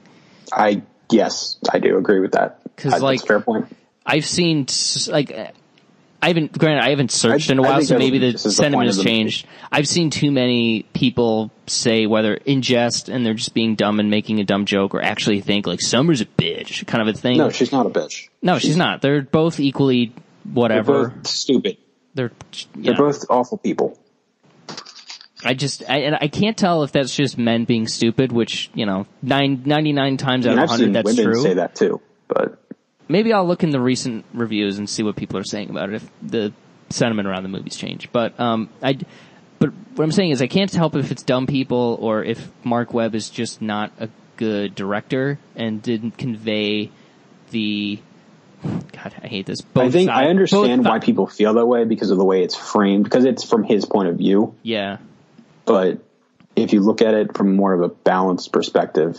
[SPEAKER 4] I yes, I do agree with that.
[SPEAKER 2] 'Cause,
[SPEAKER 4] I- that's
[SPEAKER 2] like,
[SPEAKER 4] a fair point.
[SPEAKER 2] I've seen s- like uh, I haven't granted I haven't searched
[SPEAKER 4] I-
[SPEAKER 2] in a
[SPEAKER 4] I
[SPEAKER 2] while,
[SPEAKER 4] think
[SPEAKER 2] so
[SPEAKER 4] that's-
[SPEAKER 2] maybe the
[SPEAKER 4] this is the
[SPEAKER 2] sentiment
[SPEAKER 4] point
[SPEAKER 2] has
[SPEAKER 4] of the-
[SPEAKER 2] changed. I've seen too many people say whether in jest and they're just being dumb and making a dumb joke, or actually think like Summer's a bitch, kind of a thing.
[SPEAKER 4] No, she's not a bitch.
[SPEAKER 2] No, she's not. They're both equally
[SPEAKER 4] They're
[SPEAKER 2] whatever.
[SPEAKER 4] both stupid.
[SPEAKER 2] They're yeah.
[SPEAKER 4] They're both awful people.
[SPEAKER 2] I just I, and I can't tell if that's just men being stupid, which you know nine, 99 times out
[SPEAKER 4] And
[SPEAKER 2] of
[SPEAKER 4] I've seen
[SPEAKER 2] hundred that's
[SPEAKER 4] women
[SPEAKER 2] true.
[SPEAKER 4] say that too, but
[SPEAKER 2] maybe I'll look in the recent reviews and see what people are saying about it if the sentiment around the movies change. But um, I, but what I'm saying is I can't help if it's dumb people or if Mark Webb is just not a good director and didn't convey the. God, I hate this. Both
[SPEAKER 4] I think
[SPEAKER 2] side-
[SPEAKER 4] I understand
[SPEAKER 2] both
[SPEAKER 4] why
[SPEAKER 2] si-
[SPEAKER 4] people feel that way because of the way it's framed, because it's from his point of view.
[SPEAKER 2] Yeah,
[SPEAKER 4] But if you look at it from more of a balanced perspective,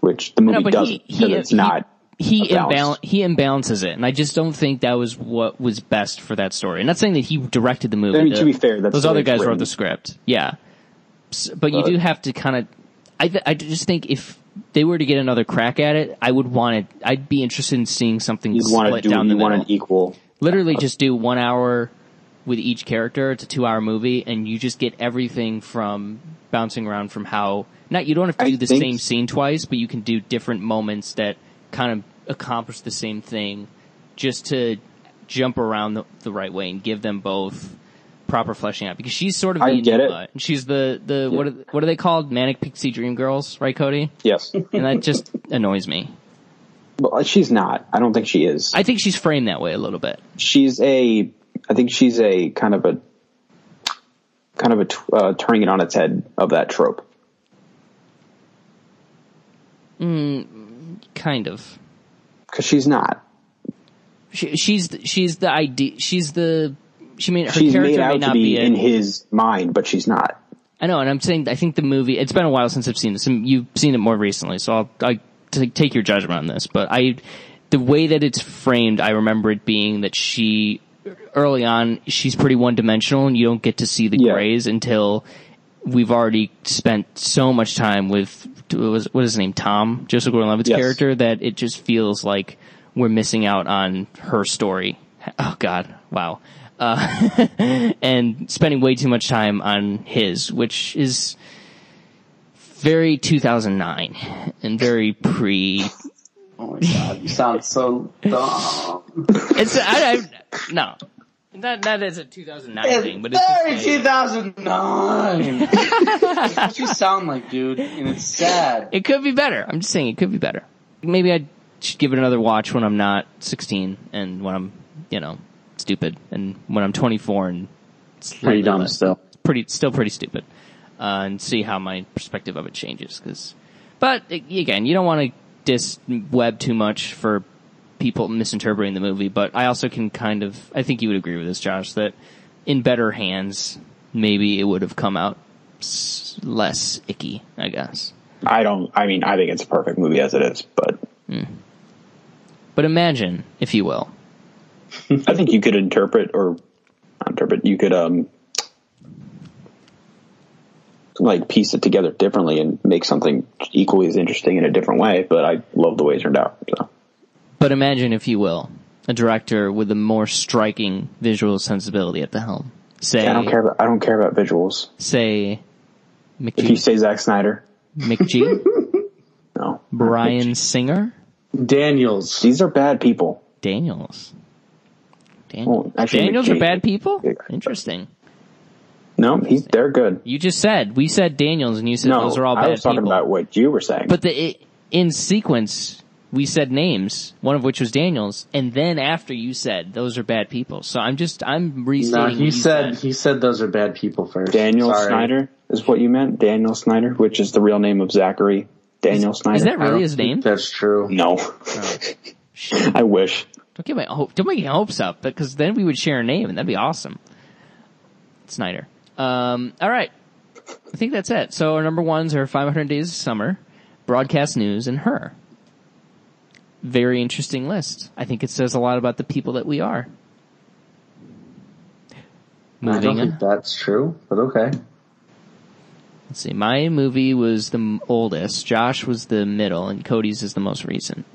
[SPEAKER 4] which the movie
[SPEAKER 2] no, but he,
[SPEAKER 4] doesn't,
[SPEAKER 2] he,
[SPEAKER 4] because it's not.
[SPEAKER 2] He, he,
[SPEAKER 4] balanced.
[SPEAKER 2] imbal- he imbalances it, and I just don't think that was what was best for that story. I'm not saying that he directed the movie.
[SPEAKER 4] I mean, to
[SPEAKER 2] the-
[SPEAKER 4] be fair, that's
[SPEAKER 2] those
[SPEAKER 4] the way
[SPEAKER 2] other
[SPEAKER 4] it's
[SPEAKER 2] guys wrote
[SPEAKER 4] written.
[SPEAKER 2] the script. Yeah, S- but you
[SPEAKER 4] But-
[SPEAKER 2] do have to kind of. I th- I just think if they were to get another crack at it, I would want it. I'd be interested in seeing something
[SPEAKER 4] You
[SPEAKER 2] split
[SPEAKER 4] want to do,
[SPEAKER 2] down the
[SPEAKER 4] you want
[SPEAKER 2] middle.
[SPEAKER 4] an equal.
[SPEAKER 2] Literally, just do one hour with each character. It's a two-hour movie, and you just get everything from bouncing around from how. Not you don't have to
[SPEAKER 4] I
[SPEAKER 2] do the
[SPEAKER 4] think-
[SPEAKER 2] same scene twice, but you can do different moments that kind of accomplish the same thing, just to jump around the, the right way and give them both proper fleshing out because she's sort of the
[SPEAKER 4] I get it.
[SPEAKER 2] enigma. She's the the what are, what are they called? Manic pixie dream girls, right, Cody?
[SPEAKER 4] Yes.
[SPEAKER 2] And that just annoys me.
[SPEAKER 4] Well, she's not. I don't think she is.
[SPEAKER 2] I think she's framed that way a little bit.
[SPEAKER 4] she's a i think she's a kind of a kind of a tw- uh, turning it on its head of that trope
[SPEAKER 2] Kind of.
[SPEAKER 4] because she's not
[SPEAKER 2] She, she's the- she's the idea. She's the she mean her
[SPEAKER 4] she's
[SPEAKER 2] character
[SPEAKER 4] made
[SPEAKER 2] may
[SPEAKER 4] out
[SPEAKER 2] not
[SPEAKER 4] to
[SPEAKER 2] be,
[SPEAKER 4] be
[SPEAKER 2] a-
[SPEAKER 4] in his mind but she's not
[SPEAKER 2] I know, and I'm saying I think the movie. It's been a while since I've seen this. And you've seen it more recently, so I'll I t- take your judgment on this. But I, the way that it's framed, I remember it being that she early on she's pretty one dimensional, and you don't get to see the
[SPEAKER 4] Yeah.
[SPEAKER 2] grays until we've already spent so much time with what was what is his name Tom Joseph Gordon-Levitt's
[SPEAKER 4] Yes.
[SPEAKER 2] character that it just feels like we're missing out on her story. Oh God, wow. Uh, and spending way too much time on his, which is very 2009 and very pre.
[SPEAKER 3] oh my god, you sound so dumb.
[SPEAKER 2] It's I, I no, not not as a 2009 thing, but it's just
[SPEAKER 3] Very
[SPEAKER 2] like-
[SPEAKER 3] 2009. That's what you sound like, dude, and it's sad.
[SPEAKER 2] It could be better. I'm just saying it could be better. Maybe I should give it another watch when I'm not 16 and when I'm, you know, stupid and when I'm 24 and slightly
[SPEAKER 3] dumb
[SPEAKER 2] less-
[SPEAKER 3] still.
[SPEAKER 2] Pretty still pretty stupid. Uh, and see how my perspective of it changes cuz but a- again, you don't want to diss web too much for people misinterpreting the movie, but I also can kind of I think you would agree with this Josh that in better hands maybe it would have come out s- less icky, I guess.
[SPEAKER 4] i don't i mean i think it's a perfect movie as it is but
[SPEAKER 2] But imagine, if you will,
[SPEAKER 4] I think you could interpret or not interpret. You could um like piece it together differently and make something equally as interesting in a different way. But I love the way it turned out. So.
[SPEAKER 2] But imagine, if you will, a director with a more striking visual sensibility at the helm. Say,
[SPEAKER 4] I don't care. About, I don't care about visuals.
[SPEAKER 2] say,
[SPEAKER 4] If you
[SPEAKER 2] McGee,
[SPEAKER 4] say Zack Snyder,
[SPEAKER 2] McGee,
[SPEAKER 4] no,
[SPEAKER 2] Brian Singer,
[SPEAKER 3] Daniels.
[SPEAKER 4] these are bad people.
[SPEAKER 2] Daniels. Daniels,
[SPEAKER 4] Well, actually,
[SPEAKER 2] Daniels
[SPEAKER 4] McGee-
[SPEAKER 2] are bad people.
[SPEAKER 4] Yeah.
[SPEAKER 2] Interesting.
[SPEAKER 4] No, he's they're good.
[SPEAKER 2] You just said we said Daniels, and you said
[SPEAKER 4] No,
[SPEAKER 2] those are all
[SPEAKER 4] I
[SPEAKER 2] bad
[SPEAKER 4] was talking
[SPEAKER 2] people.
[SPEAKER 4] about what you were saying.
[SPEAKER 2] But the i in sequence, we said names, one of which was Daniels, and then after you said those are bad people. So I'm just I'm
[SPEAKER 3] No,
[SPEAKER 2] restating. what
[SPEAKER 3] he
[SPEAKER 2] you
[SPEAKER 3] said he said those are bad people first.
[SPEAKER 4] Daniel
[SPEAKER 3] Sorry.
[SPEAKER 4] Snyder is what you meant. Daniel Snyder, which is the real name of Zachary Daniel Snyder.
[SPEAKER 2] Is that Oh.
[SPEAKER 3] I don't
[SPEAKER 2] really his
[SPEAKER 3] think
[SPEAKER 2] name?
[SPEAKER 3] That's true.
[SPEAKER 4] No,
[SPEAKER 2] Shit.
[SPEAKER 4] I wish.
[SPEAKER 2] Don't get my hope. Don't make any hopes up, because then we would share a name, and that'd be awesome. Snyder. Um. All right. I think that's it. So our number ones are 500 Days of Summer, Broadcast News, and Her. Very interesting list. I think it says a lot about the people that we are.
[SPEAKER 3] I don't
[SPEAKER 2] Moving on.
[SPEAKER 3] think that's true, but okay.
[SPEAKER 2] Let's see. My movie was the m- oldest. Josh was the middle, and Cody's is the most recent.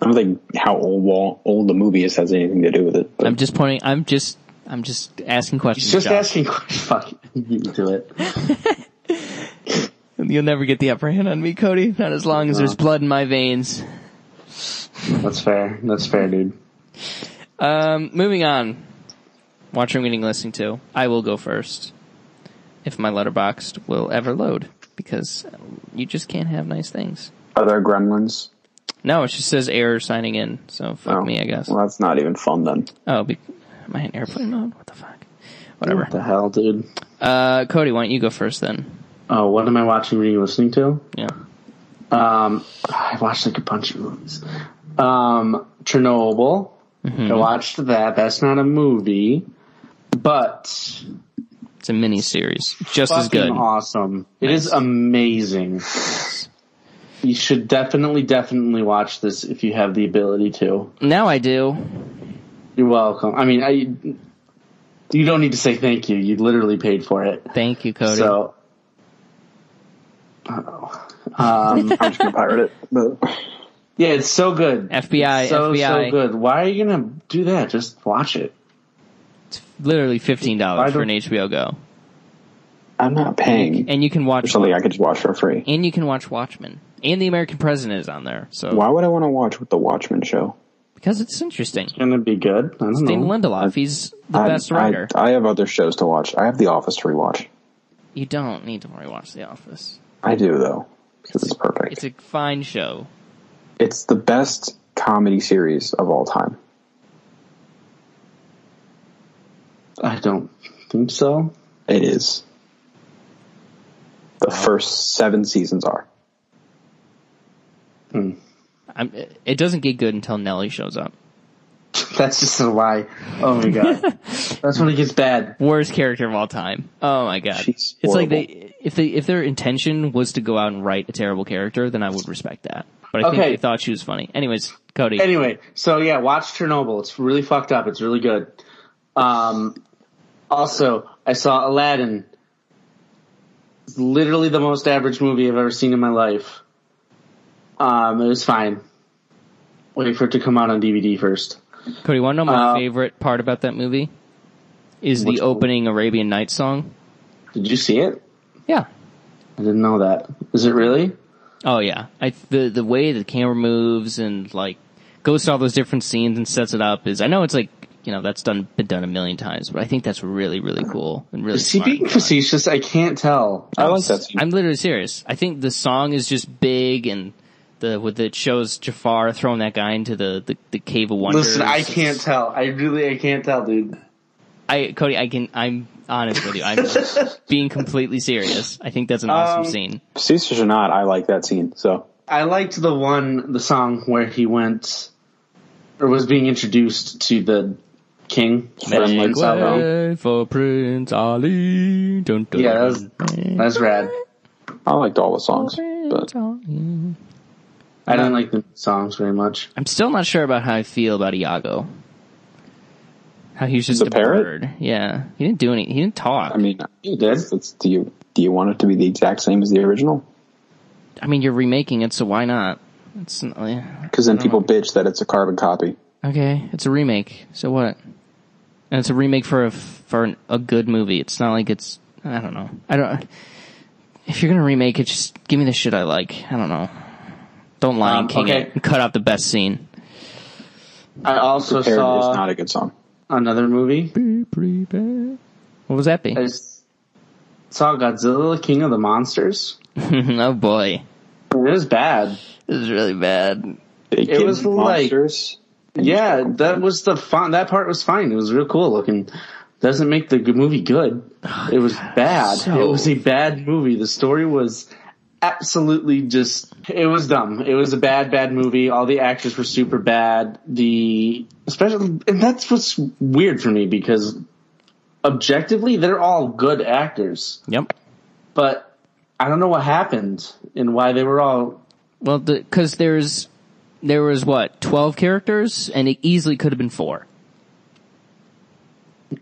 [SPEAKER 4] I don't think how old wa- old the movie is has anything to do with it. But
[SPEAKER 2] I'm just pointing. I'm just. I'm just asking questions.
[SPEAKER 3] He's just
[SPEAKER 2] Josh.
[SPEAKER 3] asking questions. Fuck, it. you do it.
[SPEAKER 2] You'll never get the upper hand on me, Cody. Not as long as there's blood in my veins.
[SPEAKER 3] That's fair. That's fair, dude.
[SPEAKER 2] Um, moving on. Watching, reading, listening to. I will go first. If my letterboxed will ever load. Because you just can't have nice things.
[SPEAKER 4] are there gremlins?
[SPEAKER 2] No, it just says error signing in. So fuck
[SPEAKER 3] Oh.
[SPEAKER 2] me, I guess.
[SPEAKER 4] Well, that's not even fun then.
[SPEAKER 2] Oh, be- am I in airplane mode? What the fuck? Whatever.
[SPEAKER 3] What the hell, dude?
[SPEAKER 2] Uh, Cody, why don't you go first then?
[SPEAKER 3] Oh, what am I watching? Reading, listening to?
[SPEAKER 2] Yeah.
[SPEAKER 3] Um, I watched like a bunch of movies. Um, Chernobyl.
[SPEAKER 2] Mm-hmm.
[SPEAKER 3] I watched that. That's not a movie, but
[SPEAKER 2] It's a mini series. Just as
[SPEAKER 3] fucking
[SPEAKER 2] good.
[SPEAKER 3] awesome. It is amazing. You should definitely, definitely watch this if you have the ability to.
[SPEAKER 2] Now I do.
[SPEAKER 3] You're welcome. I mean, I you don't need to say thank you. You literally paid for it.
[SPEAKER 2] Thank you, Cody.
[SPEAKER 3] So
[SPEAKER 4] I'm just gonna pirate it. But
[SPEAKER 3] yeah, it's so good.
[SPEAKER 2] FBI,
[SPEAKER 3] so
[SPEAKER 2] FBI.
[SPEAKER 3] so good. Why are you gonna do that? Just watch it.
[SPEAKER 2] Literally fifteen
[SPEAKER 3] Why
[SPEAKER 2] dollars for an
[SPEAKER 3] don't-
[SPEAKER 2] HBO Go,
[SPEAKER 4] I'm not paying
[SPEAKER 2] and you can
[SPEAKER 4] for
[SPEAKER 2] watch
[SPEAKER 4] something I could just watch for free.
[SPEAKER 2] and you can watch Watchmen, and the American President is on there. So
[SPEAKER 4] Why would I want to watch the Watchmen show?
[SPEAKER 2] because it's interesting,
[SPEAKER 3] Gonna be good. I don't
[SPEAKER 2] Damon
[SPEAKER 3] know.
[SPEAKER 2] Lindelof, he's the
[SPEAKER 4] I-
[SPEAKER 2] best writer.
[SPEAKER 4] I, I have other shows to watch. I have The Office to rewatch.
[SPEAKER 2] you don't need to worry watch The Office.
[SPEAKER 4] I do though because it's perfect.
[SPEAKER 2] It's a fine show.
[SPEAKER 4] It's the best comedy series of all time.
[SPEAKER 3] I don't think so.
[SPEAKER 4] It is. The first seven seasons are.
[SPEAKER 2] I'm, it doesn't get good until Nelly shows up.
[SPEAKER 3] That's just a lie. Oh my god. That's when it gets bad.
[SPEAKER 2] Worst character of all time. Oh my god!
[SPEAKER 4] She's
[SPEAKER 2] it's like
[SPEAKER 4] horrible.
[SPEAKER 2] they if they if their intention was to go out and write a terrible character, then I would respect that. But I think
[SPEAKER 3] Okay.
[SPEAKER 2] they thought she was funny. Anyways, Cody,
[SPEAKER 3] Anyway, so yeah, watch Chernobyl. It's really fucked up. It's really good. Um, also, I saw Aladdin. It's literally the most average movie I've ever seen in my life. Um, it was fine. Wait for it to come out on DVD first.
[SPEAKER 2] Cody, want to know my
[SPEAKER 3] Uh,
[SPEAKER 2] favorite part about that movie? Is the
[SPEAKER 3] Which one?
[SPEAKER 2] opening Arabian Nights song?
[SPEAKER 3] Did you see it?
[SPEAKER 2] Yeah.
[SPEAKER 3] I didn't know that. Is it really?
[SPEAKER 2] Oh yeah. I the the way the camera moves and like goes to all those different scenes and sets it up is I know it's like you know that's done been done a million times, but I think that's really really cool and really
[SPEAKER 3] Is he
[SPEAKER 2] smart.
[SPEAKER 3] being facetious? I can't tell.
[SPEAKER 4] I like that. scene.
[SPEAKER 2] I'm literally serious. I think the song is just big and the with it shows Jafar throwing that guy into the the, the cave of wonders.
[SPEAKER 3] Listen, I can't tell. I really, I can't tell, dude.
[SPEAKER 2] I Cody, I can. I'm honest with you. I'm being completely serious. I think that's an awesome
[SPEAKER 3] Um,
[SPEAKER 2] scene.
[SPEAKER 4] Sisters or not, I like that scene. So
[SPEAKER 3] I liked the one, the song where he went, or was being introduced to the king from like
[SPEAKER 4] um,
[SPEAKER 3] Salvo.
[SPEAKER 2] for Prince Ali. Dun, dun,
[SPEAKER 3] Yeah, that was- That's rad.
[SPEAKER 4] I liked all the songs, but
[SPEAKER 3] I don't like the songs very much.
[SPEAKER 2] I'm still not sure about how I feel about Iago. How he was just
[SPEAKER 4] The
[SPEAKER 2] a
[SPEAKER 4] parrot?
[SPEAKER 2] bird. Yeah, he didn't do any. He didn't talk.
[SPEAKER 4] I mean,
[SPEAKER 3] You did.
[SPEAKER 4] it's, do you do you want it to be the exact same as the original?
[SPEAKER 2] I mean, you're remaking it, so why not? It's n- oh, yeah.
[SPEAKER 4] Because then
[SPEAKER 3] Mm-hmm.
[SPEAKER 4] people bitch that it's a carbon copy.
[SPEAKER 2] okay. It's a remake, so what? And it's a remake for a f- for an, a good movie. It's not like it's I don't know. I don't. If you're gonna remake it, just give me the shit I like. I don't know. Don't Lion
[SPEAKER 3] Um,
[SPEAKER 2] King
[SPEAKER 3] okay.
[SPEAKER 2] it. and Cut out the best scene.
[SPEAKER 3] I also
[SPEAKER 4] Parrot
[SPEAKER 3] saw
[SPEAKER 4] is not a good song.
[SPEAKER 3] another movie.
[SPEAKER 2] What was that be?
[SPEAKER 3] I s- saw Godzilla, King of the Monsters.
[SPEAKER 2] oh boy,
[SPEAKER 3] It was bad.
[SPEAKER 2] this is really bad.
[SPEAKER 4] They give
[SPEAKER 3] was like-
[SPEAKER 4] monsters.
[SPEAKER 3] Yeah, that was the fun. That part was fine. It was real cool looking. Doesn't make the g- movie good. It was bad.
[SPEAKER 2] so-
[SPEAKER 3] It was a bad movie. The story was absolutely just. It was dumb. It was a bad, bad movie. All the actors were super bad. The especially, and that's what's weird for me because objectively, they're all good actors,
[SPEAKER 2] Yep.
[SPEAKER 3] but I don't know what happened and why they were all.
[SPEAKER 2] Well, because there's there was what twelve characters, and it easily could have been four.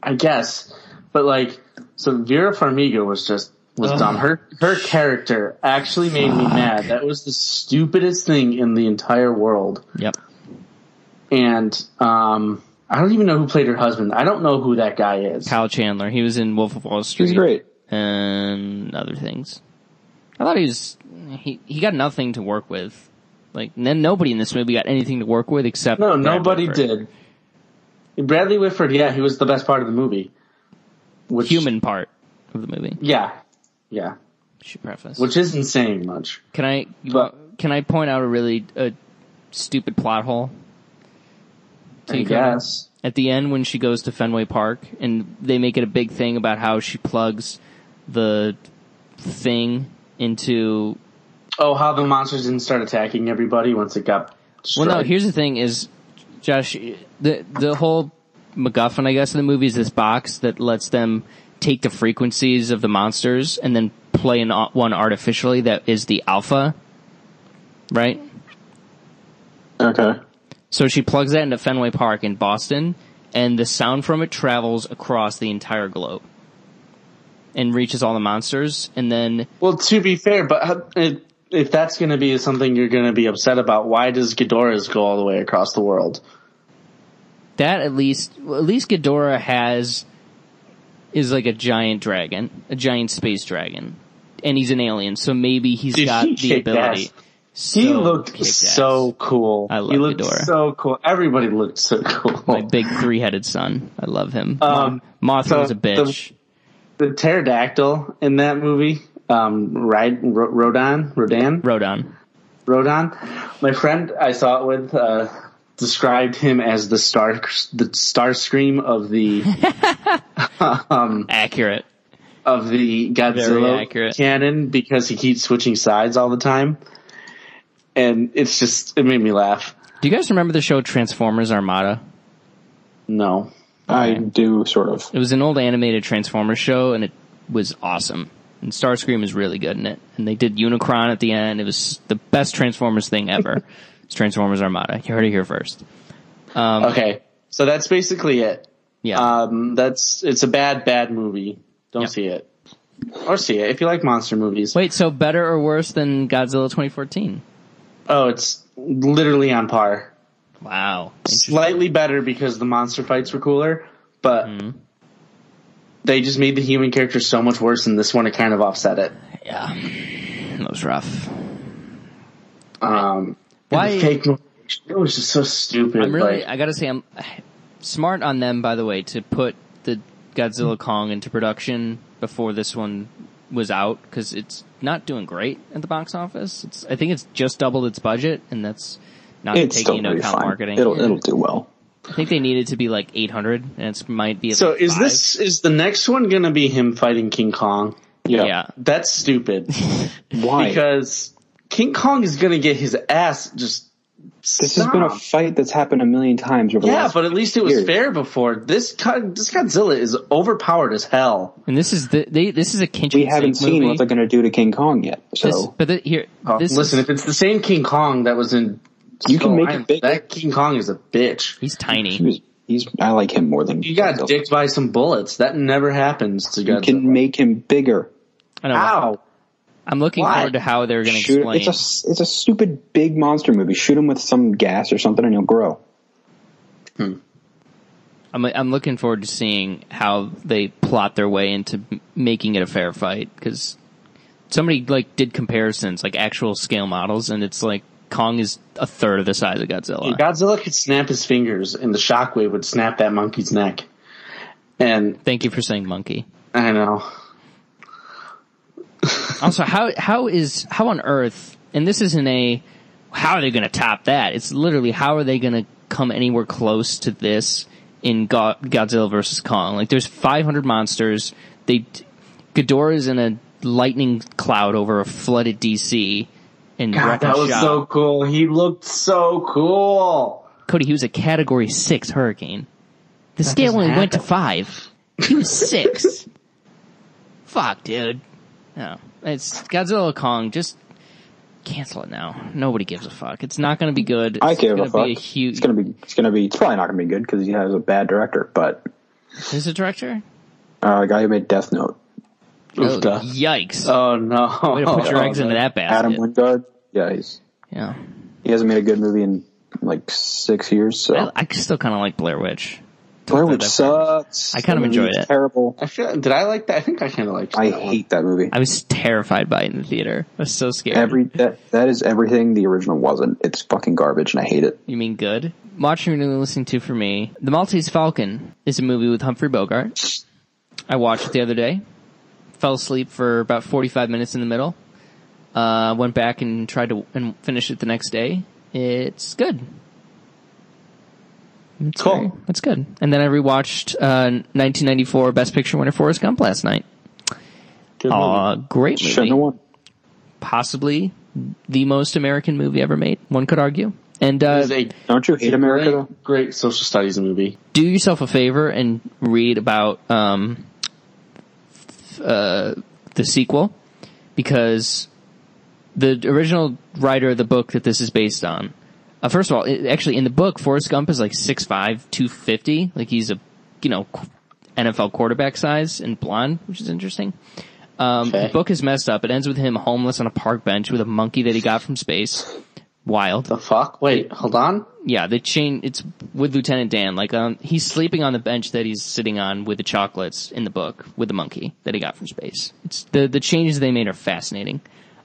[SPEAKER 3] I guess. But like, so Vera Farmiga was just was
[SPEAKER 2] Oh.
[SPEAKER 3] dumb. Her her character actually made me mad. That was the stupidest thing in the entire world.
[SPEAKER 2] Yep.
[SPEAKER 3] And um, I don't even know who played her husband. I don't know who that guy is.
[SPEAKER 2] Kyle Chandler. He was in Wolf of Wall Street.
[SPEAKER 4] He's great.
[SPEAKER 2] and other things. I thought he was he he got nothing to work with. Like then nobody in this movie got anything to work with except
[SPEAKER 3] no,
[SPEAKER 2] Brad
[SPEAKER 3] nobody
[SPEAKER 2] Whitford.
[SPEAKER 3] did. Bradley Whitford, yeah, he was the best part of the movie. Which
[SPEAKER 2] human part of the movie.
[SPEAKER 3] yeah, yeah,
[SPEAKER 2] Should preface.
[SPEAKER 3] which isn't saying much.
[SPEAKER 2] can I
[SPEAKER 3] But-
[SPEAKER 2] can I point out a really a stupid plot hole? to
[SPEAKER 3] I
[SPEAKER 2] you, Cody?
[SPEAKER 3] guess.
[SPEAKER 2] at the end when she goes to Fenway Park and they make it a big thing about how she plugs the thing into
[SPEAKER 3] Oh, how the monsters didn't start attacking everybody once it got.
[SPEAKER 2] Well, no,
[SPEAKER 3] destroyed.
[SPEAKER 2] here's the thing is, Josh, the, the whole MacGuffin, I guess, of the movie is this box that lets them take the frequencies of the monsters and then play an, au- one artificially that is the alpha, right?
[SPEAKER 4] Okay.
[SPEAKER 2] So she plugs that into Fenway Park in Boston, and the sound from it travels across the entire globe and reaches all the monsters, and then
[SPEAKER 3] Well, to be fair, but how- it, if that's going to be something you're going to be upset about, why does Ghidorah's go all the way across the world?
[SPEAKER 2] that at least well, at least Ghidorah has is like a giant dragon, a giant space dragon, and he's an alien, so maybe he's
[SPEAKER 3] Dude,
[SPEAKER 2] got
[SPEAKER 3] he
[SPEAKER 2] the
[SPEAKER 3] kicked
[SPEAKER 2] ability.
[SPEAKER 3] ass. He
[SPEAKER 2] So
[SPEAKER 3] looked
[SPEAKER 2] kicked ass.
[SPEAKER 3] so cool.
[SPEAKER 2] I love
[SPEAKER 3] he looked
[SPEAKER 2] Ghidorah.
[SPEAKER 3] so cool. Everybody looked so cool.
[SPEAKER 2] my big three headed son. I love him.
[SPEAKER 3] Um,
[SPEAKER 2] Mothra was
[SPEAKER 3] so
[SPEAKER 2] a bitch.
[SPEAKER 3] the pterodactyl in that movie, um, Ride, Ro- Rodan, Rodan,
[SPEAKER 2] Rodan.
[SPEAKER 3] Rodan. My friend I saw it with uh, described him as the star, the star scream of the
[SPEAKER 2] Accurate.
[SPEAKER 3] of the Godzilla
[SPEAKER 2] accurate.
[SPEAKER 3] canon because he keeps switching sides all the time. And it's just, it made me laugh.
[SPEAKER 2] Do you guys remember the show Transformers Armada?
[SPEAKER 3] No.
[SPEAKER 4] I do sort of.
[SPEAKER 2] It was an old animated Transformers show, and it was awesome. And Starscream is really good in it. And they did Unicron at the end. It was the best Transformers thing ever. it's Transformers Armada. You heard it here first. Um,
[SPEAKER 3] Okay. So that's basically it.
[SPEAKER 2] Yeah.
[SPEAKER 3] Um, that's, it's a bad, bad movie. Don't
[SPEAKER 2] Yep.
[SPEAKER 3] see it. Or see it if you like monster movies.
[SPEAKER 2] Wait, so better or worse than Godzilla 2014?
[SPEAKER 3] Oh, it's literally on par.
[SPEAKER 2] Wow.
[SPEAKER 3] Slightly better because the monster fights were cooler, but
[SPEAKER 2] Mm-hmm.
[SPEAKER 3] they just made the human character so much worse in this one. It kind of offset it.
[SPEAKER 2] Yeah. That was rough.
[SPEAKER 3] Um,
[SPEAKER 2] Why?
[SPEAKER 3] the fake motivation- It was just so stupid.
[SPEAKER 2] I'm really,
[SPEAKER 3] like-
[SPEAKER 2] I gotta say, I'm smart on them, by the way, to put the Godzilla Kong into production before this one was out, cause it's not doing great at the box office. It's, I think it's just doubled its budget, and that's not
[SPEAKER 4] It's
[SPEAKER 2] taking
[SPEAKER 4] still
[SPEAKER 2] into
[SPEAKER 4] pretty
[SPEAKER 2] account
[SPEAKER 4] fine.
[SPEAKER 2] marketing.
[SPEAKER 4] It'll it'll do well.
[SPEAKER 2] I think they needed to be like 800, and it's might be at
[SPEAKER 3] So
[SPEAKER 2] like
[SPEAKER 3] is
[SPEAKER 2] five.
[SPEAKER 3] this is the next one going to be him fighting King Kong?
[SPEAKER 4] Yeah.
[SPEAKER 2] Yeah.
[SPEAKER 3] That's stupid
[SPEAKER 4] Why?
[SPEAKER 3] because King Kong is going to get his ass just
[SPEAKER 4] This has been a fight that's happened a million times over the
[SPEAKER 3] yeah,
[SPEAKER 4] last.
[SPEAKER 3] but at least it was
[SPEAKER 4] Here.
[SPEAKER 3] fair before. This God, this Godzilla is overpowered as hell.
[SPEAKER 2] And this is the they this is a kitchen.
[SPEAKER 4] we haven't
[SPEAKER 2] sink
[SPEAKER 4] seen
[SPEAKER 2] movie.
[SPEAKER 4] what Oh, they're going to do to King Kong yet. So
[SPEAKER 2] This- but the, here, this
[SPEAKER 3] Listen,
[SPEAKER 2] is,
[SPEAKER 3] if it's the same King Kong that was in,
[SPEAKER 4] You can
[SPEAKER 3] Oh,
[SPEAKER 4] make
[SPEAKER 3] I
[SPEAKER 4] it
[SPEAKER 3] am-
[SPEAKER 4] bigger.
[SPEAKER 3] That King Kong is a bitch.
[SPEAKER 2] he's
[SPEAKER 4] he
[SPEAKER 2] tiny.
[SPEAKER 4] was, he's. I like him more than
[SPEAKER 3] You got
[SPEAKER 4] Godzilla.
[SPEAKER 3] dicked by some bullets. That never happens to
[SPEAKER 4] You
[SPEAKER 3] Godzilla.
[SPEAKER 4] can make him bigger.
[SPEAKER 2] I don't know.
[SPEAKER 3] Ow!
[SPEAKER 2] I'm looking
[SPEAKER 3] Why?
[SPEAKER 2] forward to how they're going to
[SPEAKER 4] Shoot,
[SPEAKER 2] explain.
[SPEAKER 4] it's a it's a stupid big monster movie. Shoot him with some gas or something, and he'll grow.
[SPEAKER 2] I'm I'm looking forward to seeing how they plot their way into m- making it a fair fight because somebody like did comparisons like actual scale models and it's like Kong is a third of the size of Godzilla.
[SPEAKER 3] Godzilla could snap his fingers, and the shockwave would snap that monkey's neck. And
[SPEAKER 2] Thank you for saying monkey.
[SPEAKER 3] I know
[SPEAKER 2] Also, how how is how on earth? And this isn't a how are they going to top that? It's literally how are they going to come anywhere close to this in Go- Godzilla versus Kong? Like, there's 500 monsters. They Ghidorah is in a lightning cloud over a flooded DC. And
[SPEAKER 3] God, that was so cool. He looked so cool.
[SPEAKER 2] Cody. He was a Category Six hurricane. The scale only went to five. He was six. Fuck, dude. No, it's Godzilla Kong. Just cancel it now. Nobody gives a fuck. It's not going to be good.
[SPEAKER 4] I
[SPEAKER 2] It's
[SPEAKER 4] care
[SPEAKER 2] gonna
[SPEAKER 4] a fuck.
[SPEAKER 2] Be a huge.
[SPEAKER 4] It's gonna be. It's gonna be. It's probably not gonna be good because he has a bad director. But
[SPEAKER 2] Is the director?
[SPEAKER 4] uh, the guy who made Death Note,
[SPEAKER 2] Oh,
[SPEAKER 3] Oofta.
[SPEAKER 2] yikes!
[SPEAKER 3] Oh no!
[SPEAKER 2] Way to put your eggs into that basket.
[SPEAKER 4] oh, Adam Wingard. Yeah, he's
[SPEAKER 2] yeah,
[SPEAKER 4] he hasn't made a good movie in like six years. So
[SPEAKER 2] I, I still kind of like Blair Witch.
[SPEAKER 4] Blair
[SPEAKER 2] thought
[SPEAKER 4] Witch
[SPEAKER 2] that-
[SPEAKER 4] sucks.
[SPEAKER 2] I kind of
[SPEAKER 4] That
[SPEAKER 2] enjoyed
[SPEAKER 4] movie's
[SPEAKER 2] it.
[SPEAKER 4] Terrible.
[SPEAKER 3] I feel. Did I like that? I think I kind of liked.
[SPEAKER 4] I
[SPEAKER 3] that one.
[SPEAKER 4] hate that movie.
[SPEAKER 2] I was terrified by it in the theater. I was so scared.
[SPEAKER 4] Every that that is everything the original wasn't. It's fucking garbage, and I hate it.
[SPEAKER 2] You mean good? Watching and listening to for me, The Maltese Falcon is a movie with Humphrey Bogart. I watched it the other day. Fell asleep for about 45 minutes in the middle. Uh, went back and tried to and finish it the next day. It's good. It's
[SPEAKER 3] Cool.
[SPEAKER 2] very- it's good. And then I rewatched, uh, 1994 Best Picture winner Forrest Gump last night.
[SPEAKER 3] Good movie.
[SPEAKER 4] Oh,
[SPEAKER 2] Aw, great movie
[SPEAKER 4] Shouldn't have won.
[SPEAKER 2] possibly the most American movie ever made. One could argue. And uh,
[SPEAKER 3] It's a
[SPEAKER 4] Don't you hate America? though?
[SPEAKER 3] great, great social studies movie.
[SPEAKER 2] do yourself a favor and read about um, uh, the sequel because the original writer of the book that this is based on. Uh, first of all, it, actually, in the book, Forrest Gump is like 6'5", 250. Like he's a you know qu- NFL quarterback size and blonde, which is interesting. Um,
[SPEAKER 3] Okay.
[SPEAKER 2] The book is messed up. It ends with him homeless on a park bench with a monkey that he got from space. Wild
[SPEAKER 3] The fuck? Wait, hold on.
[SPEAKER 2] yeah, the chain, it's with Lieutenant Dan. Like, um, he's sleeping on the bench that he's sitting on with the chocolates in the book with the monkey that he got from space. It's the, the changes they made are fascinating.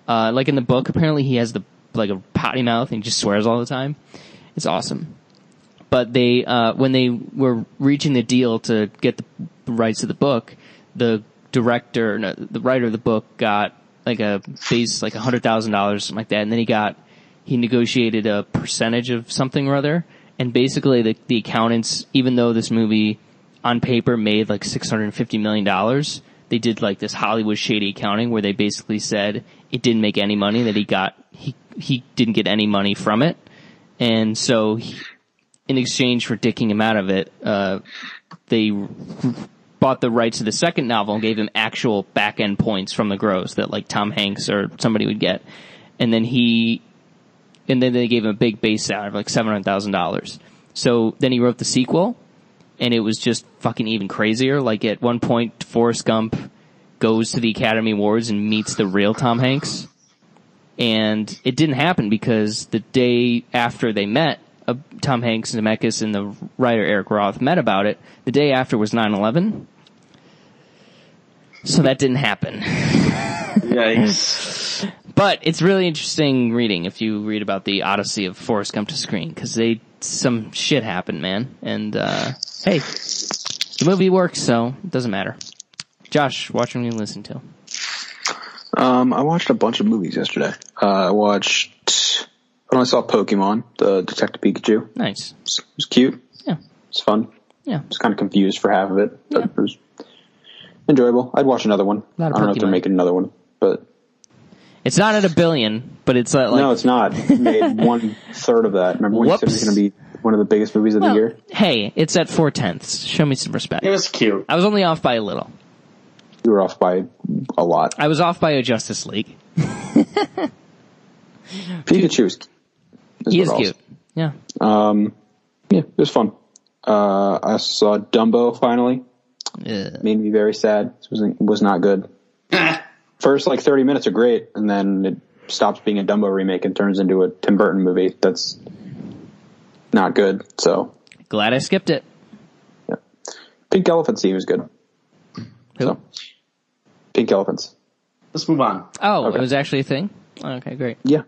[SPEAKER 2] Uh, like in the book, apparently he has the, like a potty mouth and he just swears all the time. It's awesome. But they, uh, when they were reaching the deal to get the rights to the book, the director, no, the writer of the book got like a base, like a hundred thousand dollars, something like that. And then he got, he negotiated a percentage of something or other. And basically the, the accountants, even though this movie on paper made like $650 million, they did like this Hollywood shady accounting where they basically said it didn't make any money that he got, he, he didn't get any money from it. And so he- in exchange for dicking him out of it, uh, they bought the rights to the second novel and gave him actual back end points from the gross that like Tom Hanks or somebody would get. And then he, and then they gave him a big base salary of like $700,000. So then he wrote the sequel and it was just fucking even crazier. Like at one point, Forrest Gump goes to the Academy Awards and meets the real Tom Hanks and it didn't happen because the day after they met, uh, Tom Hanks, Zemeckis, and the writer Eric Roth met about it. The day after was 9-11. So that didn't happen.
[SPEAKER 3] Yikes.
[SPEAKER 2] But it's really interesting reading if you read about the odyssey of Forrest Gump to screen because they, some shit happened, man. And, uh, hey, the movie works, so it doesn't matter. Josh, watch what you listen to.
[SPEAKER 4] Um, I watched a bunch of movies yesterday. Uh, I watched. I only saw Pokemon, the Detective Pikachu.
[SPEAKER 2] Nice.
[SPEAKER 4] It was cute.
[SPEAKER 2] Yeah.
[SPEAKER 4] It's fun.
[SPEAKER 2] Yeah.
[SPEAKER 4] was kind of confused for half of it, but
[SPEAKER 2] Yeah.
[SPEAKER 4] it was enjoyable. I'd watch another one. I
[SPEAKER 2] Not a
[SPEAKER 4] don't know if they're
[SPEAKER 2] Pokemon.
[SPEAKER 4] making another one, but
[SPEAKER 2] It's not at a billion, but it's at like
[SPEAKER 4] no, it's not. It made one third of that. Remember when you said it was
[SPEAKER 2] Whoops.
[SPEAKER 4] going to be one of the biggest movies of
[SPEAKER 2] Well,
[SPEAKER 4] the year?
[SPEAKER 2] Oh. Hey, it's at four tenths. Show me some respect.
[SPEAKER 3] It was cute.
[SPEAKER 2] I was only off by a little.
[SPEAKER 4] You were off by a lot.
[SPEAKER 2] I was off by a Justice League.
[SPEAKER 4] Pikachu is, is
[SPEAKER 2] He
[SPEAKER 4] what
[SPEAKER 2] is
[SPEAKER 4] else.
[SPEAKER 2] cute. Yeah.
[SPEAKER 4] Um, yeah, it was fun. Uh, I saw Dumbo finally.
[SPEAKER 2] Ugh.
[SPEAKER 4] Made me very sad. It was, was not good. First, like thirty minutes are great, and then it stops being a Dumbo remake and turns into a Tim Burton movie. That's not good. So,
[SPEAKER 2] Glad I skipped it.
[SPEAKER 4] yeah. Pink Elephant scene was good.
[SPEAKER 2] Who?
[SPEAKER 4] So, Pink Elephants.
[SPEAKER 3] Let's move on.
[SPEAKER 2] oh,
[SPEAKER 4] okay.
[SPEAKER 2] it was actually a thing. Okay, great.
[SPEAKER 4] Yeah.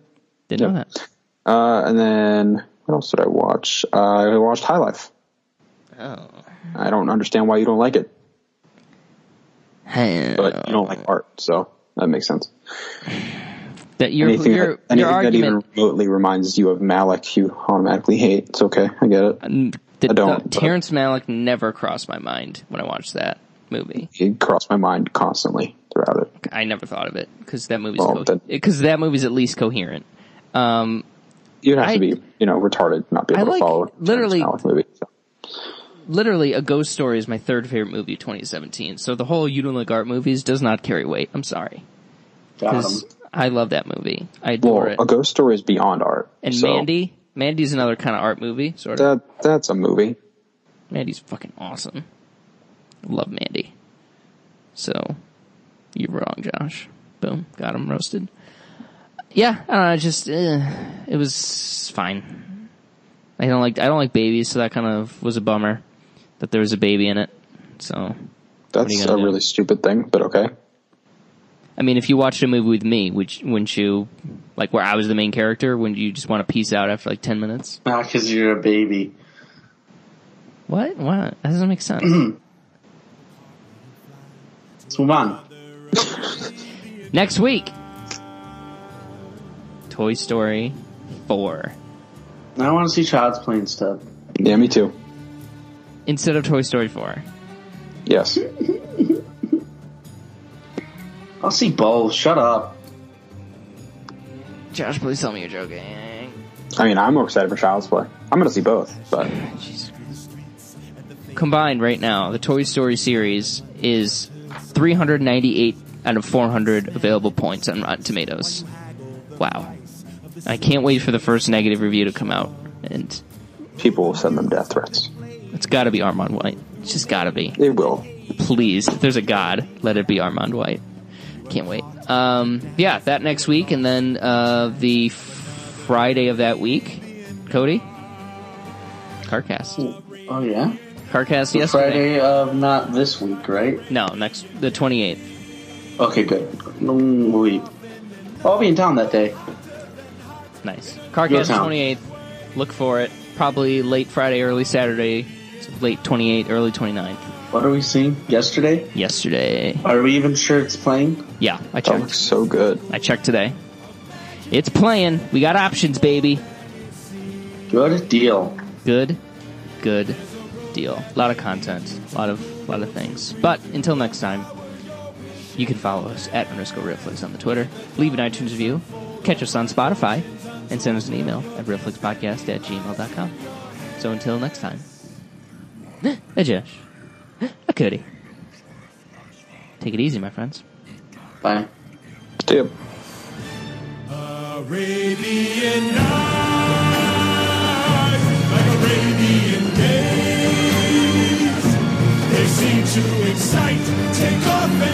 [SPEAKER 2] Didn't know
[SPEAKER 4] Yep.
[SPEAKER 2] that.
[SPEAKER 4] Uh, and then what else did I watch? Uh, I watched High Life.
[SPEAKER 2] Oh.
[SPEAKER 4] I don't understand why you don't like it,
[SPEAKER 2] Hey,
[SPEAKER 4] but you don't
[SPEAKER 2] Uh,
[SPEAKER 4] like art, so that makes sense.
[SPEAKER 2] that your
[SPEAKER 4] anything
[SPEAKER 2] your
[SPEAKER 4] that, anything
[SPEAKER 2] your
[SPEAKER 4] that
[SPEAKER 2] argument
[SPEAKER 4] even remotely reminds you of Malik, you automatically hate. It's okay, I get it.
[SPEAKER 2] that
[SPEAKER 4] I don't, but-
[SPEAKER 2] Terrence Malick never crossed my mind when I watched that movie.
[SPEAKER 4] It crossed my mind constantly throughout it.
[SPEAKER 2] I never thought of it because that movie's
[SPEAKER 4] Well,
[SPEAKER 2] because that movie's at least coherent. Um,
[SPEAKER 4] You'd have
[SPEAKER 2] I-
[SPEAKER 4] to be, you know, retarded not be able
[SPEAKER 2] I
[SPEAKER 4] to
[SPEAKER 2] like-
[SPEAKER 4] follow a
[SPEAKER 2] literally-
[SPEAKER 4] Malick movie. So.
[SPEAKER 2] literally, A Ghost Story is my third favorite movie of 2017. So the whole you don't like art movies does not carry weight. I'm sorry.
[SPEAKER 3] Got
[SPEAKER 2] 'Cause
[SPEAKER 3] him.
[SPEAKER 2] I love that movie. I adore
[SPEAKER 4] Well,
[SPEAKER 2] it.
[SPEAKER 4] a ghost story is beyond art.
[SPEAKER 2] And
[SPEAKER 4] so
[SPEAKER 2] Mandy, Mandy's another kind of art movie, sort of.
[SPEAKER 4] that that's a movie.
[SPEAKER 2] Mandy's fucking awesome. Love Mandy. So, you're wrong, Josh. Boom, got him roasted. Yeah, I don't know, just eh, it was fine. I don't like I don't like babies, so that kind of was a bummer that there was a baby in it. So, are you
[SPEAKER 4] That's a
[SPEAKER 2] gonna do?
[SPEAKER 4] really stupid thing, but okay.
[SPEAKER 2] I mean, if you watched a movie with me, which wouldn't you like where I was the main character, wouldn't you just want to peace out after like ten minutes?
[SPEAKER 3] Not because Ah, you're a baby.
[SPEAKER 2] What? What? That doesn't make sense.
[SPEAKER 3] Let's move on.
[SPEAKER 2] Next week, Toy Story Four.
[SPEAKER 3] I want to see Child's Play instead.
[SPEAKER 4] Yeah, me too.
[SPEAKER 2] instead of Toy Story 4.
[SPEAKER 4] Yes.
[SPEAKER 3] I'll see both. Shut up.
[SPEAKER 2] Josh, please tell me you're joking.
[SPEAKER 4] I mean, I'm more excited for Child's Play. I'm going to see both, but
[SPEAKER 2] Jesus Christ. Combined right now, the Toy Story series is 398 out of 400 available points on Rotten Tomatoes. Wow. I can't wait for the first negative review to come out. And
[SPEAKER 4] people will send them death threats.
[SPEAKER 2] it's gotta be Armand White. It's just gotta be.
[SPEAKER 4] They will.
[SPEAKER 2] please, if there's a God, let it be Armand White. Can't wait. Um, yeah, that next week, and then uh, the Friday of that week, Cody. Carcast.
[SPEAKER 3] Oh yeah.
[SPEAKER 2] Carcast yesterday.
[SPEAKER 3] Friday of not this week, right?
[SPEAKER 2] No, next the twenty eighth.
[SPEAKER 3] Okay, good. Mm, Wait. I'll be in town that day.
[SPEAKER 2] Nice.
[SPEAKER 3] Your
[SPEAKER 2] Carcast
[SPEAKER 3] town.
[SPEAKER 2] twenty eighth. Look for it. Probably late Friday, early Saturday. So Late twenty eighth, early 29th.
[SPEAKER 3] What are we seeing? Yesterday?
[SPEAKER 2] Yesterday.
[SPEAKER 3] Are we even sure it's playing?
[SPEAKER 2] Yeah, I
[SPEAKER 4] That
[SPEAKER 2] checked.
[SPEAKER 4] looks so good.
[SPEAKER 3] Oh.
[SPEAKER 2] I checked today. It's playing. We got options, baby.
[SPEAKER 3] Good deal.
[SPEAKER 2] good, good deal. A lot of content, a lot of lot of things. But until next time, you can follow us at underscore Rifflix on the Twitter, leave an iTunes review, catch us on Spotify, and send us an email at rifflixpodcast at gmail.com. So until next time, a Josh, a Cody. Take it easy, my friends.
[SPEAKER 3] Bye.
[SPEAKER 4] Yep.
[SPEAKER 6] Arabian nights, like Arabian days, they seem to excite. Take off